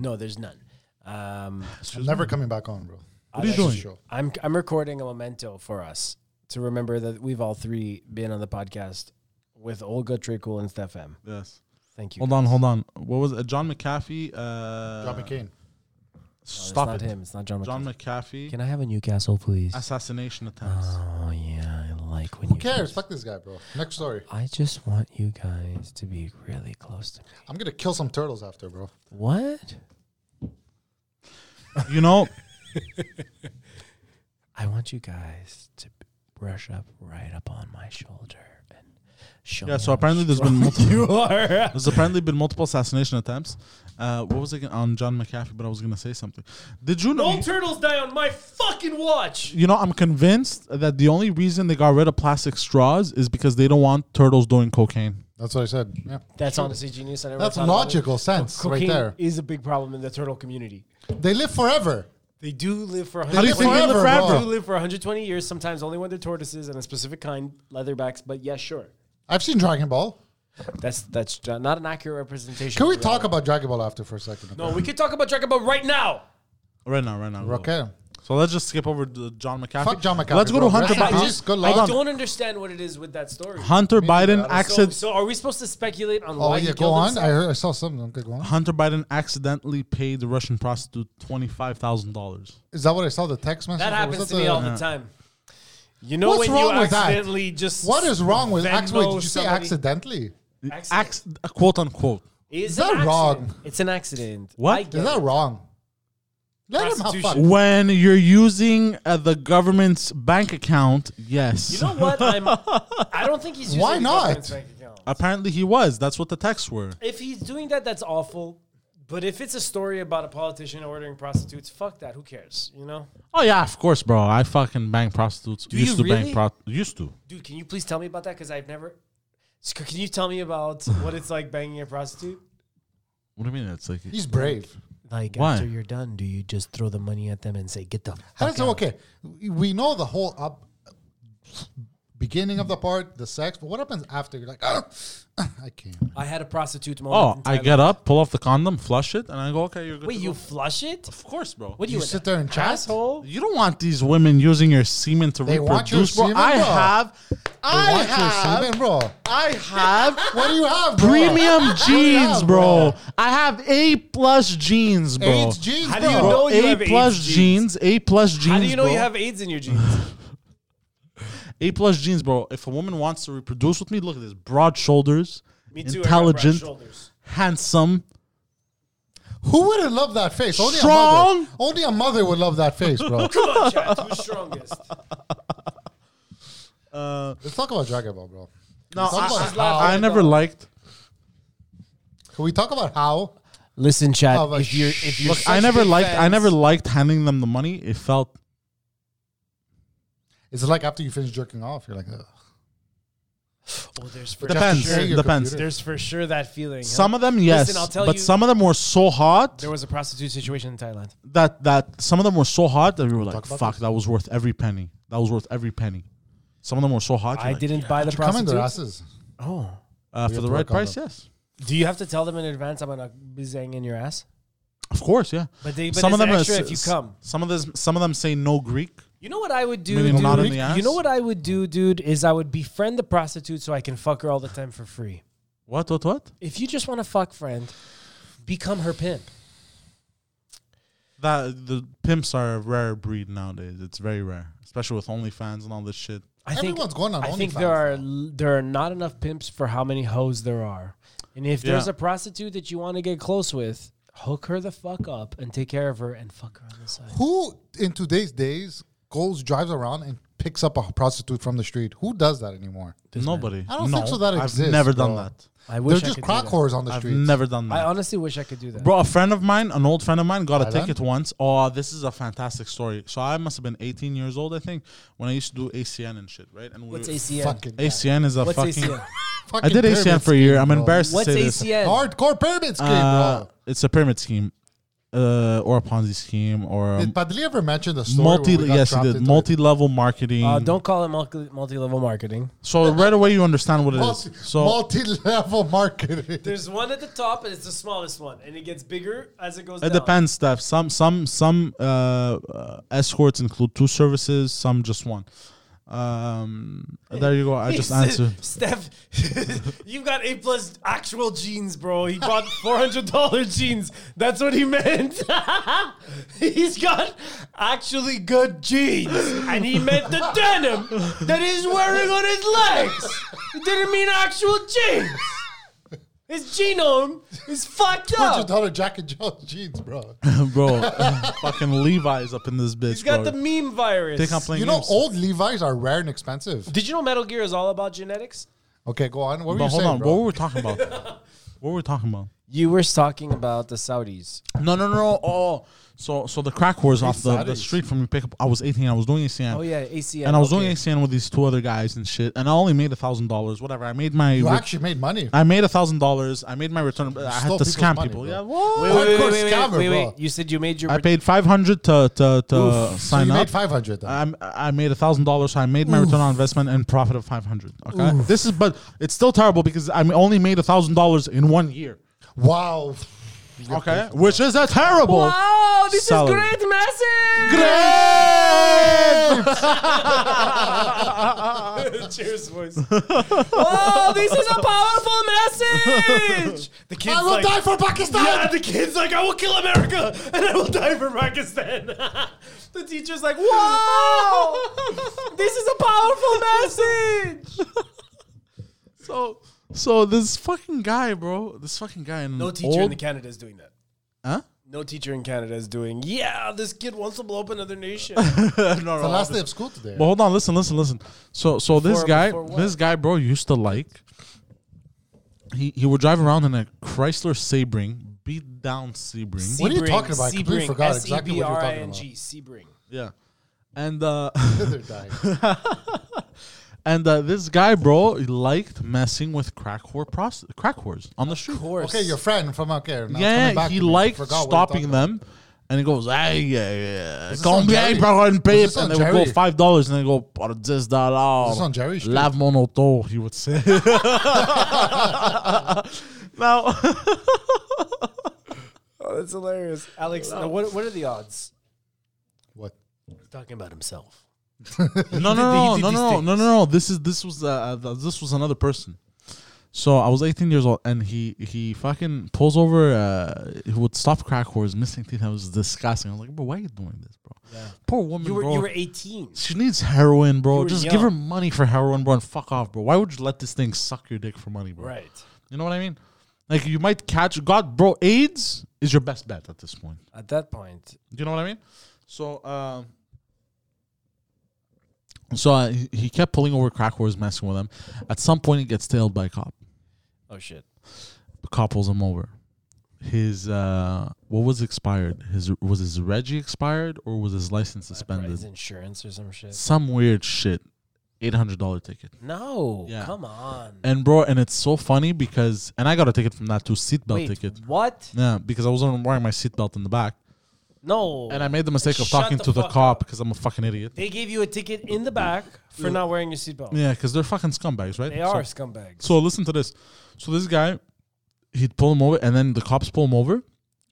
Speaker 1: No, there's none. Um,
Speaker 3: I'm never coming back on, bro.
Speaker 2: What are you
Speaker 1: I've
Speaker 2: doing?
Speaker 3: Sure.
Speaker 1: I'm I'm recording a memento for us to remember that we've all three been on the podcast with Olga Trickle and Steph M.
Speaker 2: Yes.
Speaker 1: Thank you.
Speaker 2: Hold on, hold on. What was it? John McAfee? Uh,
Speaker 3: John McCain.
Speaker 1: No,
Speaker 2: Stop
Speaker 1: it's
Speaker 2: it.
Speaker 1: not him. It's not John.
Speaker 2: John
Speaker 1: McCain.
Speaker 2: McAfee.
Speaker 1: Can I have a Newcastle, please?
Speaker 2: assassination attempts.
Speaker 1: Oh yeah, I like when
Speaker 3: Who
Speaker 1: you
Speaker 3: cares? Fuck this guy, bro. Next story.
Speaker 1: I just want you guys to be really close to me.
Speaker 3: I'm gonna kill some turtles after, bro.
Speaker 1: What?
Speaker 2: you know,
Speaker 1: I want you guys to b- brush up right up on my shoulder and show.
Speaker 2: yeah.
Speaker 1: me
Speaker 2: So
Speaker 1: how
Speaker 2: apparently there's been
Speaker 1: strong
Speaker 2: multiple.
Speaker 1: you are.
Speaker 2: There's apparently been multiple assassination attempts. Uh, what was it again? on John McAfee? But I was gonna say something. Did you know?
Speaker 1: No turtles die on my fucking watch.
Speaker 2: you know, I'm convinced that the only reason they got rid of plastic straws is because they don't want turtles doing cocaine.
Speaker 3: That's what I said. Yeah.
Speaker 1: That's honestly genius. I never
Speaker 3: That's
Speaker 1: thought about
Speaker 3: logical sense
Speaker 1: it. Cocaine
Speaker 3: right there.
Speaker 1: is a big problem in the turtle community.
Speaker 3: They live forever.
Speaker 1: They do live for.
Speaker 3: They
Speaker 1: 120
Speaker 3: live
Speaker 2: think they
Speaker 3: forever.
Speaker 2: live forever?
Speaker 1: They do
Speaker 3: bro.
Speaker 1: live for 120 years. Sometimes only when they're tortoises and a specific kind, leatherbacks. But yeah, sure.
Speaker 3: I've seen Dragon Ball.
Speaker 1: That's that's not an accurate representation.
Speaker 3: Can we
Speaker 1: of
Speaker 3: talk
Speaker 1: reality.
Speaker 3: about Dragon Ball after for a second?
Speaker 1: No, we can talk about Dragon Ball right now.
Speaker 2: Right now, right now. go.
Speaker 3: Okay.
Speaker 2: So let's just skip over to John McAfee.
Speaker 3: Fuck John McAfee,
Speaker 2: Let's go
Speaker 3: bro.
Speaker 2: to Hunter
Speaker 3: That's
Speaker 1: I
Speaker 3: Biden.
Speaker 1: just
Speaker 3: Good
Speaker 1: I
Speaker 3: luck.
Speaker 1: don't understand what it is with that story.
Speaker 2: Hunter Biden
Speaker 1: So,
Speaker 2: accident.
Speaker 1: so are we supposed to speculate on
Speaker 3: Oh
Speaker 1: why
Speaker 3: yeah,
Speaker 1: he
Speaker 3: go
Speaker 1: killed
Speaker 3: on. I
Speaker 1: himself?
Speaker 3: heard, I saw something. Okay, go on.
Speaker 2: Hunter Biden accidentally paid the Russian prostitute twenty five thousand dollars.
Speaker 3: Is that what I saw? The text message.
Speaker 1: That
Speaker 3: Or was
Speaker 1: happens
Speaker 3: that
Speaker 1: to me
Speaker 3: the-
Speaker 1: all the time. You know
Speaker 3: What's
Speaker 1: when you
Speaker 3: wrong with that?
Speaker 1: accidentally just
Speaker 3: What is wrong with?
Speaker 1: Venmo
Speaker 3: Actually, did you say
Speaker 1: somebody-
Speaker 3: accidentally?
Speaker 1: Accident.
Speaker 2: Acc- quote unquote.
Speaker 1: Is
Speaker 3: that
Speaker 1: an
Speaker 3: wrong?
Speaker 1: accident. It's an accident.
Speaker 2: What?
Speaker 1: I
Speaker 2: Is
Speaker 1: get
Speaker 3: Is that
Speaker 1: it.
Speaker 3: wrong? Let him have
Speaker 1: Prostitution.
Speaker 3: fun.
Speaker 2: When you're using uh, the government's bank account, yes.
Speaker 1: You know what? I'm, I don't think he's using
Speaker 3: Why
Speaker 1: the
Speaker 3: not?
Speaker 1: government's bank account.
Speaker 2: Apparently he was. That's what the texts were.
Speaker 1: If he's doing that, that's awful. But if it's a story about a politician ordering prostitutes, fuck that. Who cares? You know,
Speaker 2: Oh yeah, of course, bro. I fucking bang prostitutes.
Speaker 1: Do
Speaker 2: used
Speaker 1: you
Speaker 2: to
Speaker 1: really?
Speaker 2: bang pro- used to.
Speaker 1: dude. Can you please tell me about that? Because I've never. Sc- Can you tell me about what it's like banging a prostitute?
Speaker 2: What do you mean? It's like
Speaker 3: He's brave.
Speaker 1: Like
Speaker 2: Why?
Speaker 1: after you're done, do you just throw the money at them and say, "Get the
Speaker 3: How
Speaker 1: fuck
Speaker 3: does it okay? We know the whole up beginning of the part, the sex, but what happens after? You're like, "Ah, I can't.
Speaker 1: I had a prostitute moment.
Speaker 2: Oh,
Speaker 1: in
Speaker 2: I
Speaker 1: Thailand.
Speaker 2: get up, pull off the condom, flush it, and I go, okay, you're good.
Speaker 1: Wait,
Speaker 2: to
Speaker 1: you
Speaker 2: go."
Speaker 1: flush it?
Speaker 2: Of course, bro.
Speaker 1: What do you,
Speaker 3: You
Speaker 1: an
Speaker 3: sit there and chat?
Speaker 1: asshole?
Speaker 2: You don't want these women using your semen to
Speaker 3: They want
Speaker 2: reproduce,
Speaker 3: your
Speaker 2: bro.
Speaker 3: semen,
Speaker 2: I
Speaker 3: bro.
Speaker 2: have,
Speaker 3: I
Speaker 2: I
Speaker 3: want your
Speaker 2: have,
Speaker 3: semen, bro.
Speaker 2: I have
Speaker 3: What do you have, bro?
Speaker 2: premium jeans,
Speaker 3: have,
Speaker 2: bro.
Speaker 3: bro?
Speaker 2: I have A plus jeans, bro.
Speaker 3: AIDS jeans,
Speaker 1: How do
Speaker 3: bro.
Speaker 1: you know-
Speaker 2: Bro,
Speaker 1: you
Speaker 2: A
Speaker 1: have
Speaker 2: plus
Speaker 1: AIDS jeans?
Speaker 2: jeans, A plus jeans.
Speaker 1: How do you know
Speaker 2: bro.
Speaker 1: you have AIDS in your genes?
Speaker 2: A plus jeans, bro? If a woman wants to reproduce with me, look at this: broad shoulders,
Speaker 1: Me too. I got broad
Speaker 2: intelligent,
Speaker 1: shoulders.
Speaker 2: handsome.
Speaker 3: Who wouldn't love that face? Only a
Speaker 2: Strong.
Speaker 3: mother. Only a mother would love that face, bro.
Speaker 1: Come on, chat. Who's strongest? Uh,
Speaker 3: Let's talk about Dragon Ball, bro.
Speaker 2: No,
Speaker 3: Let's talk
Speaker 2: I,
Speaker 3: about
Speaker 1: laughing.
Speaker 3: how.
Speaker 2: I never liked.
Speaker 3: Can we talk about how?
Speaker 1: Listen,
Speaker 2: Uh,
Speaker 1: chat.
Speaker 3: Of a
Speaker 1: If you're, if you're,
Speaker 2: Look,
Speaker 1: such
Speaker 2: I never
Speaker 1: big
Speaker 2: liked. I
Speaker 1: fans-
Speaker 2: never liked handing them the money. It felt
Speaker 3: Is it like after you finish jerking off, you're like, Ugh.
Speaker 1: Oh, there's for
Speaker 2: Depends.
Speaker 1: Sure,
Speaker 3: your
Speaker 2: Depends.
Speaker 3: computer.
Speaker 1: there's for sure that feeling. huh?
Speaker 2: Some of them, yes,
Speaker 1: I'll tell
Speaker 2: but
Speaker 1: you-
Speaker 2: some of them were so hot
Speaker 1: There was a prostitute situation in Thailand.
Speaker 2: that that some of them were so hot that we were like,
Speaker 3: talk about
Speaker 2: "Fuck,
Speaker 3: this?
Speaker 2: that was worth every penny. That was worth every penny." Some of them were so hot. you're
Speaker 1: I
Speaker 2: like,
Speaker 1: didn't buy the
Speaker 3: come in their
Speaker 1: prostitute.
Speaker 3: asses.
Speaker 1: Oh.
Speaker 2: uh, for
Speaker 3: have
Speaker 2: the
Speaker 3: to
Speaker 2: right
Speaker 3: work on
Speaker 2: price.
Speaker 3: them.
Speaker 2: Yes,
Speaker 1: Do you have to tell them in advance I'm gonna be zang in your ass?
Speaker 2: of course, yeah.
Speaker 1: But they, but
Speaker 2: some of them are
Speaker 1: extra
Speaker 2: s-
Speaker 1: if you
Speaker 2: s-
Speaker 1: come.
Speaker 2: Some of them, some of them say no Greek.
Speaker 1: You know what I would do,
Speaker 2: Meaning
Speaker 1: dude?
Speaker 2: not in the ass?
Speaker 1: You know what I would do, dude? Is I would befriend the prostitute so I can fuck her all the time for free.
Speaker 2: What? What? What?
Speaker 1: If you just want to fuck friend, become her pimp.
Speaker 2: That the pimps are a rare breed nowadays. It's very rare, especially with OnlyFans and all this shit.
Speaker 1: I
Speaker 3: Everyone's going on
Speaker 1: I think
Speaker 3: OnlyFans
Speaker 1: there are l- there are not enough pimps for how many hoes there are, and if there's
Speaker 2: Yeah.
Speaker 1: a prostitute that you want to get close with, hook her the fuck up and take care of her and fuck her on the side.
Speaker 3: Who in today's days goes, drives around, and picks up a prostitute from the street? Who does that anymore?
Speaker 2: Nobody.
Speaker 3: I don't
Speaker 2: No,
Speaker 3: think so that exists,
Speaker 2: I've never done
Speaker 3: bro.
Speaker 2: that.
Speaker 1: I
Speaker 3: They're
Speaker 1: wish I
Speaker 3: just
Speaker 1: could
Speaker 3: crack
Speaker 1: do that.
Speaker 3: whores on the
Speaker 2: I've
Speaker 3: street.
Speaker 2: never done that.
Speaker 1: I honestly wish I could do that.
Speaker 2: Bro, a friend of mine, an old friend of mine, got a
Speaker 3: Thailand?
Speaker 2: ticket once. Oh, this is a fantastic story. So I must have been 18 years old, I think, when I used to do ACN and shit, right? And we
Speaker 1: What's
Speaker 2: were-
Speaker 1: ACN?
Speaker 3: Fucking,
Speaker 2: ACN is a
Speaker 1: What's
Speaker 2: fucking.
Speaker 1: ACN?
Speaker 2: I
Speaker 3: fucking
Speaker 2: did
Speaker 3: pyramid
Speaker 2: ACN for a year.
Speaker 3: scheme,
Speaker 2: I'm
Speaker 3: bro.
Speaker 2: embarrassed
Speaker 1: What's
Speaker 2: to say this.
Speaker 1: ACN?
Speaker 3: Hardcore pyramid scheme,
Speaker 2: Uh,
Speaker 3: bro.
Speaker 2: it's a pyramid scheme, uh, or a Ponzi scheme, or a
Speaker 3: Did Padli ever mention the story?
Speaker 2: Um, multi.
Speaker 3: where we got
Speaker 2: Yes, he
Speaker 3: trapped
Speaker 2: did
Speaker 3: into
Speaker 2: multi-level marketing.
Speaker 1: Uh, don't call it multi- multi-level marketing.
Speaker 2: so right away you understand what it
Speaker 3: it?
Speaker 2: is.
Speaker 3: multi,
Speaker 2: So
Speaker 3: multi-level marketing?
Speaker 1: There's one at the top, and it's the smallest one, and it gets bigger as it goes.
Speaker 2: It depends, Steph. Some some some uh, uh, escorts include two services, some just one. Um, there you go. I just answered.
Speaker 1: Steph, you've got A plus actual jeans, bro. He bought four hundred dollar jeans. That's what he meant. he's got actually good jeans, and he meant the denim that he's wearing on his legs. He didn't mean actual jeans. His genome is fucked
Speaker 3: Hundred
Speaker 1: up.
Speaker 3: dollar Jack and Jones jeans, bro.
Speaker 2: bro, fucking Levi's up in this bitch.
Speaker 1: He's got
Speaker 2: bro.
Speaker 1: the meme virus.
Speaker 2: Think I'm playing
Speaker 3: You know,
Speaker 2: games?
Speaker 3: old Levi's are rare and expensive.
Speaker 1: Did you know Metal Gear is all about genetics?
Speaker 3: Okay, go on. What were
Speaker 2: But
Speaker 3: you
Speaker 2: hold
Speaker 3: saying,
Speaker 2: on.
Speaker 3: bro?
Speaker 2: What were we talking about? what were we talking about?
Speaker 1: You were talking about the Saudis.
Speaker 2: No, no, no. Oh, so so the crack whores off the, the
Speaker 3: Saudis.
Speaker 2: street from me. Pick up. I was 18. I was doing ACN.
Speaker 1: Oh yeah, ACN.
Speaker 2: And I was
Speaker 1: okay.
Speaker 2: doing ACN with these two other guys and shit. And I only made a thousand dollars. Whatever. I made my.
Speaker 3: You
Speaker 2: re-
Speaker 3: actually made money.
Speaker 2: I made a thousand dollars. I made my return. but I had
Speaker 3: stole
Speaker 2: to
Speaker 3: people's
Speaker 2: scam
Speaker 3: money,
Speaker 2: people.
Speaker 3: bro.
Speaker 2: Yeah. What?
Speaker 1: Wait, wait, wait,
Speaker 3: Hardcore
Speaker 1: wait, wait,
Speaker 3: scammer,
Speaker 1: wait, wait.
Speaker 3: bro.
Speaker 1: You said you made your.
Speaker 2: I paid five hundred to to to
Speaker 3: so
Speaker 2: sign
Speaker 3: you
Speaker 2: up. Uh,
Speaker 3: made five hundred.
Speaker 2: I'm- I made a thousand dollars, so I made my return on investment and profit of five hundred. Okay, this is but it's still terrible because I only made a thousand dollars in one year.
Speaker 3: Wow.
Speaker 2: Okay, which is a terrible.
Speaker 1: Wow, Oh, this
Speaker 2: Salary.
Speaker 1: is great message.
Speaker 2: Great!
Speaker 1: Cheers, boys. wow, this is a powerful message. The kids
Speaker 3: I will die for Pakistan.
Speaker 1: Yeah, the kid's like, I will kill America and I will die for Pakistan. the teacher's like, wow, this is a powerful message.
Speaker 2: so, so this fucking guy, bro, this fucking guy, in
Speaker 1: No
Speaker 2: an
Speaker 1: teacher in
Speaker 2: old-
Speaker 1: the Canada is doing that.
Speaker 2: Huh?
Speaker 1: No teacher in Canada is doing, yeah, this kid wants to blow up another nation.
Speaker 2: no,
Speaker 3: The
Speaker 2: no,
Speaker 3: last day of school today.
Speaker 2: But hold on, listen, listen, listen. So so this
Speaker 1: For-
Speaker 2: guy,
Speaker 1: for what?
Speaker 2: this guy, bro, used to like. He he would drive around in a Chrysler Sebring, beat down Sebring.
Speaker 3: What are you talking about? I completely forgot exactly what you were talking about.
Speaker 1: S-E-B-R-I-N-G, Sebring.
Speaker 2: Yeah, and uh,
Speaker 3: They're dying.
Speaker 2: and uh, this guy, bro, he liked messing with crack whore prost- crack whores on the street.
Speaker 1: Of course.
Speaker 3: Okay, your friend from out there. Now it's coming
Speaker 2: Yeah,
Speaker 3: back
Speaker 2: he
Speaker 3: to me.
Speaker 2: liked
Speaker 3: Forgot what you're
Speaker 2: stopping
Speaker 3: talking
Speaker 2: them. And he goes, hey, yeah, yeah.
Speaker 3: this on
Speaker 2: Come here,
Speaker 3: Jerry?
Speaker 2: bro, and pay.
Speaker 3: Is this
Speaker 2: And
Speaker 3: on
Speaker 2: they would go
Speaker 3: Jerry?
Speaker 2: five dollars, and they go por this dollar.
Speaker 3: Is this on Jerry Street?
Speaker 2: Lave mon auto, he would say. now,
Speaker 1: Oh, that's hilarious. Alex, now what, what are the odds?
Speaker 3: What?
Speaker 1: He's talking about himself.
Speaker 2: no,
Speaker 1: He did- he
Speaker 2: no, no,
Speaker 1: did
Speaker 2: no,
Speaker 1: these
Speaker 2: no, no,
Speaker 1: things.
Speaker 2: no, no. This is this was uh, uh, this was another person. So I was 18 years old, and he he fucking pulls over. Uh, he would stop crack whores, missing teeth. I was disgusting. I was like, bro, why are you doing this, bro? Poor woman,
Speaker 1: You were,
Speaker 2: bro.
Speaker 1: you were 18.
Speaker 2: She needs heroin,
Speaker 1: You
Speaker 2: bro.
Speaker 1: were
Speaker 2: Just give her
Speaker 1: young.
Speaker 2: money for heroin, bro, and fuck off, bro. Why would you let this thing suck your dick for money, bro?
Speaker 1: Right.
Speaker 2: You know what I mean? Like you might catch God, bro. AIDS is your best bet at this point.
Speaker 1: At that point,
Speaker 2: Do you know what I mean? So, um, so uh, he- he kept pulling over crack whores, messing with them. At some point, he gets tailed by a cop.
Speaker 1: oh shit.
Speaker 2: The cop pulls him over. His uh, what was expired? His was his Reggie expired or was his license
Speaker 1: His
Speaker 2: suspended?
Speaker 1: insurance or some shit.
Speaker 2: Some weird shit. Eight hundred dollar ticket.
Speaker 1: No,
Speaker 2: Yeah.
Speaker 1: come on.
Speaker 2: And bro, and it's so funny because and I got a ticket from that too, seatbelt
Speaker 1: Wait,
Speaker 2: ticket.
Speaker 1: what?
Speaker 2: Yeah, because I wasn't wearing my seatbelt in the back,
Speaker 1: No.
Speaker 2: and I made the mistake of
Speaker 1: Shut
Speaker 2: talking
Speaker 1: the
Speaker 2: to the
Speaker 1: fuck
Speaker 2: cop
Speaker 1: up.
Speaker 2: because I'm a fucking idiot.
Speaker 1: They gave you a ticket in the back for not wearing your seatbelt.
Speaker 2: Yeah, because they're fucking scumbags, right?
Speaker 1: They are
Speaker 2: So,
Speaker 1: scumbags.
Speaker 2: so listen to this. So this guy, he'd pull him over, and then the cops pull him over,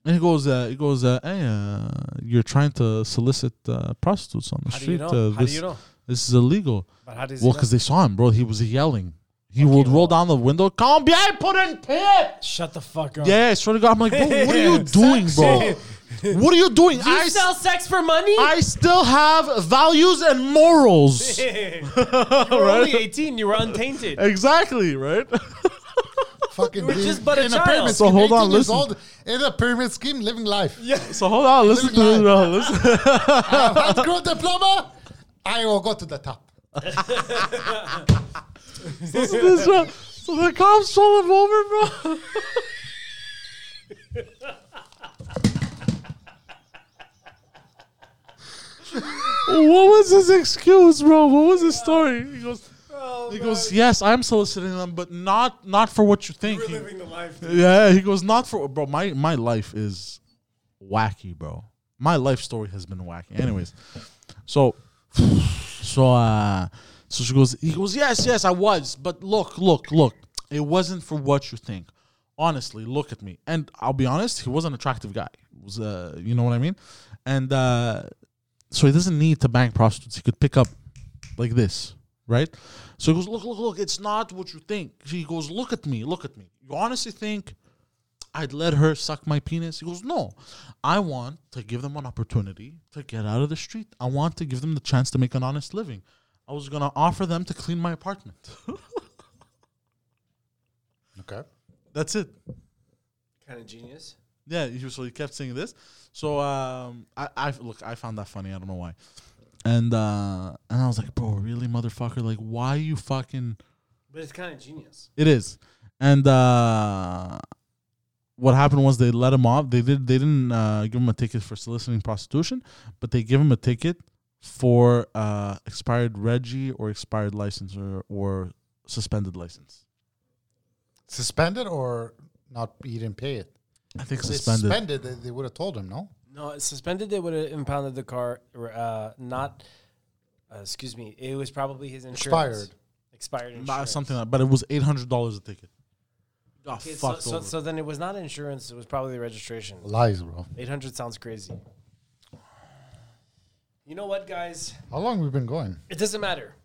Speaker 2: and he goes, uh, he goes, uh, hey, uh, you're trying to solicit uh, prostitutes on the
Speaker 1: how do you
Speaker 2: street.
Speaker 1: know?
Speaker 2: Uh,
Speaker 1: how
Speaker 2: this,
Speaker 1: do you know?
Speaker 2: this is illegal.
Speaker 1: But how does
Speaker 2: Well,
Speaker 1: he
Speaker 2: because
Speaker 1: know?
Speaker 2: they saw him, bro. He was yelling. He would roll
Speaker 1: well-
Speaker 2: down the window. Come behind, put in pit.
Speaker 1: Shut the fuck up.
Speaker 2: Yeah, I swear to God, I'm like, bro, what are you doing, bro? What are you doing?
Speaker 1: You
Speaker 2: I,
Speaker 1: sell sex for money?
Speaker 2: I still have values and morals.
Speaker 1: you were only 18. You were untainted.
Speaker 2: exactly, right?
Speaker 3: about. Fucking
Speaker 1: were
Speaker 3: being
Speaker 1: just but a
Speaker 3: in
Speaker 1: child.
Speaker 3: pyramid
Speaker 2: So
Speaker 3: scheme,
Speaker 2: hold on,
Speaker 3: 18 years
Speaker 2: listen.
Speaker 3: old, in a pyramid scheme, living life. Yeah.
Speaker 2: So hold on, listen to this, bro. Listen.
Speaker 3: I've grown diploma. I will go to the top.
Speaker 2: listen to this, bro. So the cops pull him over, bro. what was his excuse, bro? What was his story? He goes,
Speaker 1: Oh,
Speaker 2: he goes, yes, I'm soliciting them, but not not for what you think. He-
Speaker 1: the life.
Speaker 2: Yeah, he goes not for bro. My my life is wacky, bro. My life story has been wacky. Anyways, so so uh so she goes. He goes. Yes, yes, I was, but look, look, look. It wasn't for what you think. Honestly, look at me, and I'll be honest. He was an attractive guy. He was uh, you know what I mean? And uh so he doesn't need to bang prostitutes. He could pick up like this, right? So he goes, look, look, look. It's not what you think. He goes, look at me, look at me. You honestly think I'd let her suck my penis? He goes, no. I want to give them an opportunity to get out of the street. I want to give them the chance to make an honest living. I was gonna offer them to clean my apartment.
Speaker 3: Okay.
Speaker 2: That's it.
Speaker 1: Kind of genius.
Speaker 2: Yeah, he was, so he kept saying this. So um, I, I look, I found that funny. I don't know why. And uh, and I was like, bro, really, motherfucker? Like, why you fucking?
Speaker 1: But it's kind of genius.
Speaker 2: It is. And uh, what happened was they let him off. They did. They didn't uh, give him a ticket for soliciting prostitution, but they give him a ticket for uh, expired Reggie or expired license or, or suspended license.
Speaker 3: Suspended or not? He didn't pay it.
Speaker 2: I think
Speaker 3: If they
Speaker 2: suspended.
Speaker 3: Suspended. They, they would have told him no.
Speaker 1: No, it's suspended. They would have impounded the car. or, Uh, not, uh, excuse me. It was probably his insurance.
Speaker 3: Expired.
Speaker 1: Expired insurance.
Speaker 2: Not something like, but it was eight hundred dollars a ticket. Got
Speaker 1: Okay, so,
Speaker 2: fucked
Speaker 1: so,
Speaker 2: over.
Speaker 1: so then it was not insurance. It was probably the registration.
Speaker 3: Lies, bro.
Speaker 1: 800 sounds crazy. You know what, guys?
Speaker 3: How long we been going?
Speaker 1: It doesn't matter.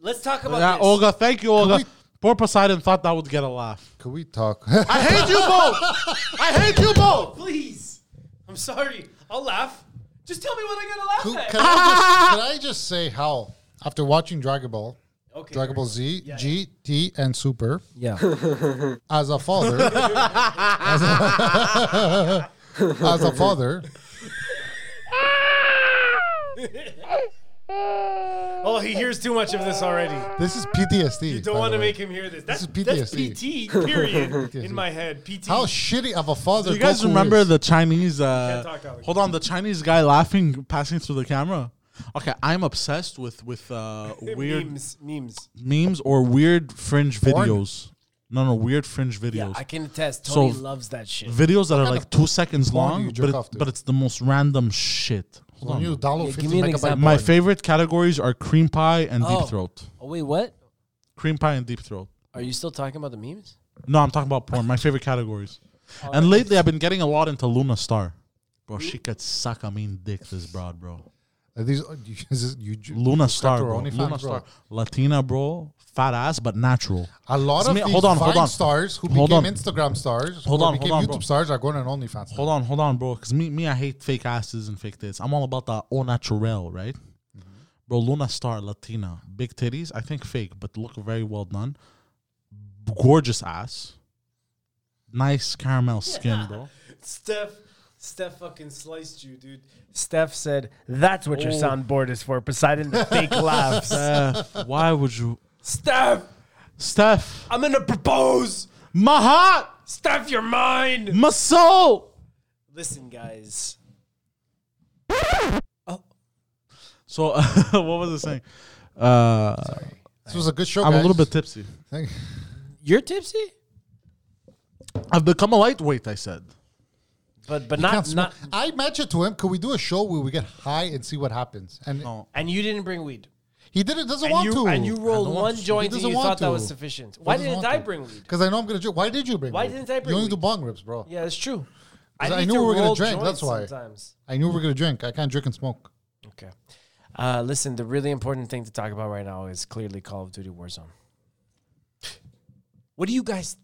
Speaker 1: Let's talk about
Speaker 2: yeah,
Speaker 1: this.
Speaker 2: Olga, thank you, Olga.
Speaker 3: we-
Speaker 2: Poor Poseidon thought that would get a laugh.
Speaker 3: Could we talk?
Speaker 2: I hate you both. I hate you both.
Speaker 1: Please. I'm sorry. I'll laugh. Just tell me what I gotta laugh
Speaker 3: Who-
Speaker 1: at.
Speaker 3: can, I just, can I just say how after watching Dragon Ball,
Speaker 1: okay.
Speaker 3: Dragon Ball Z,
Speaker 1: Yeah,
Speaker 3: G, T, and Super,
Speaker 1: Yeah.
Speaker 3: as a father, as a- as a father,
Speaker 1: oh, he hears too much of this already.
Speaker 3: this is PTSD.
Speaker 1: You don't
Speaker 3: by
Speaker 1: want
Speaker 3: the
Speaker 1: to
Speaker 3: way.
Speaker 1: make him hear this. That's,
Speaker 3: is
Speaker 1: that's
Speaker 3: PTSD.
Speaker 1: PT, period, in my head. PT.
Speaker 3: how shitty of a father.
Speaker 2: Do you guys
Speaker 3: Goku
Speaker 2: remember
Speaker 3: is.
Speaker 2: the Chinese?
Speaker 1: Can't
Speaker 2: Uh,
Speaker 1: talk, Alex.
Speaker 2: hold on, the Chinese guy laughing, passing through the camera. Okay, I'm obsessed with with uh, weird memes.
Speaker 1: Memes. Memes.
Speaker 2: or weird fringe
Speaker 3: Porn?
Speaker 2: videos. No, no, weird fringe
Speaker 1: Yeah,
Speaker 2: videos.
Speaker 1: I can attest.
Speaker 2: So-
Speaker 1: Tony loves that shit.
Speaker 2: videos that are
Speaker 3: kind
Speaker 2: like
Speaker 3: of
Speaker 2: two seconds
Speaker 3: porn do
Speaker 2: long,
Speaker 3: you
Speaker 2: but
Speaker 3: jerk
Speaker 2: it-
Speaker 3: off to?
Speaker 2: but it's the most random shit. Hold
Speaker 3: When
Speaker 2: on.
Speaker 3: you download
Speaker 1: Yeah, give
Speaker 3: 50
Speaker 1: me an
Speaker 3: megabyte
Speaker 1: example.
Speaker 2: My
Speaker 3: porn.
Speaker 2: favorite categories are cream pie and
Speaker 1: Oh.
Speaker 2: deep throat.
Speaker 1: Oh, wait, what?
Speaker 2: Cream pie and deep throat.
Speaker 1: Are you still talking about the memes?
Speaker 2: No, I'm talking about porn. My favorite categories.
Speaker 1: Oh,
Speaker 2: and lately, I've been getting a lot into Luna Star. Bro, she could suck a mean dick, this broad, bro.
Speaker 3: Are these you, is this- you, ju-
Speaker 2: Luna Star,
Speaker 3: subscribe to her
Speaker 2: bro.
Speaker 3: OnlyFans,
Speaker 2: Luna
Speaker 3: bro?
Speaker 2: Star. Latina, bro. Fat ass, but natural.
Speaker 3: A lot
Speaker 2: It's
Speaker 3: of
Speaker 2: me-
Speaker 3: these
Speaker 2: hold on,
Speaker 3: Vine
Speaker 2: hold on.
Speaker 3: stars who
Speaker 2: Hold
Speaker 3: became
Speaker 2: on.
Speaker 3: Instagram stars,
Speaker 2: Hold
Speaker 3: who
Speaker 2: on,
Speaker 3: became
Speaker 2: hold on,
Speaker 3: YouTube
Speaker 2: bro.
Speaker 3: stars, are going on OnlyFans. now.
Speaker 2: Hold on, hold on, bro. Because me, me, I hate fake asses and fake tits. I'm all about the au naturel, right? Bro, Luna Star, Latina. Big titties. I think fake, but look very well done. Gorgeous ass. Nice caramel skin, bro.
Speaker 1: Steph, Steph fucking sliced you, dude. Steph said, "That's what your soundboard is for." Poseidon the fake laughs.
Speaker 2: Steph, why would you?
Speaker 1: Steph,
Speaker 2: Steph,
Speaker 1: I'm gonna propose.
Speaker 2: my heart,
Speaker 1: Steph, you're mine.
Speaker 2: my soul.
Speaker 1: Listen, guys.
Speaker 2: So, what was I saying? Uh,
Speaker 3: This was a good show.
Speaker 2: I'm a little
Speaker 3: guys.
Speaker 2: bit tipsy.
Speaker 3: Thank-
Speaker 1: You're tipsy,
Speaker 2: I've become a lightweight. I said.
Speaker 1: but but
Speaker 3: Can't
Speaker 1: not
Speaker 3: smoke.
Speaker 1: not.
Speaker 3: I mentioned to him, could we do a show where we get high and see what happens? And
Speaker 2: No.
Speaker 1: And you didn't bring weed.
Speaker 3: he did it. Doesn't
Speaker 1: And
Speaker 3: want
Speaker 1: you
Speaker 3: to.
Speaker 1: and you rolled
Speaker 2: want
Speaker 1: one
Speaker 2: to. He
Speaker 1: joint and
Speaker 3: doesn't
Speaker 1: you
Speaker 3: want
Speaker 1: thought that
Speaker 3: to.
Speaker 1: was sufficient. Why didn't I bring weed?
Speaker 3: Because I know I'm gonna drink. Why did you bring?
Speaker 1: Why
Speaker 3: weed?
Speaker 1: didn't I bring
Speaker 3: You only do
Speaker 1: weed?
Speaker 3: bong rips, bro.
Speaker 1: Yeah, it's true.
Speaker 3: 'Cause I
Speaker 1: need
Speaker 3: knew
Speaker 1: to
Speaker 3: we were gonna
Speaker 1: roll
Speaker 3: drink,
Speaker 1: joints
Speaker 3: that's why.
Speaker 1: Sometimes.
Speaker 3: I knew we were gonna drink. I can't drink and smoke.
Speaker 1: Okay. Uh, listen, the really important thing to talk about right now is clearly Call of Duty Warzone. What do you guys?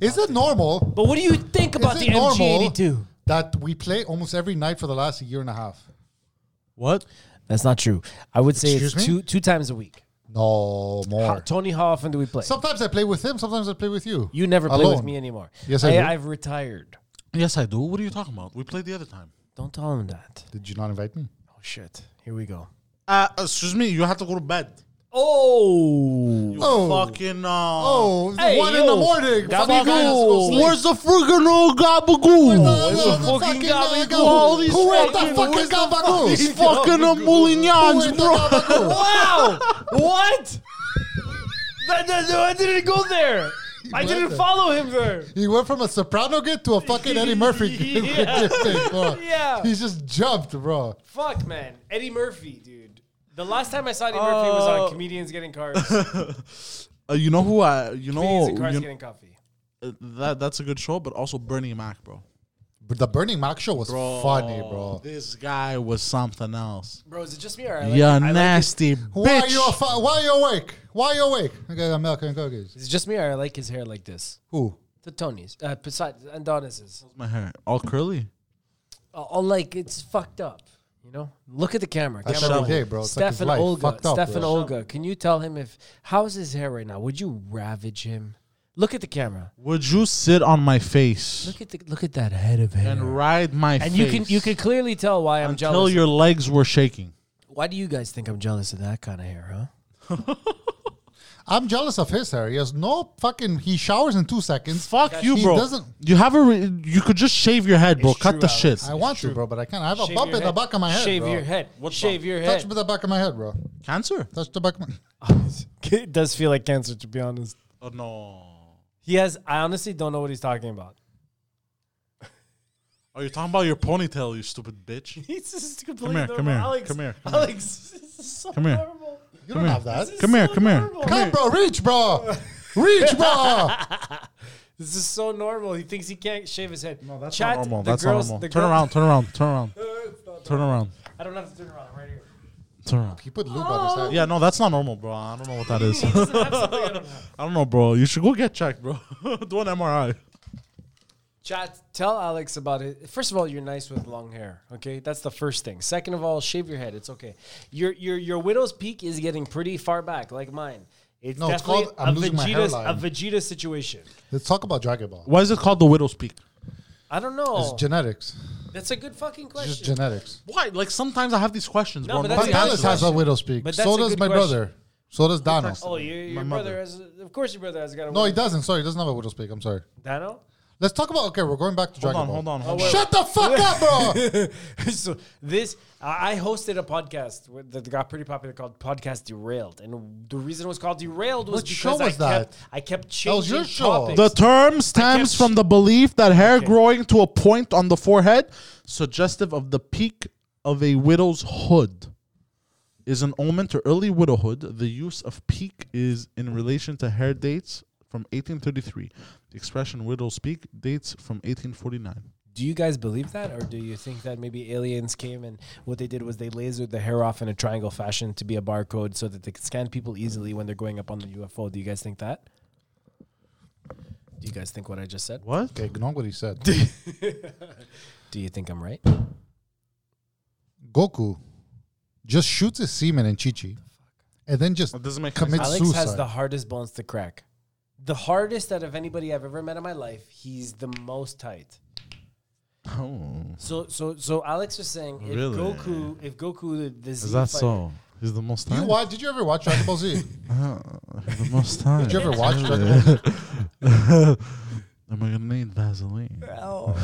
Speaker 3: Is it normal
Speaker 1: But what do you think about
Speaker 3: it
Speaker 1: the
Speaker 3: normal?
Speaker 1: MG82?
Speaker 3: that we play almost every night for the last year and a half?
Speaker 2: What?
Speaker 1: That's not true. I would say
Speaker 3: Excuse
Speaker 1: it's
Speaker 3: me?
Speaker 1: two two times a week.
Speaker 3: No
Speaker 1: How,
Speaker 3: more.
Speaker 1: Tony, how often do we play?
Speaker 3: Sometimes I play with him. Sometimes I play with you.
Speaker 1: you never play with
Speaker 3: Alone.
Speaker 1: me anymore.
Speaker 3: Yes, I do.
Speaker 1: I've retired.
Speaker 2: Yes, I do. What are you talking about? We played the other time.
Speaker 1: Don't tell him that.
Speaker 3: Did you not invite me?
Speaker 1: Oh shit! Here we go.
Speaker 2: Uh, excuse me. You have to go to bed.
Speaker 1: Oh,
Speaker 2: You
Speaker 3: Oh.
Speaker 2: fucking. Uh,
Speaker 3: Oh, it's
Speaker 1: Hey,
Speaker 3: one in
Speaker 1: yo.
Speaker 3: the morning.
Speaker 1: Gabagool.
Speaker 3: Fucking guys, go sleep.
Speaker 2: Where's the friggin' old gabagoo?
Speaker 3: Where's the
Speaker 1: fucking
Speaker 3: fucking
Speaker 1: gabagool?
Speaker 3: gabagool?
Speaker 2: All these
Speaker 3: Who ate the
Speaker 2: fucking-
Speaker 3: fucking
Speaker 2: where's the
Speaker 3: gabagool?
Speaker 2: These fucking uh,
Speaker 3: Who ate
Speaker 2: moulignons,
Speaker 3: the
Speaker 2: bro.
Speaker 3: gabagool?
Speaker 1: wow! what? That, that, no, I didn't go there. I
Speaker 3: went
Speaker 1: didn't
Speaker 3: there.
Speaker 1: follow him there.
Speaker 3: He went from a soprano gig to a fucking Eddie Murphy gig.
Speaker 1: Yeah.
Speaker 3: bro.
Speaker 1: Yeah.
Speaker 3: He just jumped, bro.
Speaker 1: Fuck, man. Eddie Murphy, dude. The last time I saw Eddie Murphy was
Speaker 2: Oh.
Speaker 1: on Comedians Getting Cars.
Speaker 3: Oh,
Speaker 1: Comedians
Speaker 2: Uh, you know who I? You know,
Speaker 1: and Cars
Speaker 2: you-
Speaker 1: Getting Coffee.
Speaker 2: uh, that that's a good show, but also Bernie Mac, bro.
Speaker 3: But the Burning Mac show was funny, bro.
Speaker 2: Oh, This guy was something else.
Speaker 1: Bro, is it just me or I like,
Speaker 2: You're
Speaker 1: I like his,
Speaker 2: nasty
Speaker 3: Why are
Speaker 2: bitch.
Speaker 3: you a fu- Why are you awake? Why are you awake? Okay, I'm milking cookies.
Speaker 1: Is it just me or I like his hair like this?
Speaker 3: Who?
Speaker 1: The Tony's, uh, Poseidon's, Adonis's.
Speaker 2: My hair all curly.
Speaker 1: All, all like it's fucked up. You know, look at the camera.
Speaker 3: That's
Speaker 1: camera
Speaker 3: every day, bro. It's like his
Speaker 1: Stefan
Speaker 3: life.
Speaker 1: Olga,
Speaker 3: Fucked up,
Speaker 1: Stefan
Speaker 3: bro.
Speaker 1: Olga, can you tell him if how's his hair right now? Would you ravage him? Look at the camera.
Speaker 2: Would you sit on my face
Speaker 1: Look at the look at that head of hair.
Speaker 2: and ride my
Speaker 1: And
Speaker 2: face?
Speaker 1: you can you can clearly tell why I'm
Speaker 2: until
Speaker 1: jealous.
Speaker 2: your legs were shaking.
Speaker 1: why do you guys think I'm jealous of that kind of hair, huh?
Speaker 3: I'm jealous of his hair. He has no fucking. He showers in two seconds.
Speaker 2: Fuck you,
Speaker 3: He
Speaker 2: bro.
Speaker 3: doesn't-
Speaker 2: You have a. Re- you could just shave your head, bro.
Speaker 1: It's
Speaker 2: Cut
Speaker 1: true,
Speaker 2: the
Speaker 1: Alex.
Speaker 2: shit.
Speaker 3: I want to, bro, but I can't. I have a bump in the back of my head.
Speaker 1: Shave
Speaker 3: bro.
Speaker 1: your head. Shave your
Speaker 3: Touch
Speaker 1: head.
Speaker 3: the back of my head, bro.
Speaker 2: Cancer?
Speaker 3: Touch the back of my.
Speaker 1: it does feel like cancer, to be honest.
Speaker 2: Oh no.
Speaker 1: He has. I honestly don't know what he's talking about.
Speaker 2: Are you Oh, talking about your ponytail, you stupid bitch?
Speaker 1: He's just completely
Speaker 2: Come here,
Speaker 1: normal.
Speaker 2: come here,
Speaker 1: Alex,
Speaker 2: come here, come here.
Speaker 1: Alex, this is so
Speaker 2: Come here.
Speaker 1: normal.
Speaker 3: You don't
Speaker 2: here.
Speaker 3: have that.
Speaker 1: This is
Speaker 2: Come here,
Speaker 1: so
Speaker 2: come here.
Speaker 1: normal.
Speaker 3: Come, bro. Reach, bro. Reach, bro.
Speaker 1: This is so normal. He thinks he can't shave his head. No, that's
Speaker 2: Not normal. That's not normal. Turn around, turn around, turn around, turn around,
Speaker 1: I don't have to turn around. I'm right here.
Speaker 2: turn around.
Speaker 3: He put lube on his head.
Speaker 2: Yeah, no, that's not normal, bro. I don't know what that is.
Speaker 1: He doesn't have something I don't have.
Speaker 2: I don't know, bro. You should go get checked, bro. Do an MRI.
Speaker 1: Chat, tell Alex about it. First of all, you're nice with long hair. Okay, that's the first thing. Second of all, shave your head. It's okay. Your your your widow's peak is getting pretty far back, like mine. It's
Speaker 3: No, it's
Speaker 1: definitely
Speaker 3: called, I'm
Speaker 1: a
Speaker 3: losing my
Speaker 1: Vegeta's a
Speaker 3: hairline.
Speaker 1: Vegeta situation.
Speaker 3: Let's talk about Dragon Ball.
Speaker 2: Why is it called the widow's peak?
Speaker 1: I don't
Speaker 3: It's
Speaker 1: know.
Speaker 3: genetics.
Speaker 1: that's a good fucking
Speaker 3: It's
Speaker 1: Oh. question.
Speaker 3: just genetics.
Speaker 2: Why? Like sometimes I have these questions,
Speaker 1: No,
Speaker 2: bro.
Speaker 1: but
Speaker 2: Nobody
Speaker 1: that's
Speaker 3: But Dallas
Speaker 2: answers.
Speaker 1: good
Speaker 3: has a
Speaker 1: question.
Speaker 3: widow's peak.
Speaker 1: But that's
Speaker 3: So
Speaker 1: a
Speaker 3: does
Speaker 1: good
Speaker 3: my
Speaker 1: question.
Speaker 3: brother. So does Donald.
Speaker 1: Oh, your, your brother has. a- Of course, your brother has got a.
Speaker 3: No, he
Speaker 1: widow-
Speaker 3: doesn't. Sorry, he doesn't have a widow's peak. I'm sorry.
Speaker 1: Dano.
Speaker 3: Let's talk about. Okay, we're going back to
Speaker 2: Hold
Speaker 3: Dragon
Speaker 2: on,
Speaker 3: Ball.
Speaker 2: hold on, hold
Speaker 1: Oh, wait.
Speaker 2: on.
Speaker 3: Shut the fuck up, bro.
Speaker 1: so this, I I hosted a podcast with- that got pretty popular called Podcast Derailed, and the reason it was called Derailed was
Speaker 3: What show
Speaker 1: because I
Speaker 3: was that?
Speaker 1: kept I kept changing
Speaker 3: was your show.
Speaker 1: topics.
Speaker 2: The term stems
Speaker 1: sh-
Speaker 2: from the belief that hair
Speaker 1: Okay.
Speaker 2: growing to a point on the forehead, suggestive of the peak of a widow's hood, is an omen to early widowhood. The use of peak is in relation to hair dates from 1833. The expression widow's peak dates from 1849.
Speaker 1: do you guys believe that, or do you think that maybe aliens came and what they did was they lasered the hair off in a triangle fashion to be a barcode so that they could scan people easily when they're going up on the UFO? Do you guys think that? Do you guys think what I just said?
Speaker 2: What?
Speaker 3: Okay, ignore what he said.
Speaker 1: Do you think I'm right?
Speaker 3: Goku just shoots his semen in Chi Chi and then just
Speaker 2: That doesn't make
Speaker 3: commits
Speaker 1: Alex
Speaker 3: suicide.
Speaker 1: has the hardest bones to crack. The hardest out of anybody I've ever met in my life. He's the most tight.
Speaker 2: Oh,
Speaker 1: So so so Alex was saying if
Speaker 2: Really?
Speaker 1: Goku if Goku the, the Z
Speaker 2: is that
Speaker 1: fighter-
Speaker 2: so? He's the most
Speaker 3: you
Speaker 2: time.
Speaker 3: watch, did you ever watch Dragon Ball Z?
Speaker 2: the most time.
Speaker 3: Did you ever watch Dragon Ball Z?
Speaker 2: Am I gonna need Vaseline?
Speaker 1: Oh.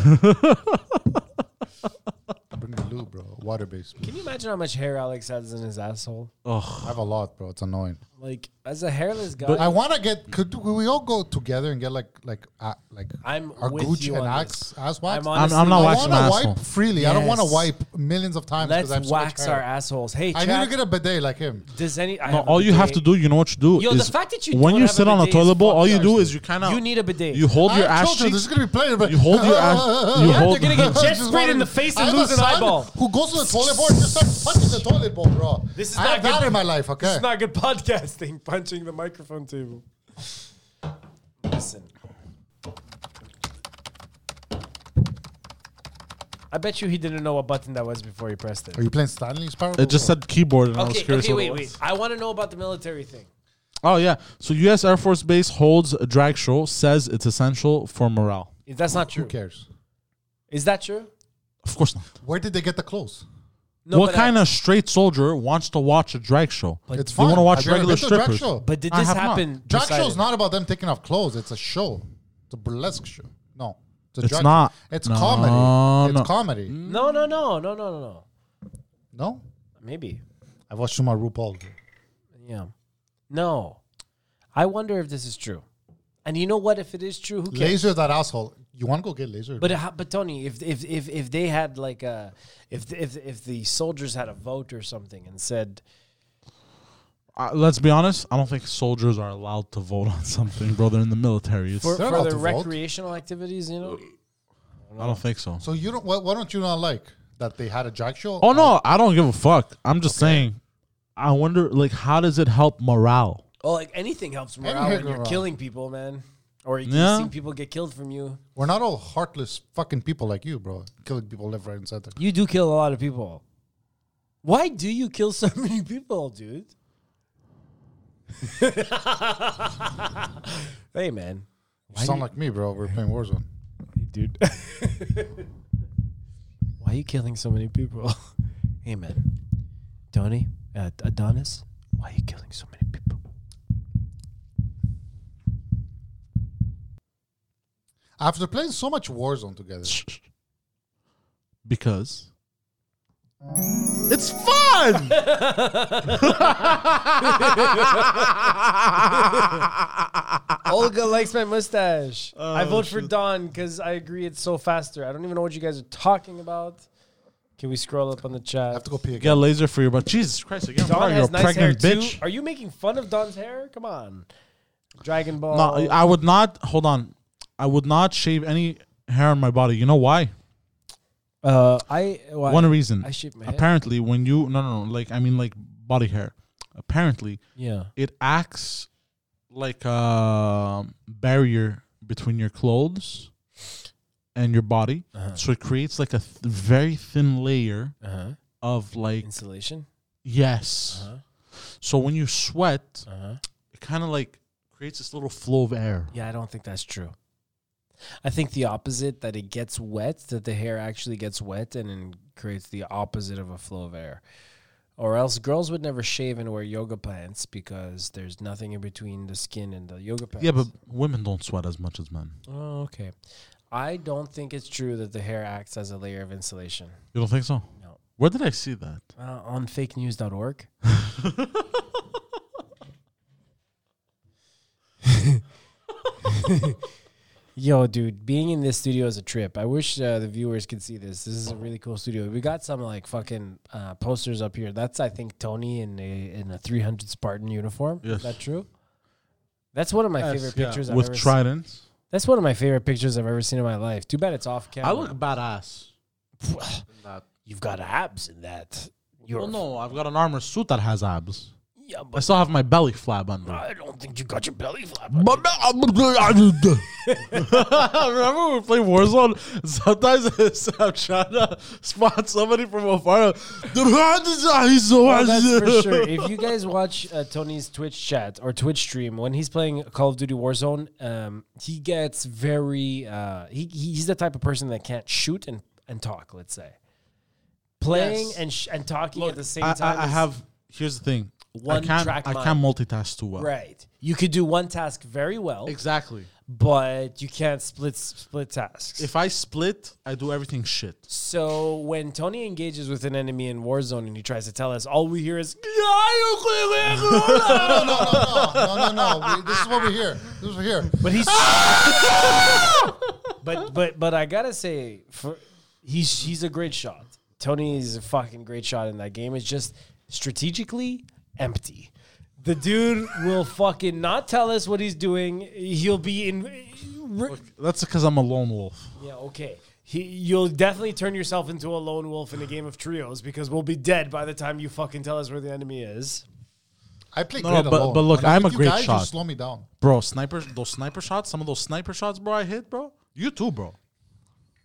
Speaker 3: Bring the lube, bro. Water based.
Speaker 1: Can you imagine how much hair Alex has in his asshole?
Speaker 2: Ugh.
Speaker 3: I have a lot, bro. It's annoying.
Speaker 1: Like as a hairless guy,
Speaker 3: I want to get. Could, could we all go together and get like like uh, like
Speaker 1: I'm
Speaker 3: our
Speaker 1: with
Speaker 3: Gucci
Speaker 1: you
Speaker 3: and
Speaker 1: on
Speaker 3: axe
Speaker 1: this.
Speaker 3: ass
Speaker 1: I'm
Speaker 3: wax?
Speaker 1: on-
Speaker 2: I'm,
Speaker 1: Honestly,
Speaker 2: I'm not
Speaker 1: I
Speaker 3: I
Speaker 2: waxing
Speaker 3: want
Speaker 2: my
Speaker 3: to
Speaker 2: asshole.
Speaker 3: wipe freely. I don't want to
Speaker 1: Yes.
Speaker 3: wipe millions of times
Speaker 1: let's
Speaker 3: because I have so much
Speaker 1: wax
Speaker 3: hair.
Speaker 1: our assholes. Hey,
Speaker 3: I
Speaker 1: Chad,
Speaker 3: need to get a bidet like him.
Speaker 1: does any? I
Speaker 2: No,
Speaker 1: have a
Speaker 2: all you have to
Speaker 1: bidet.
Speaker 2: do, you know what you do
Speaker 1: Yo, the
Speaker 2: is
Speaker 1: fact that you don't
Speaker 2: when you
Speaker 1: have a
Speaker 2: sit on a
Speaker 1: bidet is
Speaker 2: toilet bowl,
Speaker 1: fucked,
Speaker 2: all you do
Speaker 3: actually.
Speaker 2: is you kind of
Speaker 1: You need a bidet.
Speaker 2: You hold
Speaker 3: I
Speaker 2: your
Speaker 3: have
Speaker 2: ass
Speaker 3: children.
Speaker 2: cheeks.
Speaker 3: This is gonna be plenty. But
Speaker 2: You hold your ass- you
Speaker 1: Yeah,
Speaker 2: hold-
Speaker 1: they're gonna get jet
Speaker 3: Just
Speaker 1: sprayed in the
Speaker 3: wanted-
Speaker 1: face
Speaker 3: I
Speaker 1: and
Speaker 3: have
Speaker 1: lose
Speaker 3: a
Speaker 1: an
Speaker 3: son
Speaker 1: eyeball.
Speaker 3: Who goes to the toilet bowl and just starts punching the toilet bowl, bro?
Speaker 1: This is
Speaker 3: I
Speaker 1: not
Speaker 3: have that
Speaker 1: good.
Speaker 3: in my life. Okay.
Speaker 1: This is not good podcasting. Punching the microphone table. Listen, I bet you he didn't know what button that was before he pressed it.
Speaker 3: Are you playing Stanley's Power?
Speaker 2: It just said keyboard, and I was
Speaker 1: Okay,
Speaker 2: curious.
Speaker 1: okay,
Speaker 2: what it
Speaker 1: wait,
Speaker 2: was.
Speaker 1: wait. I want to know about the military thing.
Speaker 2: Oh yeah, so U.S. Air Force Base holds a drag show. Says it's essential for morale.
Speaker 1: Is that's not
Speaker 3: Who
Speaker 1: true?
Speaker 3: cares?
Speaker 1: Is that true?
Speaker 2: Of course not.
Speaker 3: Where did they get the clothes?
Speaker 1: No.
Speaker 2: what
Speaker 1: but
Speaker 2: kind
Speaker 1: I-
Speaker 2: of straight soldier wants to watch a drag show?
Speaker 3: It's
Speaker 2: They
Speaker 3: fun.
Speaker 2: wanna watch
Speaker 3: I've never
Speaker 2: regular
Speaker 3: been to a
Speaker 2: strippers.
Speaker 3: Drag show.
Speaker 1: But did
Speaker 2: I
Speaker 1: this
Speaker 2: have not.
Speaker 1: happen?
Speaker 3: drag
Speaker 1: decided?
Speaker 3: show is not about them taking off clothes. It's a show. It's a burlesque show. No, it's, a
Speaker 2: It's
Speaker 3: drag
Speaker 2: not.
Speaker 3: Show. It's
Speaker 2: No,
Speaker 3: comedy.
Speaker 2: no.
Speaker 3: It's comedy.
Speaker 1: No, no, no, no, no, no, no.
Speaker 3: No,
Speaker 1: Maybe.
Speaker 3: I watched too much RuPaul.
Speaker 1: Yeah. No. I wonder if this is true. And you know what? If it is true, who cares?
Speaker 3: Laser that asshole. You want to go get laser?
Speaker 1: But how, but Tony, if if if if they had like a if if if the soldiers had a vote or something and said
Speaker 2: Uh, let's be honest. I don't think soldiers are allowed to vote on something, bro. They're in the military. It's,
Speaker 1: for,
Speaker 3: They're
Speaker 1: for
Speaker 3: allowed
Speaker 1: their
Speaker 3: to vote.
Speaker 1: recreational activities, you know,
Speaker 2: I don't think so.
Speaker 3: so you don't. Why, why don't you not like that they had a drag show?
Speaker 2: Oh no, I don't give a fuck. I'm just saying. I wonder, like, how does it help morale?
Speaker 1: oh, like anything helps morale
Speaker 3: Anything
Speaker 1: when you're
Speaker 3: morale.
Speaker 1: killing people, man, or you
Speaker 2: Yeah.
Speaker 1: seeing people get killed from you.
Speaker 3: We're not all heartless fucking people like you, bro. Killing people left, right, and center.
Speaker 1: You do kill a lot of people. Why do you kill so many people, dude? hey, man,
Speaker 3: You sound like me, bro. We're playing Warzone.
Speaker 1: dude. Why are you killing so many people? hey, man. Tony, uh, Adonis, why are you killing so many people?
Speaker 3: After playing so much Warzone together,
Speaker 2: Because it's fun.
Speaker 1: Olga likes my mustache. I
Speaker 2: Oh,
Speaker 1: vote for
Speaker 2: shoot.
Speaker 1: Don because I agree it's so faster. I don't even know what you guys are talking about. Can we scroll up on the
Speaker 3: I
Speaker 1: chat?
Speaker 3: have to go pee
Speaker 2: You
Speaker 3: again.
Speaker 2: got a laser for your butt. Jesus Christ! Again,
Speaker 1: Don
Speaker 2: you're a
Speaker 1: has nice hair
Speaker 2: pregnant
Speaker 1: too.
Speaker 2: bitch.
Speaker 1: Are you making fun of Don's hair? Come on, Dragon Ball.
Speaker 2: No, I would not. Hold on. I would not shave any hair on my body. You know why?
Speaker 1: uh, I well,
Speaker 2: One reason.
Speaker 1: I shave my head.
Speaker 2: Apparently, when you no no no like I mean like body hair. Apparently,
Speaker 1: yeah.
Speaker 2: it acts like a barrier between your clothes and your body.
Speaker 1: Uh-huh.
Speaker 2: So it creates like a th- very thin layer
Speaker 1: Uh huh.
Speaker 2: of like
Speaker 1: Insulation.
Speaker 2: yes.
Speaker 1: Uh-huh.
Speaker 2: So when you sweat, it kind of like creates this little flow of air.
Speaker 1: Yeah, I don't think that's true. I think the opposite that it gets wet, that the hair actually gets wet and then creates the opposite of a flow of air. Or else girls would never shave and wear yoga pants because there's nothing in between the skin and the yoga pants.
Speaker 2: Yeah, but women don't sweat as much as men.
Speaker 1: Oh, okay. I don't think it's true that the hair acts as a layer of insulation.
Speaker 2: You don't think so?
Speaker 1: No.
Speaker 2: Where did I see that?
Speaker 1: Uh, on fakenews.org. Yo, dude, being in this studio is a trip. I wish uh, the viewers could see this. This is a really cool studio. We got some like fucking uh, posters up here. That's I think Tony in a in a 300 Spartan uniform. Is
Speaker 2: Yes.
Speaker 1: that true? That's one of my favorite pictures I've
Speaker 2: With
Speaker 1: ever seen.
Speaker 2: tridents.
Speaker 1: That's one of my favorite pictures I've ever seen in my life. Too bad it's off camera.
Speaker 2: badass.
Speaker 1: You've got abs in that. You're
Speaker 2: Well, no, I've got an armor suit that has abs.
Speaker 1: yeah,
Speaker 2: I
Speaker 1: but
Speaker 2: still have my belly flab under.
Speaker 1: I don't think you got your belly flap.
Speaker 2: Remember when we play Warzone? Sometimes I'm trying to spot somebody from afar.
Speaker 1: Well, that's for sure. If you guys watch uh, Tony's Twitch chat or Twitch stream when he's playing Call of Duty Warzone, um, he gets very uh, he he's the type of person that can't shoot and and talk. Let's say playing
Speaker 2: Yes.
Speaker 1: and sh- and talking at the same
Speaker 2: I,
Speaker 1: time.
Speaker 2: I, I
Speaker 1: is-
Speaker 2: have. Here's the thing.
Speaker 1: One
Speaker 2: I can't.
Speaker 1: track
Speaker 2: I
Speaker 1: mind.
Speaker 2: can't multitask too well.
Speaker 1: right. You could do one task very well,
Speaker 2: Exactly.
Speaker 1: but you can't split split tasks.
Speaker 2: If I split, I do everything shit.
Speaker 1: So when Tony engages with an enemy in Warzone and he tries to tell us, all we hear is
Speaker 3: No, no, no, no, no, no, no. We, this is what we're here. This is what we're here.
Speaker 1: But he's But but but I gotta say, for he's he's a great shot. Tony is a fucking great shot in that game. It's just strategically empty. The dude will fucking not tell us what he's doing. He'll be in
Speaker 2: That's because I'm a lone wolf.
Speaker 1: Yeah, okay. He, you'll definitely turn yourself into a lone wolf in a game of trios because we'll be dead by the time you fucking tell us where the enemy is.
Speaker 3: I play
Speaker 2: No,
Speaker 3: great
Speaker 2: no, but-
Speaker 3: alone.
Speaker 2: but look,
Speaker 3: When
Speaker 2: I'm a
Speaker 3: I'm with you
Speaker 2: great
Speaker 3: guys,
Speaker 2: shot.
Speaker 3: You slow me down.
Speaker 2: Bro, sniper, those sniper shots, some of those sniper shots, bro, I hit, bro. You too, bro.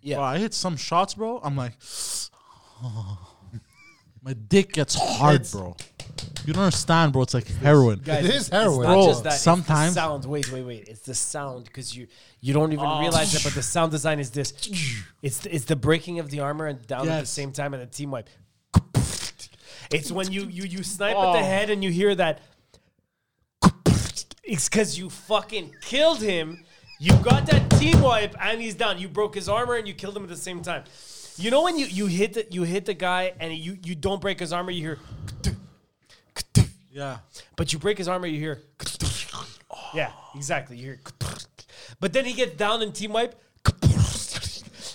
Speaker 1: Yeah.
Speaker 2: Bro, I hit some shots, bro. I'm like, my dick gets hard,
Speaker 3: It's-
Speaker 2: bro. You don't understand, bro. It's like heroin.
Speaker 1: Guys,
Speaker 3: It is heroin.
Speaker 1: It's not
Speaker 3: Bro,
Speaker 1: just that. it's the
Speaker 2: sometimes-
Speaker 1: sound. Wait, wait, wait. It's the sound because you you don't even
Speaker 2: Oh.
Speaker 1: realize it, but the sound design is this. It's the, it's the breaking of the armor and down at the
Speaker 2: Yes.
Speaker 1: same time and the team wipe. It's when you you you snipe at the
Speaker 2: Oh.
Speaker 1: head and you hear that. It's because you fucking killed him. You got that team wipe and he's down. You broke his armor and you killed him at the same time. You know when you you hit the, you hit the guy and you you don't break his armor. You hear.
Speaker 2: Yeah.
Speaker 1: But you break his armor, you hear. Yeah, exactly. You hear. But then he gets down in team wipe.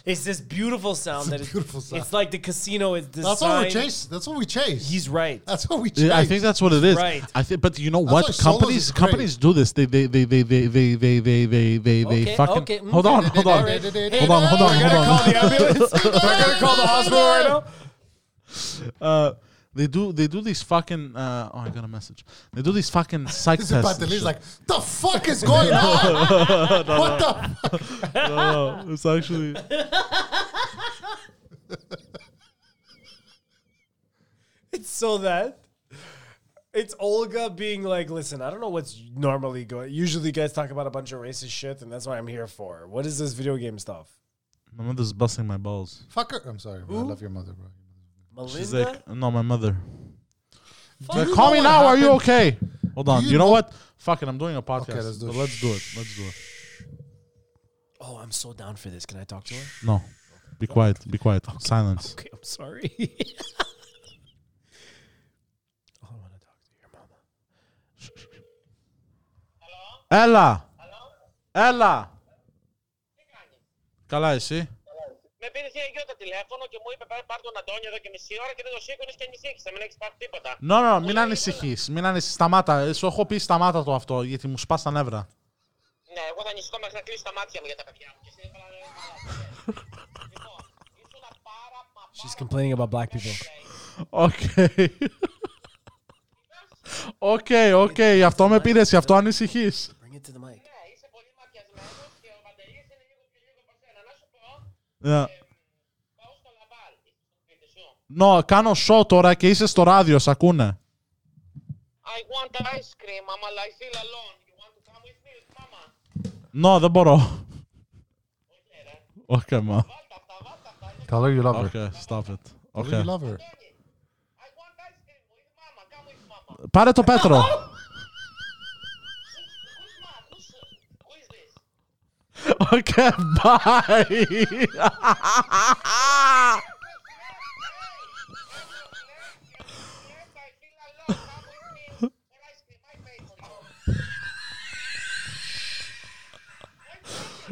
Speaker 1: It's this beautiful sound that it's
Speaker 3: beautiful sound.
Speaker 1: It's like the casino is designed.
Speaker 3: That's what we chase. That's what we chase.
Speaker 1: He's right.
Speaker 3: That's what we chase.
Speaker 2: I think that's what it is.
Speaker 1: Right.
Speaker 2: I think, but you know
Speaker 3: why
Speaker 2: what?
Speaker 3: solos
Speaker 2: Companies,
Speaker 3: is great.
Speaker 2: companies do this. They, they, they, they, they, they, they, they, they, they, they
Speaker 1: Okay,
Speaker 2: fucking.
Speaker 1: okay, mm,
Speaker 2: Hold on,
Speaker 1: okay,
Speaker 2: hold on,
Speaker 3: okay, okay, okay.
Speaker 2: hold on, hold on,
Speaker 3: We're
Speaker 2: hold
Speaker 3: gonna
Speaker 2: on.
Speaker 1: the ambulance. Am I gonna call the hospital right now?
Speaker 2: Uh, they do, they do these fucking. Uh, oh, I got a message. They do these fucking psych
Speaker 3: This
Speaker 2: tests.
Speaker 3: is
Speaker 2: and
Speaker 3: Patelis
Speaker 2: shit.
Speaker 3: like, the fuck is going on? what the? Fuck?
Speaker 2: No, it's actually.
Speaker 1: It's so that. It's Olga being like, listen, I don't know what's normally going. Usually, you guys talk about a bunch of racist shit, and that's what I'm here for. What is this video game stuff?
Speaker 2: My mother's busting my balls.
Speaker 3: Fucker. I'm sorry. Bro. I love your mother, bro.
Speaker 1: Melinda.
Speaker 2: She's like, no, my mother.
Speaker 3: Do
Speaker 2: Like,
Speaker 3: you
Speaker 2: call
Speaker 3: know
Speaker 2: me
Speaker 3: what
Speaker 2: now. Are you
Speaker 3: happened?
Speaker 2: okay? Hold on.
Speaker 3: you
Speaker 2: you know
Speaker 3: know-
Speaker 2: what? Fuck it. I'm doing a podcast.
Speaker 3: Okay, let's do it.
Speaker 2: But let's do it. Let's do it.
Speaker 1: "Oh, I'm so down for this. Can I talk to her?"
Speaker 2: No. Be quiet. Be quiet. Silence.
Speaker 1: Okay, I'm sorry. All I want to talk to your mama.
Speaker 2: Έλα. Έλα. Καλά εσύ.
Speaker 4: Με πήρε η Αγιώτα τηλέφωνο και μου είπε πάρε πάρ τον Αντώνιο εδώ και μισή ώρα και δεν το σήκωνε και ανησύχησε. Μην έχει πάρει τίποτα.
Speaker 2: Ναι, ναι, μην ανησυχείς. Μην ανησυχείς. Σταμάτα. Ε, Σου έχω πει σταμάτα το αυτό, γιατί μου σπάς τα νεύρα.
Speaker 4: Ναι, εγώ θα ανησυχώ μέχρι να κλείσω τα μάτια μου για τα παιδιά μου. Και εσύ δεν θα λέω, καλά. Λοιπόν, ήσουν πάρα μα
Speaker 1: She's complaining about black people.
Speaker 2: Οκ. Οκ, οκ. Γι' αυτό με πήρες, γι' αυτό ανησυχείς.
Speaker 1: Bring it to the mic.
Speaker 4: ναι, είσαι πολύ ματιασμένος και ο Βαντελής είναι λίγο πιο λίγο από σένα. Να σου πω,
Speaker 2: Ναι.
Speaker 4: πάω στο Λαβάλ, είσαι στο σπίτι σου.
Speaker 2: Νο, κάνω show τώρα και είσαι στο ράδιο, σ' ακούνε.
Speaker 4: I want ice cream, mama, I feel alone. You want to come with me, mama.
Speaker 2: Νο, δεν μπορώ. Οκ, μα.
Speaker 4: Βάλτε αυτά, βάλτε αυτά. Είναι
Speaker 3: Tell her you love
Speaker 2: Οκ,
Speaker 3: her.
Speaker 2: stop it. Οκ.
Speaker 3: Tell her you love her.
Speaker 4: καλή. I want ice cream with mama, come with mama.
Speaker 2: Πάρε το Πέτρο.
Speaker 4: Who's mama? Who's, who is this?
Speaker 2: Οκ, bye.
Speaker 4: Yes, I feel alone, come with me for ice cream, I pay for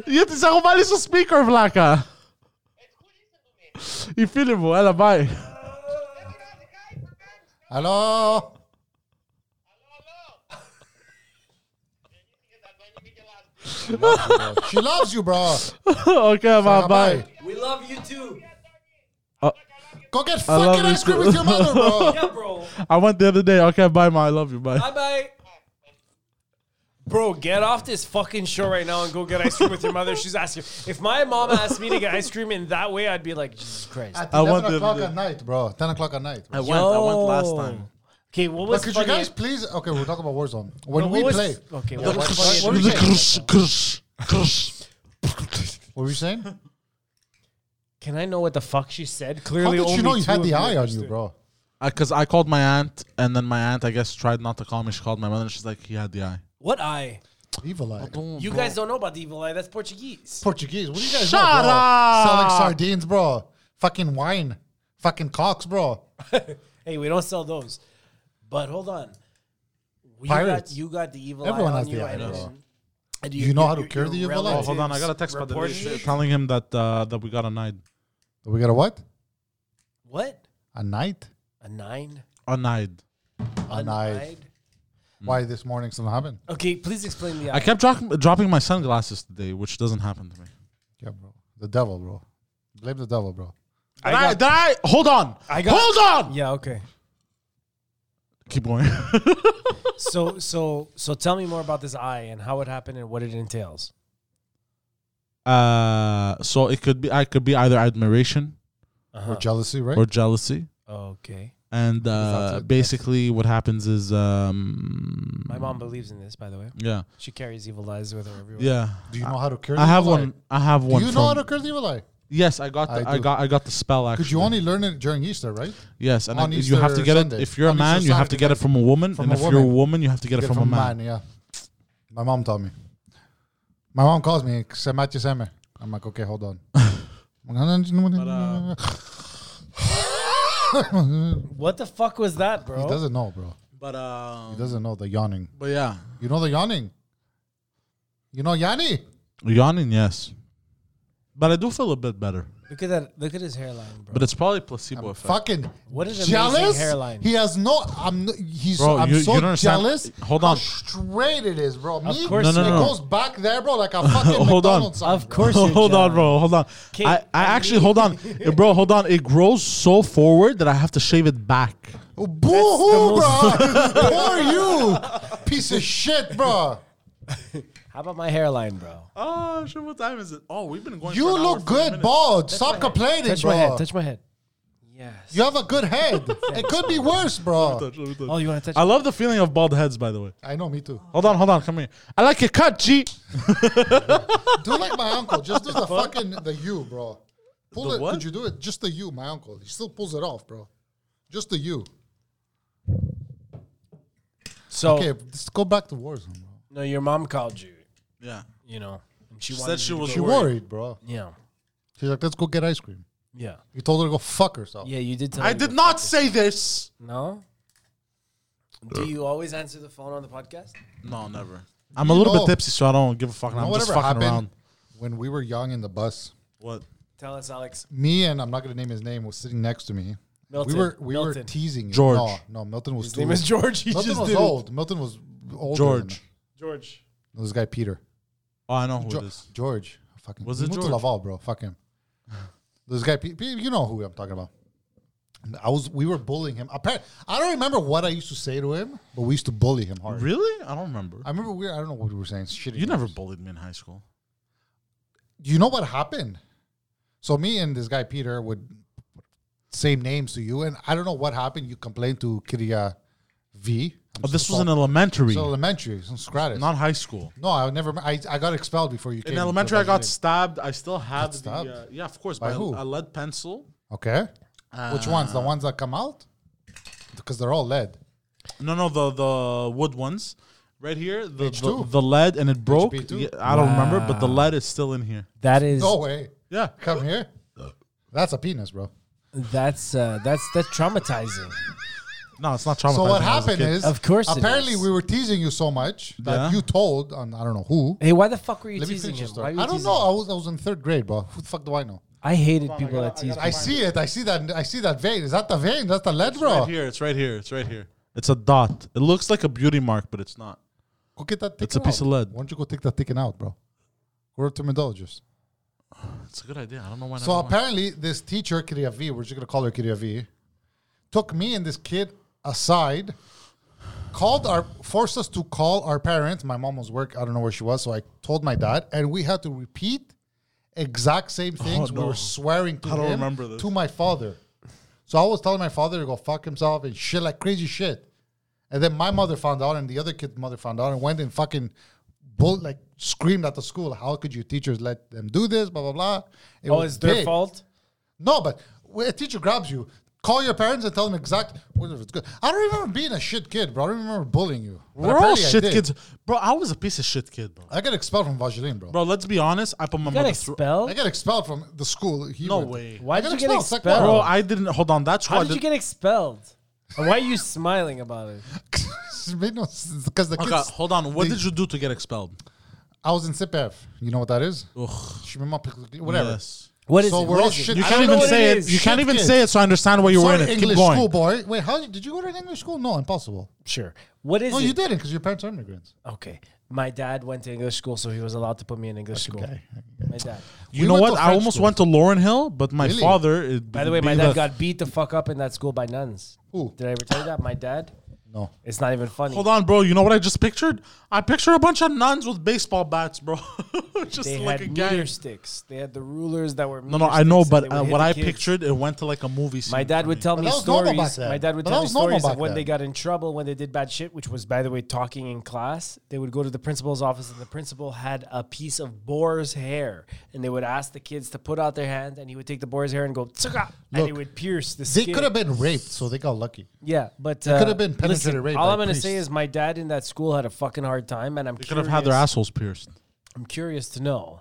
Speaker 4: you.
Speaker 2: Γιατί σε έχω βάλει στο speaker, βλάκα.
Speaker 4: And who listen to me?
Speaker 2: Οι φίλοι μου, έλα, bye.
Speaker 4: Everybody, hi, friends.
Speaker 3: Hello. She loves you, bro.
Speaker 2: Οκ, μα, bye.
Speaker 3: Bye.
Speaker 1: We love you too.
Speaker 3: Go get
Speaker 2: love
Speaker 3: fucking
Speaker 2: you
Speaker 3: ice cream
Speaker 2: too.
Speaker 3: with your mother, bro.
Speaker 1: Yeah, bro.
Speaker 2: I went the other day. Okay, bye, ma. I love you. Bye.
Speaker 1: Bye bye. Bro, get off this fucking show right now and go get ice cream with your mother. She's asking. If my mom asked me to get ice cream in that way, I'd be like, Jesus Christ.
Speaker 3: At
Speaker 2: I want
Speaker 3: 11
Speaker 2: the-
Speaker 3: o'clock
Speaker 2: the-
Speaker 3: at night, bro. 10 o'clock at night.
Speaker 2: I
Speaker 1: Okay, what
Speaker 3: But
Speaker 1: was
Speaker 3: could you
Speaker 1: funny?
Speaker 3: guys please? Okay, we're talking about Warzone.
Speaker 1: but
Speaker 3: When
Speaker 1: what
Speaker 3: we
Speaker 1: was-
Speaker 3: play,
Speaker 1: Okay, what was
Speaker 3: what-
Speaker 1: funny?
Speaker 3: what-
Speaker 2: last
Speaker 3: what were you saying? How
Speaker 1: Can I know what the fuck she said? Clearly,
Speaker 3: did you
Speaker 1: only
Speaker 3: know you
Speaker 1: two
Speaker 3: had
Speaker 1: of
Speaker 3: the eye on you,
Speaker 1: understood.
Speaker 3: bro?
Speaker 2: Because Uh, I called my aunt, and then my aunt, I guess, tried not to call me. She called my mother, and she's like, "He had the eye."
Speaker 1: What eye?
Speaker 3: Evil eye.
Speaker 1: You guys don't know about the evil eye. That's Portuguese.
Speaker 3: Portuguese. What do you guys
Speaker 2: Shut
Speaker 3: know, bro?
Speaker 2: up!
Speaker 3: Selling sardines, bro. Fucking wine. Fucking cocks, bro.
Speaker 1: Hey, we don't sell those. But hold on. You got,
Speaker 3: Pirates.
Speaker 1: you got the evil
Speaker 3: Everyone
Speaker 1: eye
Speaker 3: has
Speaker 1: on you.
Speaker 3: the eye,
Speaker 1: and-
Speaker 3: bro.
Speaker 1: and
Speaker 3: You know
Speaker 1: your-
Speaker 3: how to
Speaker 1: your-
Speaker 3: cure
Speaker 1: your
Speaker 3: the evil eye?
Speaker 2: Oh, hold on. I got a text
Speaker 1: relatives
Speaker 2: about
Speaker 1: reported-
Speaker 2: telling him that uh, that we got a night.
Speaker 3: We got a what?
Speaker 1: What?
Speaker 3: A night?
Speaker 1: A nine?
Speaker 2: A night.
Speaker 3: A, night. Why this morning something happened?
Speaker 1: Okay, please explain the eye.
Speaker 2: I kept dro- dropping my sunglasses today, which doesn't happen to me.
Speaker 3: Yeah, bro. The devil, bro. Blame the devil, bro.
Speaker 2: Did I, did I, hold on.
Speaker 1: I got-
Speaker 2: hold on.
Speaker 1: Yeah, okay.
Speaker 2: Keep going.
Speaker 1: So so so tell me more about this eye and how it happened and what it entails.
Speaker 2: uh, so it could be I could be either admiration
Speaker 3: Or jealousy, right?
Speaker 2: or jealousy.
Speaker 1: Okay.
Speaker 2: And
Speaker 3: That's
Speaker 2: uh,
Speaker 3: it.
Speaker 2: basically, what happens is, um,
Speaker 1: My mom believes in this, by the way.
Speaker 2: yeah,
Speaker 1: She carries evil eyes with her everywhere.
Speaker 2: yeah.
Speaker 3: do you know how to cure the
Speaker 2: I have
Speaker 3: evil eye?
Speaker 2: one. I have one.
Speaker 3: Do you
Speaker 2: from-
Speaker 3: know how to cure the evil eye?
Speaker 2: yes, I got. The,
Speaker 3: I
Speaker 2: I,
Speaker 3: do.
Speaker 2: got. I got the spell. Actually,
Speaker 3: Because you only learn it during Easter, right?
Speaker 2: yes, and
Speaker 3: on
Speaker 2: it- you have to
Speaker 3: Easter
Speaker 2: get
Speaker 3: Sunday.
Speaker 2: it. If you're a
Speaker 3: On
Speaker 2: man,
Speaker 3: Easter
Speaker 2: you have to
Speaker 3: Saturday
Speaker 2: get it
Speaker 3: night.
Speaker 2: from a woman,
Speaker 3: From
Speaker 2: and
Speaker 3: a
Speaker 2: if you're a
Speaker 3: woman.
Speaker 2: woman, you have to get, it from, a man.
Speaker 3: yeah. My mom taught me. My mom calls me, Semachi Seme. I'm like, okay, hold on.
Speaker 1: uh, What the fuck was that,
Speaker 3: he
Speaker 1: bro?
Speaker 3: doesn't know, bro.
Speaker 2: But
Speaker 3: He
Speaker 2: um,
Speaker 3: doesn't know the yawning.
Speaker 2: but yeah,
Speaker 3: You know the yawning. You know Yanni.
Speaker 2: yawning. Yes, but I do feel a bit better.
Speaker 1: Look at that. Look at his hairline, bro.
Speaker 2: But it's probably placebo
Speaker 3: Um,
Speaker 2: effect.
Speaker 3: Fucking
Speaker 1: What is amazing
Speaker 3: jealous?
Speaker 1: hairline?
Speaker 3: He has no. I'm. n- He's.
Speaker 2: Bro,
Speaker 3: I'm
Speaker 2: you- you
Speaker 3: so
Speaker 2: don't understand.
Speaker 3: jealous.
Speaker 2: Hold
Speaker 3: how
Speaker 2: on.
Speaker 3: Straight it is, bro. Me,
Speaker 1: course No,
Speaker 2: no, no,
Speaker 3: it
Speaker 2: no.
Speaker 3: goes back there, bro, like a fucking
Speaker 2: Hold on.
Speaker 3: McDonald's. sign,
Speaker 1: of
Speaker 3: bro.
Speaker 1: course. you're
Speaker 2: hold on,
Speaker 1: jealous.
Speaker 2: bro. Hold on.
Speaker 1: Okay,
Speaker 2: I, I
Speaker 1: I
Speaker 2: actually
Speaker 1: mean-
Speaker 2: hold on, Eh, bro. Hold on. It grows so forward that I have to shave it back.
Speaker 3: Oh, Boo hoo, bro. Who are you? Piece of shit, bro.
Speaker 1: How about my hairline, bro?
Speaker 2: Oh shit! What time is it? Oh, we've been going.
Speaker 3: You look good, bald. Stop complaining,
Speaker 1: Touch
Speaker 3: bro.
Speaker 1: my head. Touch my head. Yes.
Speaker 3: you have a good head. it could be worse, bro.
Speaker 1: Oh, you want to touch?
Speaker 2: I love the feeling of bald heads. By the way,
Speaker 3: I know, me too.
Speaker 2: hold on, hold on. Come here. I like your cut, G.
Speaker 3: Do like my uncle. Just do the fucking the U, bro. Pull
Speaker 2: The
Speaker 3: it.
Speaker 2: what?
Speaker 3: Could you do it? Just the U, my uncle. He still pulls it off, bro. Just the U.
Speaker 1: so
Speaker 2: Oh.
Speaker 3: Okay, let's go back to Warzone, bro.
Speaker 1: no, your mom called you.
Speaker 2: Yeah.
Speaker 1: You know, and She,
Speaker 6: She
Speaker 1: wanted
Speaker 6: said she
Speaker 1: you to
Speaker 6: was
Speaker 3: She
Speaker 1: go-
Speaker 6: worried.
Speaker 3: worried, bro.
Speaker 1: Yeah.
Speaker 3: She's like, let's go get ice cream.
Speaker 1: Yeah.
Speaker 3: You told her to go fuck herself.
Speaker 1: Yeah, you did tell
Speaker 6: I
Speaker 1: her
Speaker 6: did
Speaker 1: to-
Speaker 6: not say this.
Speaker 1: No? Do you always answer the phone on the podcast?
Speaker 2: No, never. I'm a little
Speaker 3: know-
Speaker 2: bit tipsy, so I don't give a fuck.
Speaker 3: You know
Speaker 2: I'm just
Speaker 3: whatever
Speaker 2: fucking
Speaker 3: happened
Speaker 2: around.
Speaker 3: when we were young in the bus?
Speaker 2: What?
Speaker 1: Tell us, Alex.
Speaker 3: Me and I'm not gonna name his name was sitting next to me.
Speaker 1: Milton.
Speaker 3: We were we were
Speaker 1: Milton.
Speaker 3: teasing him.
Speaker 2: George.
Speaker 3: No, no, Milton was
Speaker 1: His
Speaker 3: too-
Speaker 1: name is George. He
Speaker 3: Milton
Speaker 1: just
Speaker 3: was
Speaker 1: did it.
Speaker 3: old. Milton was older.
Speaker 2: George.
Speaker 1: George.
Speaker 3: than this guy Peter.
Speaker 2: Oh, I know who
Speaker 3: Jo-
Speaker 2: it is.
Speaker 3: George. Fucking.
Speaker 2: Was
Speaker 3: he
Speaker 2: it
Speaker 3: moved to
Speaker 2: George?
Speaker 3: Laval, bro. Fuck him. This guy, Pe- Pe- you know who I'm talking about. I was. We were bullying him. Apparently, I don't remember what I used to say to him, but we used to bully him hard.
Speaker 2: Really? I don't remember.
Speaker 3: I remember we. I don't know what we were saying. Shitty.
Speaker 2: you never
Speaker 3: names.
Speaker 2: bullied me in high school.
Speaker 3: you know what happened? So me and this guy Peter would same names to you, and I don't know what happened. You complained to Kiria V. I'm
Speaker 2: Oh, this
Speaker 3: so
Speaker 2: was in
Speaker 3: sorry.
Speaker 2: elementary,
Speaker 3: It's elementary, some gratis.
Speaker 2: not high school.
Speaker 3: no, I never. I, I got expelled before you came.
Speaker 2: In
Speaker 3: because
Speaker 2: elementary, I
Speaker 3: was
Speaker 2: got
Speaker 3: late.
Speaker 2: stabbed. I still have
Speaker 3: Got
Speaker 2: the
Speaker 3: stabbed?
Speaker 2: uh, yeah, of course,
Speaker 3: By
Speaker 2: by,
Speaker 3: who?
Speaker 2: a lead pencil.
Speaker 3: okay.
Speaker 2: uh,
Speaker 3: Which ones? The ones that come out? Because they're all lead.
Speaker 2: No, no, the the wood ones, right here. The the,
Speaker 3: H2?
Speaker 2: the lead and it broke.
Speaker 3: HP2?
Speaker 2: Yeah, I don't remember, but the lead is still in here.
Speaker 1: That is
Speaker 3: No way.
Speaker 2: Yeah,
Speaker 3: Come here. That's a penis, bro.
Speaker 1: that's uh that's that's traumatizing.
Speaker 2: no, it's not traumatizing.
Speaker 3: So what
Speaker 2: I was a
Speaker 3: happened
Speaker 2: kid.
Speaker 3: is,
Speaker 1: Of course it
Speaker 3: apparently
Speaker 1: is.
Speaker 3: we were teasing you so much that
Speaker 2: Yeah.
Speaker 3: you told on I don't know who.
Speaker 1: hey, why the fuck were you
Speaker 3: Let me
Speaker 1: teasing
Speaker 3: finish the
Speaker 1: him?
Speaker 3: story.
Speaker 1: Why were you
Speaker 3: I don't
Speaker 1: teasing
Speaker 3: know.
Speaker 1: him?
Speaker 3: I was I was in third grade, bro. Who the fuck do I know?
Speaker 1: I hated people that teased
Speaker 3: I see it. I see that. I see that vein. Is that the vein? That's the lead,
Speaker 2: It's
Speaker 3: bro.
Speaker 2: right here. It's right here. It's right here. It's a dot. It looks like a beauty mark, but it's not.
Speaker 3: Go get that.
Speaker 2: It's
Speaker 3: taken
Speaker 2: a piece
Speaker 3: out.
Speaker 2: of lead.
Speaker 3: Why don't you go take that taken out, bro? Go to dermatologist.
Speaker 2: It's a good idea. I don't know why.
Speaker 3: So
Speaker 2: never went.
Speaker 3: apparently, this teacher Kiria V, we're just gonna call her Kiria V, took me and this kid aside, called our, forced us to call our parents. My mom was work. I don't know where she was, so I told my dad, and we had to repeat exact same things. We
Speaker 2: Oh, no.
Speaker 3: were swearing to
Speaker 2: I don't
Speaker 3: him,
Speaker 2: remember this.
Speaker 3: to my father. So I was telling my father to go fuck himself and shit like crazy shit. And then my mother found out, and the other kid's mother found out, and went and fucking bull like screamed at the school. How could you teachers let them do this? Blah blah blah. It
Speaker 1: Oh,
Speaker 3: was
Speaker 1: it's their
Speaker 3: big.
Speaker 1: fault?
Speaker 3: No, but when a teacher grabs you, call your parents and tell them exact whether it's good. I don't remember being a shit kid, bro. I don't remember bullying you. But
Speaker 2: we're all
Speaker 3: apparently I
Speaker 2: shit
Speaker 3: did.
Speaker 2: kids, bro. I was a piece of shit kid, bro.
Speaker 3: I got expelled from Vaseline, bro.
Speaker 2: Bro, let's be honest. I put my
Speaker 1: You got
Speaker 2: mother through.
Speaker 3: I
Speaker 1: expelled?
Speaker 3: got expelled from the school. He
Speaker 2: No
Speaker 3: went-
Speaker 2: way.
Speaker 1: Why
Speaker 3: I
Speaker 1: did
Speaker 3: got
Speaker 1: you get
Speaker 3: expelled,
Speaker 1: expelled?
Speaker 3: like,
Speaker 2: Bro, I didn't hold on. That's
Speaker 1: How
Speaker 2: why.
Speaker 1: did you get expelled? And why are you smiling about it?
Speaker 3: Because the kids,
Speaker 2: Okay, hold on. What
Speaker 3: they-
Speaker 2: did you do to get expelled?
Speaker 3: I was in CPF. You know what that is?
Speaker 2: Ugh,
Speaker 3: Shimima- Whatever.
Speaker 2: Yes.
Speaker 1: What is
Speaker 3: So
Speaker 1: it?
Speaker 3: we're
Speaker 1: What
Speaker 3: all
Speaker 1: is it?
Speaker 3: shit-
Speaker 2: You
Speaker 3: I
Speaker 2: can't
Speaker 3: don't know
Speaker 2: even
Speaker 3: what it
Speaker 2: say it.
Speaker 3: is.
Speaker 2: You can't
Speaker 3: Shit
Speaker 2: even
Speaker 3: kid.
Speaker 2: say it, so I understand why you were in
Speaker 3: Sorry,
Speaker 2: it.
Speaker 3: English
Speaker 2: Keep going.
Speaker 3: schoolboy. Wait, how did you go to an English school? No, impossible.
Speaker 1: Sure. What is
Speaker 3: No,
Speaker 1: it?
Speaker 3: you didn't because your parents are immigrants.
Speaker 1: Okay. My dad went to English school, so he was allowed to put me in English school.
Speaker 3: Okay.
Speaker 1: My dad.
Speaker 2: You
Speaker 3: We
Speaker 2: know
Speaker 3: went to
Speaker 2: what? I
Speaker 3: French
Speaker 2: almost
Speaker 3: school.
Speaker 2: went to Lauren Hill, but my
Speaker 3: Really?
Speaker 2: father. It,
Speaker 1: By the way, my
Speaker 2: being
Speaker 1: dad
Speaker 2: the-
Speaker 1: got beat the fuck up in that school by nuns.
Speaker 3: Who?
Speaker 1: Did I ever tell you that? My dad?
Speaker 3: No.
Speaker 1: It's not even funny.
Speaker 2: Hold on, bro. You know what I just pictured? I picture a bunch of nuns with baseball bats, bro. just
Speaker 1: They
Speaker 2: like a
Speaker 1: had
Speaker 2: gang.
Speaker 1: meter sticks. They had the rulers that were.
Speaker 2: No, no, I know, but uh, what I pictured, it went to like a movie scene.
Speaker 1: My dad would tell
Speaker 3: But
Speaker 1: me
Speaker 3: that was normal
Speaker 1: stories.
Speaker 3: back then.
Speaker 1: My dad would
Speaker 3: But that
Speaker 1: tell me
Speaker 3: was normal
Speaker 1: stories of
Speaker 3: back
Speaker 1: when
Speaker 3: then.
Speaker 1: they got in trouble, when they did bad shit, which was, by the way, talking in class. They would go to the principal's office, and the principal had a piece of boar's hair, and they would ask the kids to put out their hand, and he would take the boar's hair and go, "Tsaka," and it
Speaker 3: Look,
Speaker 1: would pierce the
Speaker 3: They
Speaker 1: skin.
Speaker 3: could have been raped, so they got lucky.
Speaker 1: yeah, but uh,
Speaker 3: could have been penetrated
Speaker 1: listen,
Speaker 3: rape
Speaker 1: All
Speaker 3: by
Speaker 1: I'm gonna
Speaker 3: priests.
Speaker 1: say is, my dad in that school had a fucking hard time, and I'm
Speaker 2: They could have had their
Speaker 1: curious-
Speaker 2: assholes pierced.
Speaker 1: I'm curious to know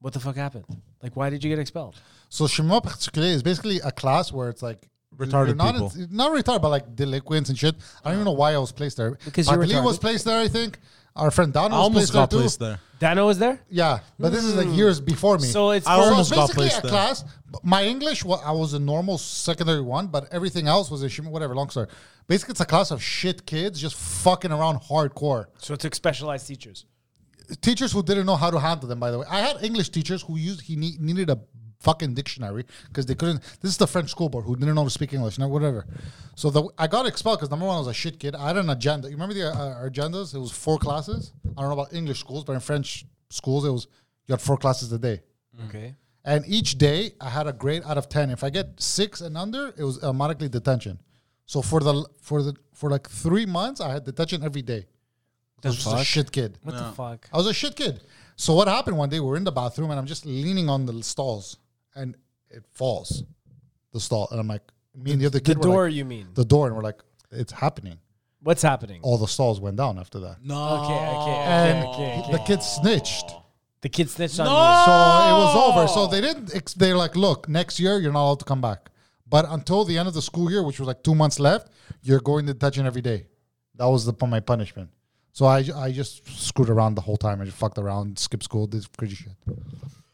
Speaker 1: what the fuck happened. Like, why did you get expelled?
Speaker 3: So Shema particular is basically a class where it's like
Speaker 2: Retarded
Speaker 3: you're not,
Speaker 2: people.
Speaker 3: not retarded, but like delinquents and shit. I don't even know why I was placed there.
Speaker 1: Because you're
Speaker 3: Padilla was
Speaker 1: retarded.
Speaker 3: placed there, I think. Our friend Don
Speaker 2: I
Speaker 3: was
Speaker 2: almost
Speaker 3: placed there
Speaker 2: got
Speaker 3: too.
Speaker 2: placed there.
Speaker 1: Dano was there,
Speaker 3: Yeah, but this is like years before me.
Speaker 1: Hmm. so it's
Speaker 2: I
Speaker 1: for-
Speaker 3: So
Speaker 2: almost got
Speaker 3: basically
Speaker 2: placed
Speaker 3: a
Speaker 2: there.
Speaker 3: class. but My English, well, I was a normal secondary one, but everything else was a shim, whatever. Long story. Basically, it's a class of shit kids just fucking around hardcore.
Speaker 1: so it took specialized teachers.
Speaker 3: Teachers who didn't know how to handle them. By the way, I had English teachers who used he need, needed a fucking dictionary because they couldn't. This is the French school board who didn't know to speak English. Now whatever. So the, I got expelled because number one, I was a shit kid. I had an agenda. You remember the uh, our agendas? It was four classes. I don't know about English schools, but in French schools, it was you had four classes a day.
Speaker 1: Okay.
Speaker 3: And each day I had a grade out of ten. If I get six and under, it was automatically detention. So for the for the for like three months, I had detention every day. I was just a shit kid.
Speaker 1: What the fuck?
Speaker 3: I was a shit kid. So what happened one day? We're in the bathroom and I'm just leaning on the stalls and it falls, the stall. And I'm like, me and the other
Speaker 1: The
Speaker 3: kid. were
Speaker 1: door,
Speaker 3: like-
Speaker 1: you mean?
Speaker 3: the door, and we're like, it's happening.
Speaker 1: What's happening?
Speaker 3: All the stalls went down after that.
Speaker 2: No.
Speaker 1: Okay, okay, okay,
Speaker 3: Oh. And
Speaker 1: okay, okay.
Speaker 3: the kid snitched.
Speaker 1: The kid snitched on
Speaker 2: No!
Speaker 1: you.
Speaker 3: So it was over. So they didn't. Ex- they're like, look, next year you're not allowed to come back. But until the end of the school year, which was like two months left, you're going to detention every day. That was the my punishment. So I, ju- I just screwed around the whole time. I just fucked around, skipped school, did crazy shit.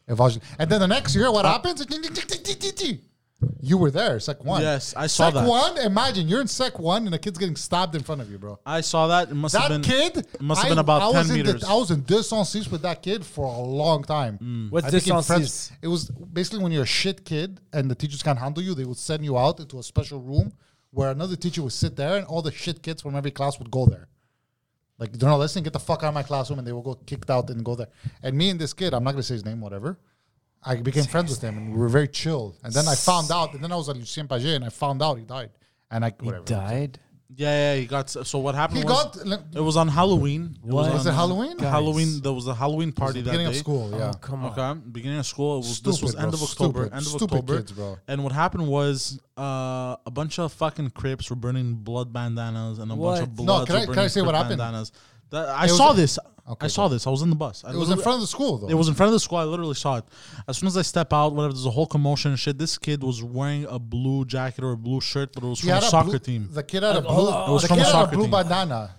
Speaker 3: If I was, and then the next year, what happens? You were there, sec one.
Speaker 2: Yes, I saw
Speaker 3: sec
Speaker 2: that.
Speaker 3: one. Imagine you're in sec one and a kid's getting stabbed in front of you, bro.
Speaker 2: I saw that. It must
Speaker 3: That
Speaker 2: have been
Speaker 3: kid
Speaker 2: It must have
Speaker 3: I-
Speaker 2: been about
Speaker 3: I
Speaker 2: ten
Speaker 3: was in
Speaker 2: meters.
Speaker 3: The, I was in distance six with that kid for a long time.
Speaker 2: Mm.
Speaker 1: What's
Speaker 3: I think in
Speaker 1: distance
Speaker 3: French-
Speaker 1: six?
Speaker 3: It was basically when you're a shit kid and the teachers can't handle you, they would send you out into a special room where another teacher would sit there and all the shit kids from every class would go there. Like they're not listening, get the fuck out of my classroom, and they will go kicked out and go there. And me and this kid, I'm not gonna say his name, whatever. I became friends with him, and we were very chill. And then I found out, and then I was at Lucien Paget, and I found out he died. And I whatever.
Speaker 1: Died.
Speaker 2: yeah, yeah, he got. So what happened?
Speaker 3: He
Speaker 2: was,
Speaker 3: got
Speaker 2: It was on Halloween.
Speaker 1: What?
Speaker 2: on,
Speaker 1: Was
Speaker 3: it
Speaker 2: uh,
Speaker 3: Halloween?
Speaker 2: Halloween. There was a Halloween party that
Speaker 3: beginning
Speaker 2: day. Oh,
Speaker 3: of school, yeah.
Speaker 1: Come on.
Speaker 2: Okay, beginning of school. It was, this
Speaker 3: Stupid,
Speaker 2: was end
Speaker 3: bro,
Speaker 2: of October.
Speaker 3: stupid,
Speaker 2: end of
Speaker 3: stupid
Speaker 2: October.
Speaker 3: kids, bro.
Speaker 2: And what happened was uh, a bunch of fucking Crips were burning blood bandanas, and a
Speaker 1: What?
Speaker 2: bunch of
Speaker 1: No,
Speaker 2: bloods
Speaker 3: can
Speaker 2: were
Speaker 3: I- can I
Speaker 2: burning
Speaker 3: say what
Speaker 2: Crip
Speaker 3: happened?
Speaker 2: Bandanas. That- I
Speaker 3: was-
Speaker 2: saw this. I
Speaker 3: Okay,
Speaker 2: saw this. I was in the bus.
Speaker 3: It was in front of the school though.
Speaker 2: It was in front of the school. I literally saw it. As soon as I step out, whatever, there's a whole commotion and shit. This kid was wearing a blue jacket or a blue shirt, but it was
Speaker 3: He
Speaker 2: from a
Speaker 3: had
Speaker 2: soccer
Speaker 3: blue,
Speaker 2: team.
Speaker 3: The kid had a
Speaker 1: Like,
Speaker 3: blue.
Speaker 1: oh,
Speaker 2: It was
Speaker 3: the
Speaker 2: from
Speaker 3: kid
Speaker 2: a
Speaker 3: had a
Speaker 2: soccer
Speaker 3: blue
Speaker 2: team.
Speaker 3: banana,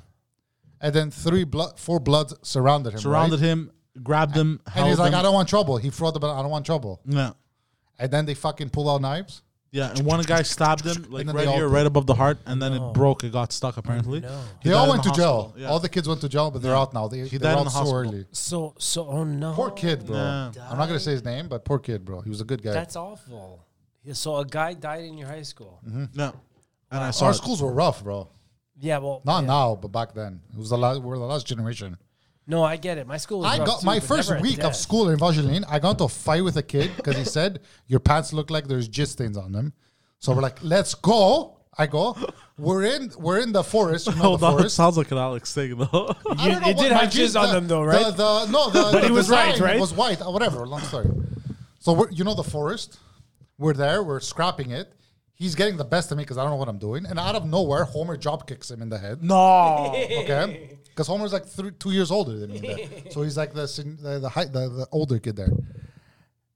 Speaker 3: and then three blood, four bloods surrounded him.
Speaker 2: Surrounded
Speaker 3: right?
Speaker 2: him, grabbed him, held
Speaker 3: and he's like,
Speaker 2: him.
Speaker 3: "I don't want trouble." He threw the banana. I don't want trouble.
Speaker 2: yeah.
Speaker 3: And then they fucking pull out knives.
Speaker 2: Yeah, and one guy stabbed him like
Speaker 3: then
Speaker 2: right
Speaker 3: they all-
Speaker 2: here, right above the heart, and then it broke. It got stuck apparently. He
Speaker 3: They
Speaker 2: died
Speaker 3: all
Speaker 2: in
Speaker 3: went
Speaker 2: the
Speaker 3: to jail.
Speaker 2: hospital. Yeah.
Speaker 3: All the kids went to jail, but they're out now. They, he
Speaker 2: died
Speaker 3: died
Speaker 2: in
Speaker 3: out
Speaker 2: the
Speaker 3: so
Speaker 2: hospital.
Speaker 3: early.
Speaker 1: So so oh no.
Speaker 3: Poor kid, bro.
Speaker 2: Yeah.
Speaker 3: I'm not gonna say his name, but poor kid, bro. He was a good guy.
Speaker 1: That's awful. Yeah, So a guy died in your high school.
Speaker 2: yeah. And I saw
Speaker 3: Our
Speaker 2: it.
Speaker 3: schools were rough, bro.
Speaker 1: Yeah, well,
Speaker 3: Not
Speaker 1: yeah.
Speaker 3: now, but back then, it was the last. We're the last generation.
Speaker 1: No, I get it. My school. Was
Speaker 3: I
Speaker 1: rough
Speaker 3: got
Speaker 1: too,
Speaker 3: my
Speaker 1: but
Speaker 3: first
Speaker 1: never a
Speaker 3: week of
Speaker 1: death.
Speaker 3: school in Vaseline. I got into a fight with a kid because he said your pants look like there's jizz stains on them. So we're like, let's go. I go. We're in. We're in the forest. You know
Speaker 2: Hold
Speaker 3: the
Speaker 2: on, it
Speaker 3: forest.
Speaker 2: sounds like an Alex thing though.
Speaker 3: I don't
Speaker 1: You-
Speaker 3: know
Speaker 1: it
Speaker 3: what
Speaker 1: did
Speaker 3: my
Speaker 1: have
Speaker 3: jeans-
Speaker 1: jizz on
Speaker 3: the-
Speaker 1: them though, right?
Speaker 3: The, the, no, the,
Speaker 1: But
Speaker 3: the
Speaker 1: it was
Speaker 3: design
Speaker 1: right, right?
Speaker 3: was white. uh, Whatever. Long story. So we're you know the forest. We're there. We're scrapping it. He's getting the best of me because I don't know what I'm doing. And out of nowhere, Homer job kicks him in the head.
Speaker 2: no.
Speaker 3: Okay, because Homer's like three, two years older than me, there. so he's like the sin- the the, high, the the older kid there.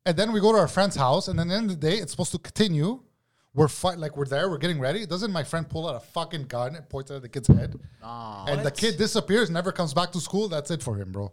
Speaker 3: And then we go to our friend's house, and then at the end of the day, it's supposed to continue. We're fight like we're there, we're getting ready. Doesn't my friend pull out a fucking gun and points it at the kid's head? and the kid disappears, never comes back to school. That's it for him, bro.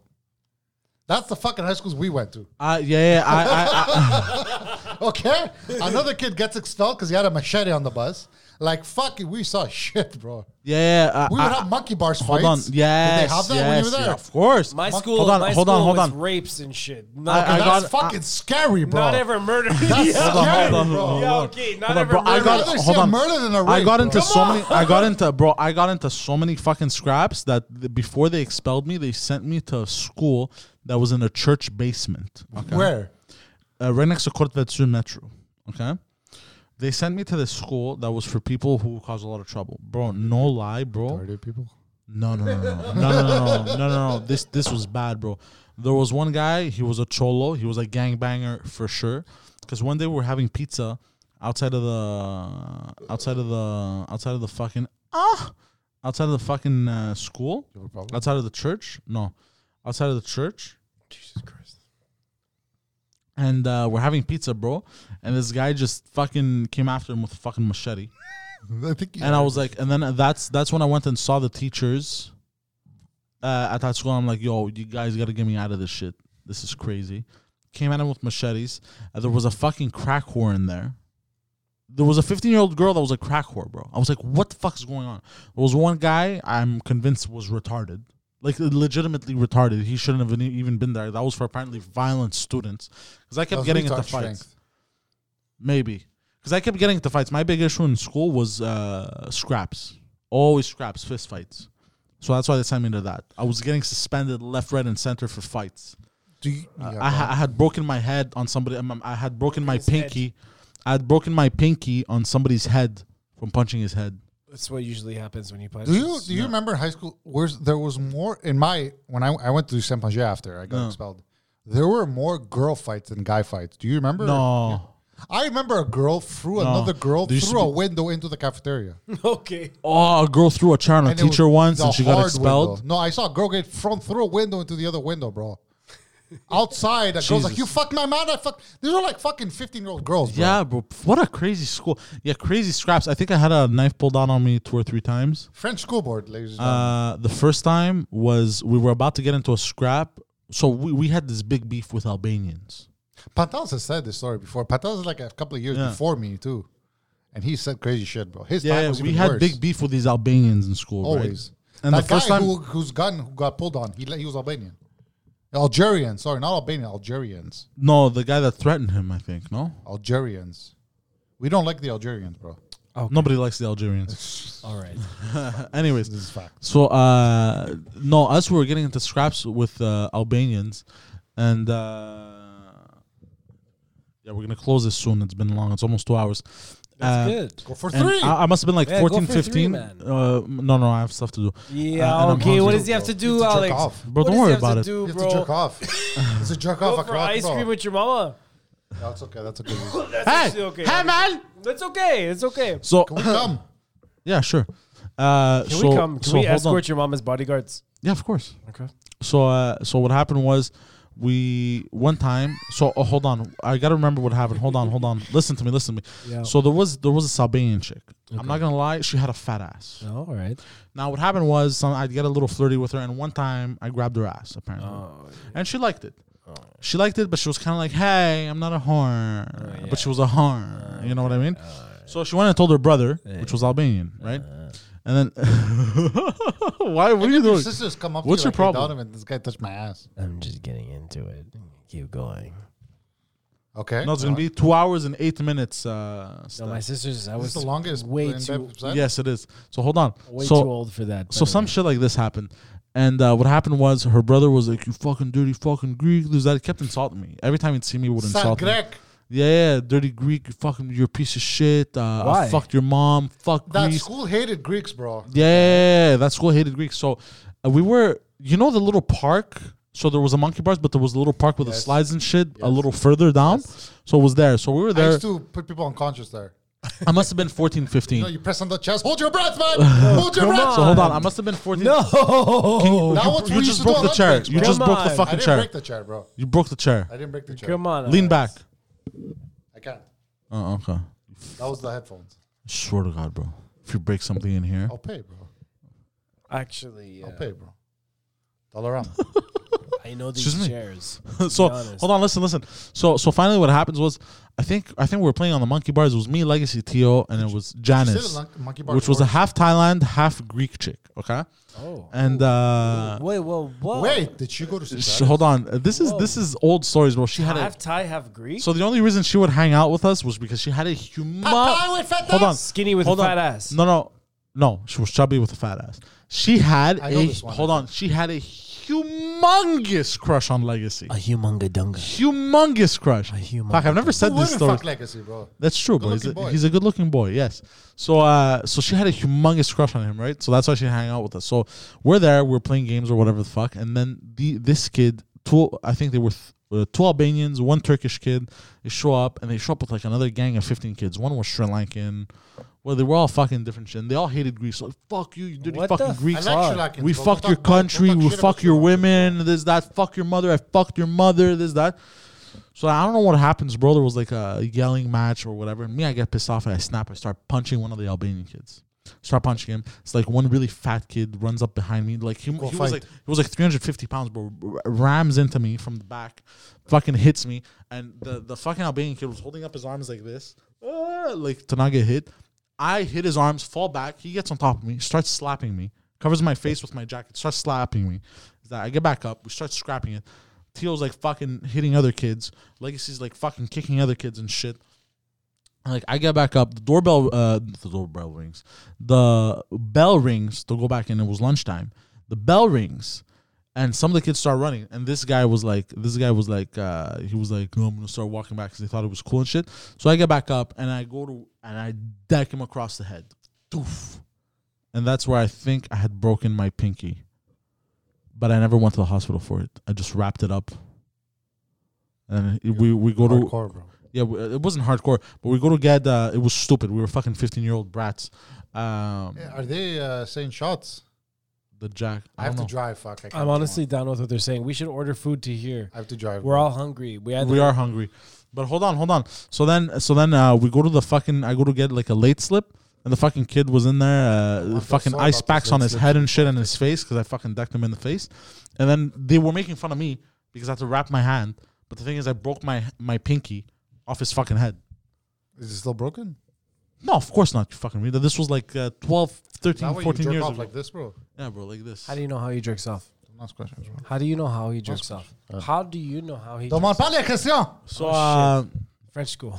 Speaker 3: That's the fucking high schools we went to.
Speaker 2: Uh, yeah, yeah. I, I, I,
Speaker 3: Okay, another kid gets expelled because he had a machete on the bus. Like fuck, it, we saw shit, bro.
Speaker 2: yeah, yeah. I,
Speaker 3: We would
Speaker 2: I-
Speaker 3: have monkey bars
Speaker 2: hold
Speaker 3: fights.
Speaker 2: on.
Speaker 3: Did
Speaker 2: Yes,
Speaker 3: they have that
Speaker 2: yes,
Speaker 3: when you were there?
Speaker 2: yeah, of course.
Speaker 1: My
Speaker 2: Hold
Speaker 1: school.
Speaker 2: on,
Speaker 1: my
Speaker 2: hold
Speaker 1: school
Speaker 2: on, hold
Speaker 1: was
Speaker 2: on.
Speaker 1: rapes and shit.
Speaker 2: I-
Speaker 1: Not,
Speaker 2: I
Speaker 3: that's
Speaker 2: got-
Speaker 3: fucking scary, bro.
Speaker 1: not ever murder.
Speaker 3: That's
Speaker 1: yeah.
Speaker 2: Hold on, hold on,
Speaker 3: Scary, bro.
Speaker 2: hold on,
Speaker 1: Yeah,
Speaker 2: hold on.
Speaker 1: okay, not
Speaker 2: Hold on,
Speaker 1: ever
Speaker 2: bro. I
Speaker 1: murder.
Speaker 2: got
Speaker 3: I'd rather
Speaker 2: hold
Speaker 3: see a
Speaker 2: on.
Speaker 3: murder than a
Speaker 2: I
Speaker 3: rape,
Speaker 2: got
Speaker 3: bro.
Speaker 2: into
Speaker 3: Come
Speaker 2: so many. I got into bro. I got into so many fucking scraps that the, before they expelled me, they sent me to a school that was in a church basement. Okay?
Speaker 3: Where?
Speaker 2: uh, right next to Kortvetsu Metro. Okay. They sent me to this school that was for people who cause a lot of trouble. Bro, no lie, bro.
Speaker 3: people.
Speaker 2: No, no, no, no, no, no, no, no, no, no, no. This this was bad, bro. There was one guy. He was a cholo. He was a gangbanger for sure. Because one day we were having pizza outside of the outside of the outside of the fucking ah outside of the fucking uh, school outside of the church. No, outside of the church.
Speaker 1: Jesus Christ.
Speaker 2: And uh, we're having pizza, bro. And this guy just fucking came after him with a fucking machete.
Speaker 3: I think.
Speaker 2: And I was like, and then that's that's when I went and saw the teachers uh, at that school. I'm like, yo, you guys gotta get me out of this shit. This is crazy. Came at him with machetes. Uh, there was a fucking crack whore in there. There was a 15 year old girl that was a crack whore, bro. I was like, what the fuck is going on? There was one guy I'm convinced was retarded. Like legitimately retarded. He shouldn't have even been there. That was for apparently violent students. Because I kept getting into fights. Maybe. Because I kept getting into fights. My big issue in school was uh, scraps. Always scraps, fist fights. So that's why they sent me into that. I was getting suspended left, right, and center for fights.
Speaker 3: Do you, yeah,
Speaker 2: I, ha- I had broken my head on somebody. um, um, I had broken my pinky. I had broken my pinky on somebody's head from punching his head.
Speaker 1: That's what usually happens when you play.
Speaker 3: do you do you remember in high school? Where's there was more in my when I I went to Saint Paget after I got expelled. There were more girl fights than guy fights. Do you remember?
Speaker 2: No.
Speaker 3: I remember a girl threw another girl
Speaker 2: There used to
Speaker 3: through a
Speaker 2: be-
Speaker 3: window into the cafeteria.
Speaker 1: Okay.
Speaker 2: Oh, a girl threw a chair on a
Speaker 3: And it was
Speaker 2: teacher once
Speaker 3: the
Speaker 2: and she got
Speaker 3: hard
Speaker 2: expelled.
Speaker 3: window. No, I saw a girl get thrown through a window into the other window, bro. outside. A girl's like,
Speaker 2: Jesus.
Speaker 3: "You fucked my man." I fuck. These are like fucking fifteen-year-old girls. Bro.
Speaker 2: Yeah, bro. What a crazy school. Yeah, crazy scraps. I think I had a knife pulled down on me two or three times.
Speaker 3: French school board, ladies. and gentlemen.
Speaker 2: Uh, the first time was we were about to get into a scrap. So we, we had this big beef with Albanians.
Speaker 3: Pantelis has said this story before. Pantelis is like a couple of years
Speaker 2: Yeah.
Speaker 3: before me too, and he said crazy shit, bro. His time
Speaker 2: Yeah,
Speaker 3: was
Speaker 2: we
Speaker 3: even
Speaker 2: had
Speaker 3: worse.
Speaker 2: big beef with these Albanians in school. right?
Speaker 3: always.
Speaker 2: And
Speaker 3: that
Speaker 2: the first
Speaker 3: guy
Speaker 2: time,
Speaker 3: who, whose gun who got pulled on, he le- he was Albanian, Algerian. Sorry, not Albanian, Algerians,
Speaker 2: no, the guy that threatened him, I think, no,
Speaker 3: Algerians. We don't like the Algerians, bro.
Speaker 2: nobody likes the Algerians.
Speaker 1: All right.
Speaker 2: Anyways,
Speaker 3: This is fact.
Speaker 2: So uh no, us we were getting into scraps with uh, Albanians, and uh yeah, we're gonna close this soon. It's been long. It's almost two hours.
Speaker 1: That's
Speaker 2: Uh,
Speaker 1: good.
Speaker 3: Go for
Speaker 2: and
Speaker 3: three.
Speaker 2: I, I must have been like
Speaker 1: Yeah, go
Speaker 2: fourteen,
Speaker 1: for three,
Speaker 2: fifteen. 14, 15.
Speaker 1: man.
Speaker 2: uh, no, no, I have stuff to do.
Speaker 1: Yeah,
Speaker 2: Uh, and I'm
Speaker 1: okay. What
Speaker 2: hungry.
Speaker 1: does he have to
Speaker 3: You
Speaker 1: do,
Speaker 3: have to jerk
Speaker 1: Alex?
Speaker 3: off.
Speaker 2: Bro,
Speaker 1: What
Speaker 2: don't
Speaker 1: does he
Speaker 2: worry
Speaker 1: have
Speaker 2: about
Speaker 1: to
Speaker 2: it.
Speaker 1: do,
Speaker 3: you have
Speaker 1: bro?
Speaker 3: to jerk off. it's a jerk
Speaker 1: Go
Speaker 3: off.
Speaker 1: for ice cream with your mama.
Speaker 3: That's okay. That's okay. Can
Speaker 1: That's
Speaker 2: Hey,
Speaker 1: okay.
Speaker 2: hey, man.
Speaker 1: That's okay. It's okay.
Speaker 2: So
Speaker 3: we come?
Speaker 2: yeah, sure. Uh,
Speaker 1: Can
Speaker 2: so,
Speaker 1: we come? Can
Speaker 2: so
Speaker 1: we
Speaker 2: hold on.
Speaker 1: escort your mama's bodyguards?
Speaker 2: Yeah, of course.
Speaker 1: Okay.
Speaker 2: So uh, so what happened was we one time so oh, hold on I gotta remember what happened hold on hold on listen to me listen to me
Speaker 1: Yeah.
Speaker 2: so there was there was a Albanian chick I'm not gonna lie she had a fat ass
Speaker 1: No, all right.
Speaker 2: now what happened was some, I'd get a little flirty with her and one time I grabbed her ass apparently
Speaker 1: Oh,
Speaker 2: and she liked it she liked it but she was kind of like hey I'm not a whore
Speaker 1: Oh,
Speaker 2: but she was a whore you know what I mean so she went and told her brother which was Albanian right
Speaker 1: Uh-huh.
Speaker 2: and then why what are you
Speaker 3: Your
Speaker 2: doing
Speaker 3: sisters come up.
Speaker 2: What's
Speaker 3: to you
Speaker 2: your
Speaker 3: like, "Hey,
Speaker 2: problem?"
Speaker 3: Donovan, this guy touched my ass.
Speaker 1: I'm just getting into it. Keep going.
Speaker 3: Okay.
Speaker 2: No, it's gonna be two hours and eight minutes. Uh,
Speaker 1: No,
Speaker 2: stuff.
Speaker 1: my sisters. I
Speaker 3: This
Speaker 1: was
Speaker 3: is the longest.
Speaker 1: Way
Speaker 3: in
Speaker 1: too.
Speaker 3: Bedford,
Speaker 2: yes, it is. So hold on.
Speaker 1: Way
Speaker 2: so
Speaker 1: too old for that.
Speaker 2: so some shit like this happened, and uh, what happened was her brother was like, "You fucking dirty fucking Greek." This that he kept insulting me every time he'd see me he would
Speaker 3: San
Speaker 2: insult me.
Speaker 3: Greg.
Speaker 2: Yeah, yeah, dirty Greek. You fucking, you're a piece of shit. Uh, I
Speaker 1: Why?
Speaker 2: fucked your mom. Fuck
Speaker 3: That
Speaker 2: Greece.
Speaker 3: school hated Greeks, bro.
Speaker 2: Yeah, that school hated Greeks. So uh, we were, you know, the little park. So there was a monkey bars, but there was a little park with the slides and shit a little further down. So it was there. So we were
Speaker 3: I
Speaker 2: there.
Speaker 3: used to put people unconscious there.
Speaker 2: I must have been 14, 15.
Speaker 3: You know, you press on the chest. Hold your breath, man. Hold your breath.
Speaker 2: So hold on, I must have been 14.
Speaker 1: No.
Speaker 3: That one's
Speaker 2: You just broke the chair. You just
Speaker 1: Come
Speaker 2: broke
Speaker 1: on.
Speaker 2: the
Speaker 3: I
Speaker 2: fucking
Speaker 3: didn't
Speaker 2: chair.
Speaker 3: break the chair, bro.
Speaker 2: You broke the chair.
Speaker 3: I didn't break the chair.
Speaker 1: Come on. uh,
Speaker 2: Lean
Speaker 1: Alex.
Speaker 2: back.
Speaker 3: I can't.
Speaker 2: Oh, okay.
Speaker 3: That was the headphones.
Speaker 2: Swear to God, bro. If you break something in here,
Speaker 3: I'll pay, bro.
Speaker 1: Actually,
Speaker 3: I'll
Speaker 1: uh,
Speaker 3: pay, bro. Dollarama.
Speaker 1: I know
Speaker 2: Excuse
Speaker 1: these
Speaker 2: me.
Speaker 1: chairs.
Speaker 2: so
Speaker 1: be honest.
Speaker 2: hold on, listen, listen. So so finally, what happens was, I think I think we were playing on the monkey bars. It was me, Legacy, Tio, and it was
Speaker 3: Still
Speaker 2: Janice,
Speaker 3: a mon- monkey bar
Speaker 2: which was a
Speaker 3: works.
Speaker 2: half Thailand, half Greek chick. Okay,
Speaker 1: Oh.
Speaker 2: and uh,
Speaker 1: Wait, whoa, whoa.
Speaker 3: Wait, did she go to
Speaker 2: sh-
Speaker 3: Cincinnati?
Speaker 2: hold on, this is this is old stories, bro. She had a
Speaker 1: Half Thai, half Greek.
Speaker 2: So the only reason she would hang out with us was because she had a humongous.
Speaker 3: Pie with fat
Speaker 2: Hold on,
Speaker 3: ass?
Speaker 1: Skinny with a
Speaker 2: hold on.
Speaker 1: fat ass.
Speaker 2: No, no, no. She was chubby with a fat ass. She had
Speaker 3: I
Speaker 2: a
Speaker 3: know this one.
Speaker 2: hold on. She had a humongous crush on Legacy.
Speaker 1: a humunga dunga.
Speaker 2: Humongous crush.
Speaker 1: humongous-
Speaker 2: Fuck, I've never said
Speaker 3: Who
Speaker 2: this
Speaker 3: wouldn't
Speaker 2: story.
Speaker 3: fuck legacy, bro?
Speaker 2: That's true, but he's
Speaker 3: Good-looking
Speaker 2: a,
Speaker 3: boy.
Speaker 2: he's a good looking boy, yes. So uh so she had a humongous crush on him, right? So that's why she hang out with us. So we're there, we're playing games or whatever the fuck, and then the this kid, two I think they were th- uh, two Albanians, one Turkish kid, they show up and they show up with like another gang of fifteen kids. One was Sri Lankan. Well, they were all fucking different shit. And they all hated Greece. Like, fuck you, you dirty
Speaker 1: What the
Speaker 2: fucking
Speaker 1: f-
Speaker 2: Greeks.
Speaker 3: I like Sri Lankans,
Speaker 2: we
Speaker 3: bro.
Speaker 2: fucked
Speaker 3: Don't
Speaker 2: your
Speaker 3: talk- don't- don't
Speaker 2: country.
Speaker 3: talk
Speaker 2: We
Speaker 3: shit about
Speaker 2: fuck
Speaker 3: Sri
Speaker 2: your
Speaker 3: Lankans.
Speaker 2: women. This that. Fuck your mother. I fucked your mother. This that. So I don't know what happens, bro. There was like a yelling match or whatever. And me, I get pissed off. And I snap. I start punching one of the Albanian kids. Start punching him. It's like one really fat kid runs up behind me. Like he, he
Speaker 3: Go
Speaker 2: was
Speaker 3: fight.
Speaker 2: like he was like 350 pounds, bro. R- Rams into me from the back, fucking hits me. And the the fucking Albanian kid was holding up his arms like this, ah, like to not get hit. I hit his arms, fall back. He gets on top of me, starts slapping me, covers my face with my jacket, starts slapping me. I get back up. We start scrapping it. Teal's like fucking hitting other kids. Legacy's like fucking kicking other kids and shit. And, Like I get back up, the doorbell, uh, the doorbell rings, the bell rings to go back in. It was lunchtime. The bell rings, and some of the kids start running. And this guy was like, this guy was like, uh, he was like, "No, I'm gonna start walking back because they thought it was cool and shit. So I get back up and I go to and I deck him across the head, Doof. and that's where I think I had broken my pinky. But I never went to the hospital for it. I just wrapped it up. And we, we go to
Speaker 3: Hardcore, bro.
Speaker 2: yeah, we- it wasn't hardcore, but we go to get. Uh, it was stupid. We were fucking fifteen year old brats. Um,
Speaker 3: Yeah, Are they uh, saying shots?
Speaker 2: the jack. I,
Speaker 3: I have
Speaker 2: don't
Speaker 3: to
Speaker 2: know.
Speaker 3: drive. Fuck. I can't
Speaker 1: I'm
Speaker 3: do
Speaker 1: honestly
Speaker 3: one.
Speaker 1: down with what they're saying. We should order food to here.
Speaker 3: I have to drive.
Speaker 1: We're all hungry. We either
Speaker 2: we are hungry. But hold on, hold on. So then, so then uh, we go to the fucking. I go to get like a late slip, and the fucking kid was in there, uh,
Speaker 3: feel
Speaker 2: fucking
Speaker 3: Oh, sorry
Speaker 2: ice
Speaker 3: about
Speaker 2: packs
Speaker 3: this
Speaker 2: on
Speaker 3: late
Speaker 2: his
Speaker 3: slip
Speaker 2: head and shit and his face because I fucking decked him in the face, and then they were making fun of me because I had to wrap my hand. But the thing is, I broke my my pinky off his fucking head.
Speaker 3: Is it still broken?
Speaker 2: No, of course not, you fucking weirdo. This was like uh, 12, 13,
Speaker 3: That way you
Speaker 2: 14
Speaker 3: jerk
Speaker 2: years
Speaker 3: off
Speaker 2: ago.
Speaker 3: like this, bro.
Speaker 2: yeah, bro, like this.
Speaker 1: How do you know how he jerks off?
Speaker 3: Last question. as well.
Speaker 1: How do you know how he jerks off?
Speaker 2: Uh.
Speaker 1: How do you know how he
Speaker 3: Demande pas les questions.
Speaker 2: so,
Speaker 1: Oh,
Speaker 2: uh,
Speaker 1: French school?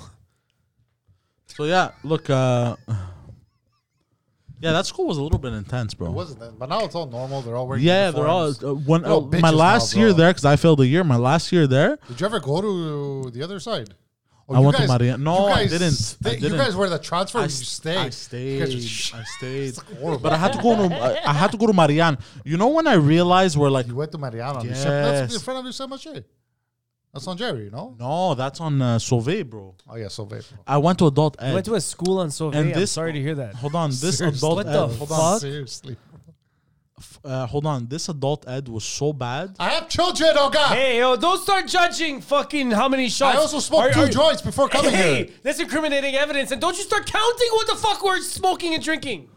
Speaker 2: so yeah, look, uh, yeah, that school was a little bit intense, bro.
Speaker 3: It wasn't that, but now it's all normal. They're all wearing.
Speaker 2: Yeah, they're all
Speaker 3: uniforms.
Speaker 2: uh, one.
Speaker 3: They're all
Speaker 2: Uh, my
Speaker 3: bitches
Speaker 2: last
Speaker 3: now,
Speaker 2: year
Speaker 3: bro.
Speaker 2: there, because I failed a year. My last year there,
Speaker 3: Did you ever go to the other side? Oh,
Speaker 2: I
Speaker 3: you
Speaker 2: went to Maria- No,
Speaker 3: you
Speaker 2: I
Speaker 3: guys
Speaker 2: didn't. I
Speaker 3: stay- You
Speaker 2: didn't.
Speaker 3: guys were the transfer.
Speaker 2: I
Speaker 3: or you
Speaker 2: s-
Speaker 3: stayed.
Speaker 2: I
Speaker 3: You
Speaker 2: stayed.
Speaker 3: guys were sh-
Speaker 2: I stayed.
Speaker 3: horrible.
Speaker 2: But I had to go. To, I, I had to go to Marianne. You know when I realized we're like,
Speaker 3: You went to Mariano.
Speaker 2: Yes.
Speaker 3: That's in front of Lucien Mache. That's on Jerry, you know?
Speaker 2: no, that's on uh, Sauvé, bro.
Speaker 3: Oh, yeah, so vape.
Speaker 2: I went to adult ed.
Speaker 1: I went to a school on Soviet.
Speaker 2: And
Speaker 1: I'm
Speaker 2: this-
Speaker 1: sorry to hear that.
Speaker 2: hold on, this
Speaker 3: Seriously.
Speaker 2: adult
Speaker 1: What
Speaker 2: ed.
Speaker 1: the
Speaker 2: hold
Speaker 1: fuck?
Speaker 3: Seriously.
Speaker 2: on, uh, hold on. This adult ed was so bad.
Speaker 3: I have children, oh God.
Speaker 1: Hey, yo, don't start judging fucking how many shots.
Speaker 3: I also smoked
Speaker 1: Are-
Speaker 3: two
Speaker 1: are-
Speaker 3: joints before coming
Speaker 1: Hey,
Speaker 3: here.
Speaker 1: that's incriminating evidence. And don't you start counting what the fuck we're smoking and drinking.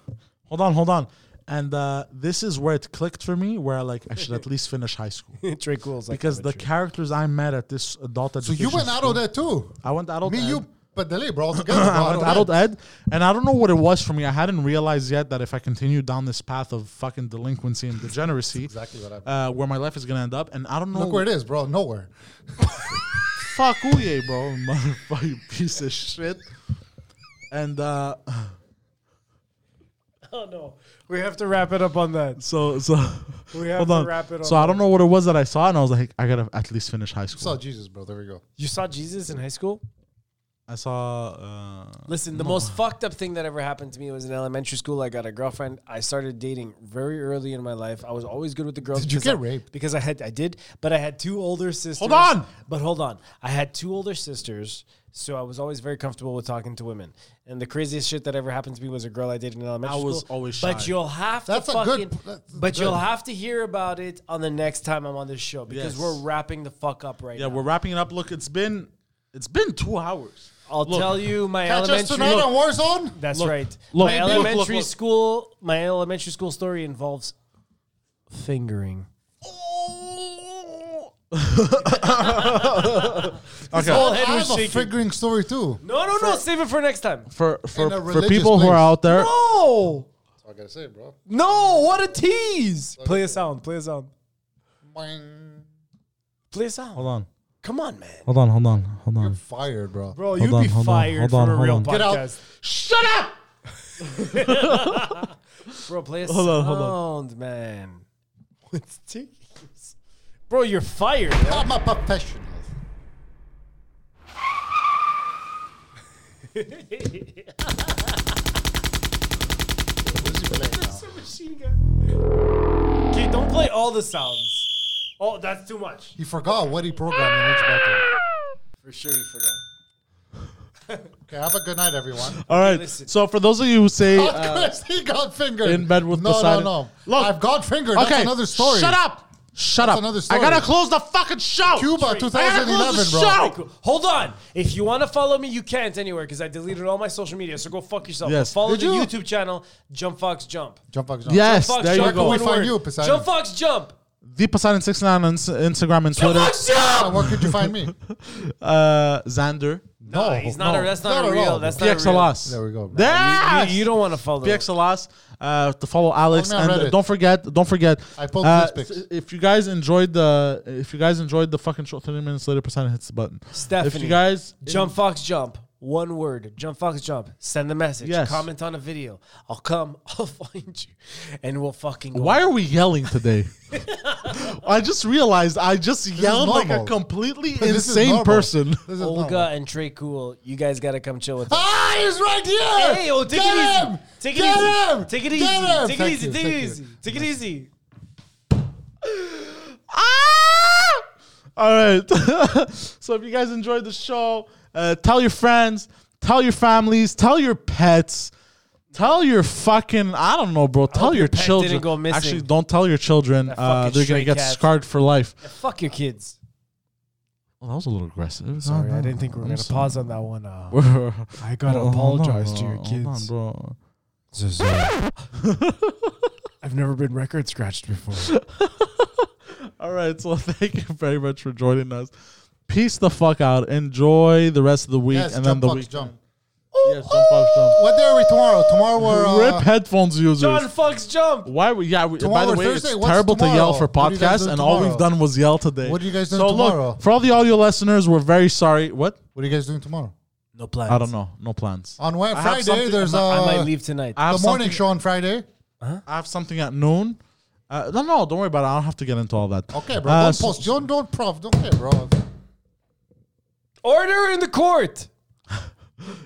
Speaker 2: Hold on, hold on. And uh, this is where it clicked for me, where I like I should at least finish high school
Speaker 1: Trey Cool's like
Speaker 2: because the characters I met at this adult
Speaker 3: So
Speaker 2: education.
Speaker 3: you went out
Speaker 2: school-
Speaker 3: of there too.
Speaker 2: I went adult.
Speaker 3: Me,
Speaker 2: ed.
Speaker 3: you, but delay, bro, all together.
Speaker 2: I went
Speaker 3: bro,
Speaker 2: adult
Speaker 3: ed.
Speaker 2: ed, and I don't know what it was for me. I hadn't realized yet that if I continue down this path of fucking delinquency and degeneracy,
Speaker 3: exactly what happened.
Speaker 2: uh, where my life is gonna end up, and I don't know.
Speaker 3: Look where it is, bro. Nowhere.
Speaker 2: Fuck Uye, bro, motherfucking piece of shit. And uh,
Speaker 1: Oh no, we have to wrap it up on that.
Speaker 2: so so
Speaker 1: We have
Speaker 2: hold
Speaker 1: to
Speaker 2: on.
Speaker 1: wrap it
Speaker 2: so
Speaker 1: up.
Speaker 2: I don't know what it was that I saw, and I was like, I gotta at least finish high school.
Speaker 3: Saw Jesus, bro. There we go.
Speaker 1: You saw Jesus in high school?
Speaker 2: I saw. Uh,
Speaker 1: Listen, the most fucked up thing that ever happened to me was in elementary school. I got a girlfriend. I started dating very early in my life. I was always good with the girls.
Speaker 3: Did you
Speaker 1: because
Speaker 3: get
Speaker 1: I-
Speaker 3: raped?
Speaker 1: Because I had, I did, but I had two older sisters.
Speaker 2: on!
Speaker 1: but hold on. I had two older sisters, so I was always very comfortable with talking to women. And the craziest shit that ever happened to me was a girl I dated in elementary
Speaker 2: I
Speaker 1: school.
Speaker 2: was always
Speaker 1: But
Speaker 2: shy.
Speaker 1: you'll have
Speaker 3: That's
Speaker 1: to
Speaker 3: a good-
Speaker 1: fucking.
Speaker 3: that's
Speaker 1: but
Speaker 3: good.
Speaker 1: you'll have to hear about it on the next time I'm on this show because
Speaker 2: Yes.
Speaker 1: we're wrapping the fuck up right
Speaker 2: yeah,
Speaker 1: now.
Speaker 2: we're wrapping it up. Look, it's been it's been two hours.
Speaker 1: I'll tell you my
Speaker 3: Catch us
Speaker 1: elementary.
Speaker 3: tonight on Warzone.
Speaker 1: That's
Speaker 2: Look,
Speaker 1: right.
Speaker 2: look,
Speaker 1: my
Speaker 2: look, look,
Speaker 1: elementary
Speaker 2: look.
Speaker 1: school my elementary school story involves fingering.
Speaker 2: Okay.
Speaker 1: whole
Speaker 3: I
Speaker 1: head was
Speaker 3: have a
Speaker 1: shaking.
Speaker 3: figuring story too.
Speaker 1: No, no, no. Save it for next time.
Speaker 2: for for,
Speaker 3: In a
Speaker 2: for
Speaker 3: religious
Speaker 2: people who are
Speaker 3: place.
Speaker 2: out there.
Speaker 1: No,
Speaker 3: That's all I gotta say, bro.
Speaker 1: no. What a tease! Play a sound. Play a sound.
Speaker 3: Boing.
Speaker 1: Play a sound.
Speaker 2: Hold on,
Speaker 1: Come on, man.
Speaker 2: hold on, hold on, hold on.
Speaker 3: Fired, bro.
Speaker 1: Bro,
Speaker 2: Hold
Speaker 1: you'd
Speaker 2: on,
Speaker 1: be
Speaker 2: hold on,
Speaker 1: fired
Speaker 2: hold
Speaker 1: from
Speaker 2: on,
Speaker 1: a
Speaker 2: hold
Speaker 1: real
Speaker 2: on.
Speaker 1: podcast.
Speaker 2: Get
Speaker 3: out.
Speaker 2: Shut up.
Speaker 1: Bro, play a
Speaker 2: Hold
Speaker 1: sound,
Speaker 2: on, hold on.
Speaker 1: man. What's taking? us? Bro, you're fired.
Speaker 3: I'm a professional. What is he playing now?
Speaker 1: Okay, don't play all the sounds. Oh, that's too much.
Speaker 3: He forgot what he programmed in each button.
Speaker 1: For sure, you forgot.
Speaker 3: Okay, have a good night, everyone.
Speaker 2: All right.
Speaker 1: listen.
Speaker 2: So for those of you who say,
Speaker 3: Of
Speaker 2: uh,
Speaker 3: course, he got fingered.
Speaker 2: in bed with
Speaker 3: no,
Speaker 2: Poseidon.
Speaker 3: No, no,
Speaker 2: Look.
Speaker 3: I've got fingered.
Speaker 2: okay,
Speaker 3: That's another story.
Speaker 2: Shut up. Shut
Speaker 3: That's
Speaker 2: up.
Speaker 3: another
Speaker 2: I gotta
Speaker 3: story.
Speaker 2: close the fucking show.
Speaker 3: Cuba,
Speaker 2: I gotta close
Speaker 3: 2011,
Speaker 2: the
Speaker 3: bro.
Speaker 2: show.
Speaker 1: Cool. Hold on. If you want to follow me, you can't anywhere because I deleted all my social media. So go fuck yourself.
Speaker 2: Yes.
Speaker 1: But Follow
Speaker 3: Did
Speaker 1: the
Speaker 3: you?
Speaker 1: YouTube channel Jump Fox Jump.
Speaker 3: Jump, fuck, jump.
Speaker 2: Yes,
Speaker 1: Fox
Speaker 2: there
Speaker 1: Jump.
Speaker 2: you
Speaker 3: Where can
Speaker 2: go.
Speaker 3: we
Speaker 1: one
Speaker 3: find
Speaker 1: word.
Speaker 3: you, Poseidon?
Speaker 1: Jump Fox Jump.
Speaker 2: The Poseidon six nine on ins- Instagram and Twitter.
Speaker 1: Fox Jump.
Speaker 3: Uh, Where could you find me?
Speaker 2: Uh, Xander.
Speaker 1: No, he's not.
Speaker 3: no,
Speaker 1: a, that's not,
Speaker 3: not
Speaker 1: a
Speaker 3: at
Speaker 1: real.
Speaker 3: all.
Speaker 1: That's not a real.
Speaker 2: PXLOS.
Speaker 3: There we go. bro.
Speaker 2: Yes!
Speaker 1: You, you don't want to follow.
Speaker 2: PX Alas, uh, to follow Alex,
Speaker 1: Oh,
Speaker 3: Follow me on
Speaker 2: and
Speaker 3: Reddit.
Speaker 2: don't forget, don't forget.
Speaker 3: I post
Speaker 2: uh,
Speaker 3: dick pics.
Speaker 2: s- If you guys enjoyed the, if you guys enjoyed the fucking show, thirty minutes later, percent hits the button.
Speaker 1: Stephanie.
Speaker 2: if you guys,
Speaker 1: Jump Fox Jump. One word. Jump Fox Jump. Send a message.
Speaker 2: Yes.
Speaker 1: Comment on a video. I'll come. I'll find you, and we'll fucking. Go.
Speaker 2: why are we yelling today? I just realized I just yelled like a
Speaker 3: normal.
Speaker 2: completely
Speaker 3: This is
Speaker 2: insane
Speaker 3: normal.
Speaker 2: person.
Speaker 3: This is normal.
Speaker 1: Olga and Trey Cool, you guys gotta come chill with us.
Speaker 3: Ah, he's right here.
Speaker 1: Hey, yo, take
Speaker 3: Get
Speaker 1: it
Speaker 3: him!
Speaker 1: easy. Take it
Speaker 3: Get
Speaker 1: easy.
Speaker 3: him!
Speaker 1: Take it
Speaker 3: Get
Speaker 1: easy.
Speaker 3: him!
Speaker 1: Take it
Speaker 3: Thank
Speaker 1: easy.
Speaker 3: you,
Speaker 1: Take
Speaker 3: thank
Speaker 1: it
Speaker 3: you.
Speaker 1: easy. Take it easy.
Speaker 2: Ah! All right. so if you guys enjoyed the show, uh, tell your friends, tell your families, tell your pets. Tell your fucking I don't know, bro. Tell
Speaker 1: hope
Speaker 2: your,
Speaker 1: your pet didn't
Speaker 2: children.
Speaker 1: go missing.
Speaker 2: Actually, don't tell your children.
Speaker 1: That
Speaker 2: Uh,
Speaker 1: fucking
Speaker 2: they're gonna
Speaker 1: stray
Speaker 2: get
Speaker 1: cat.
Speaker 2: scarred for life.
Speaker 1: Fuck your kids.
Speaker 2: Well, that was a little aggressive.
Speaker 6: Sorry, I didn't think we were going to pause on that one. Uh, I got
Speaker 2: oh,
Speaker 6: to apologize to your kids. uh,
Speaker 2: bro.
Speaker 6: I've never been record scratched before.
Speaker 2: All right, so thank you very much for joining us. Peace the fuck out. Enjoy the rest of the week
Speaker 3: Yes,
Speaker 2: and then
Speaker 3: jump
Speaker 2: the
Speaker 3: box
Speaker 2: week.
Speaker 3: jump.
Speaker 2: Yes, jump, fuck, jump.
Speaker 3: What day are we tomorrow? Tomorrow we're uh,
Speaker 2: Rip headphones users.
Speaker 1: John Fox jump.
Speaker 2: Why? We, yeah. We, by
Speaker 3: Tomorrow
Speaker 2: the
Speaker 3: or
Speaker 2: way,
Speaker 3: Thursday?
Speaker 2: it's
Speaker 3: What's
Speaker 2: terrible to yell
Speaker 3: tomorrow?
Speaker 2: for
Speaker 3: What do you guys
Speaker 2: podcasts,
Speaker 3: do
Speaker 2: and all we've
Speaker 3: tomorrow?
Speaker 2: done was yell today.
Speaker 3: What are you guys doing
Speaker 2: so
Speaker 3: tomorrow?
Speaker 2: look for all the audio listeners. We're very sorry. What?
Speaker 3: What are you guys doing tomorrow?
Speaker 1: No plans.
Speaker 2: I don't know. No plans.
Speaker 3: On Wed-
Speaker 2: have
Speaker 3: Friday,
Speaker 2: something-
Speaker 3: there's uh,
Speaker 1: I might leave tonight.
Speaker 2: I have
Speaker 3: the Oh, morning
Speaker 2: something-
Speaker 3: show on Friday.
Speaker 2: I have something at noon. Uh, no, no, don't worry about it. I don't have to get into all that.
Speaker 3: Okay, bro.
Speaker 2: Uh,
Speaker 3: don't
Speaker 2: so-
Speaker 3: post. Don't don't prof. Don't care, bro.
Speaker 1: Order in the court.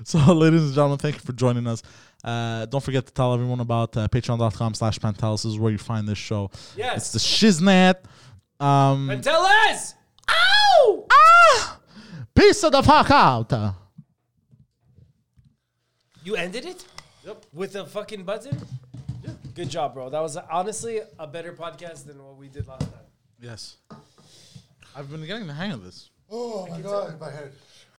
Speaker 2: So, ladies and gentlemen, thank you for joining us. Uh, don't forget to tell everyone about uh, patreon.com slash pantelis. This is where you find this show. It's
Speaker 1: Yes.
Speaker 2: the shiznat. Um,
Speaker 1: and tell us. Ow!
Speaker 2: ah, peace of the fuck out.
Speaker 1: You ended it? Yep. With a fucking button? Good job, bro. That was honestly a better podcast than what we did last time.
Speaker 2: Yes. I've been getting the hang of this.
Speaker 3: Oh my god, my head.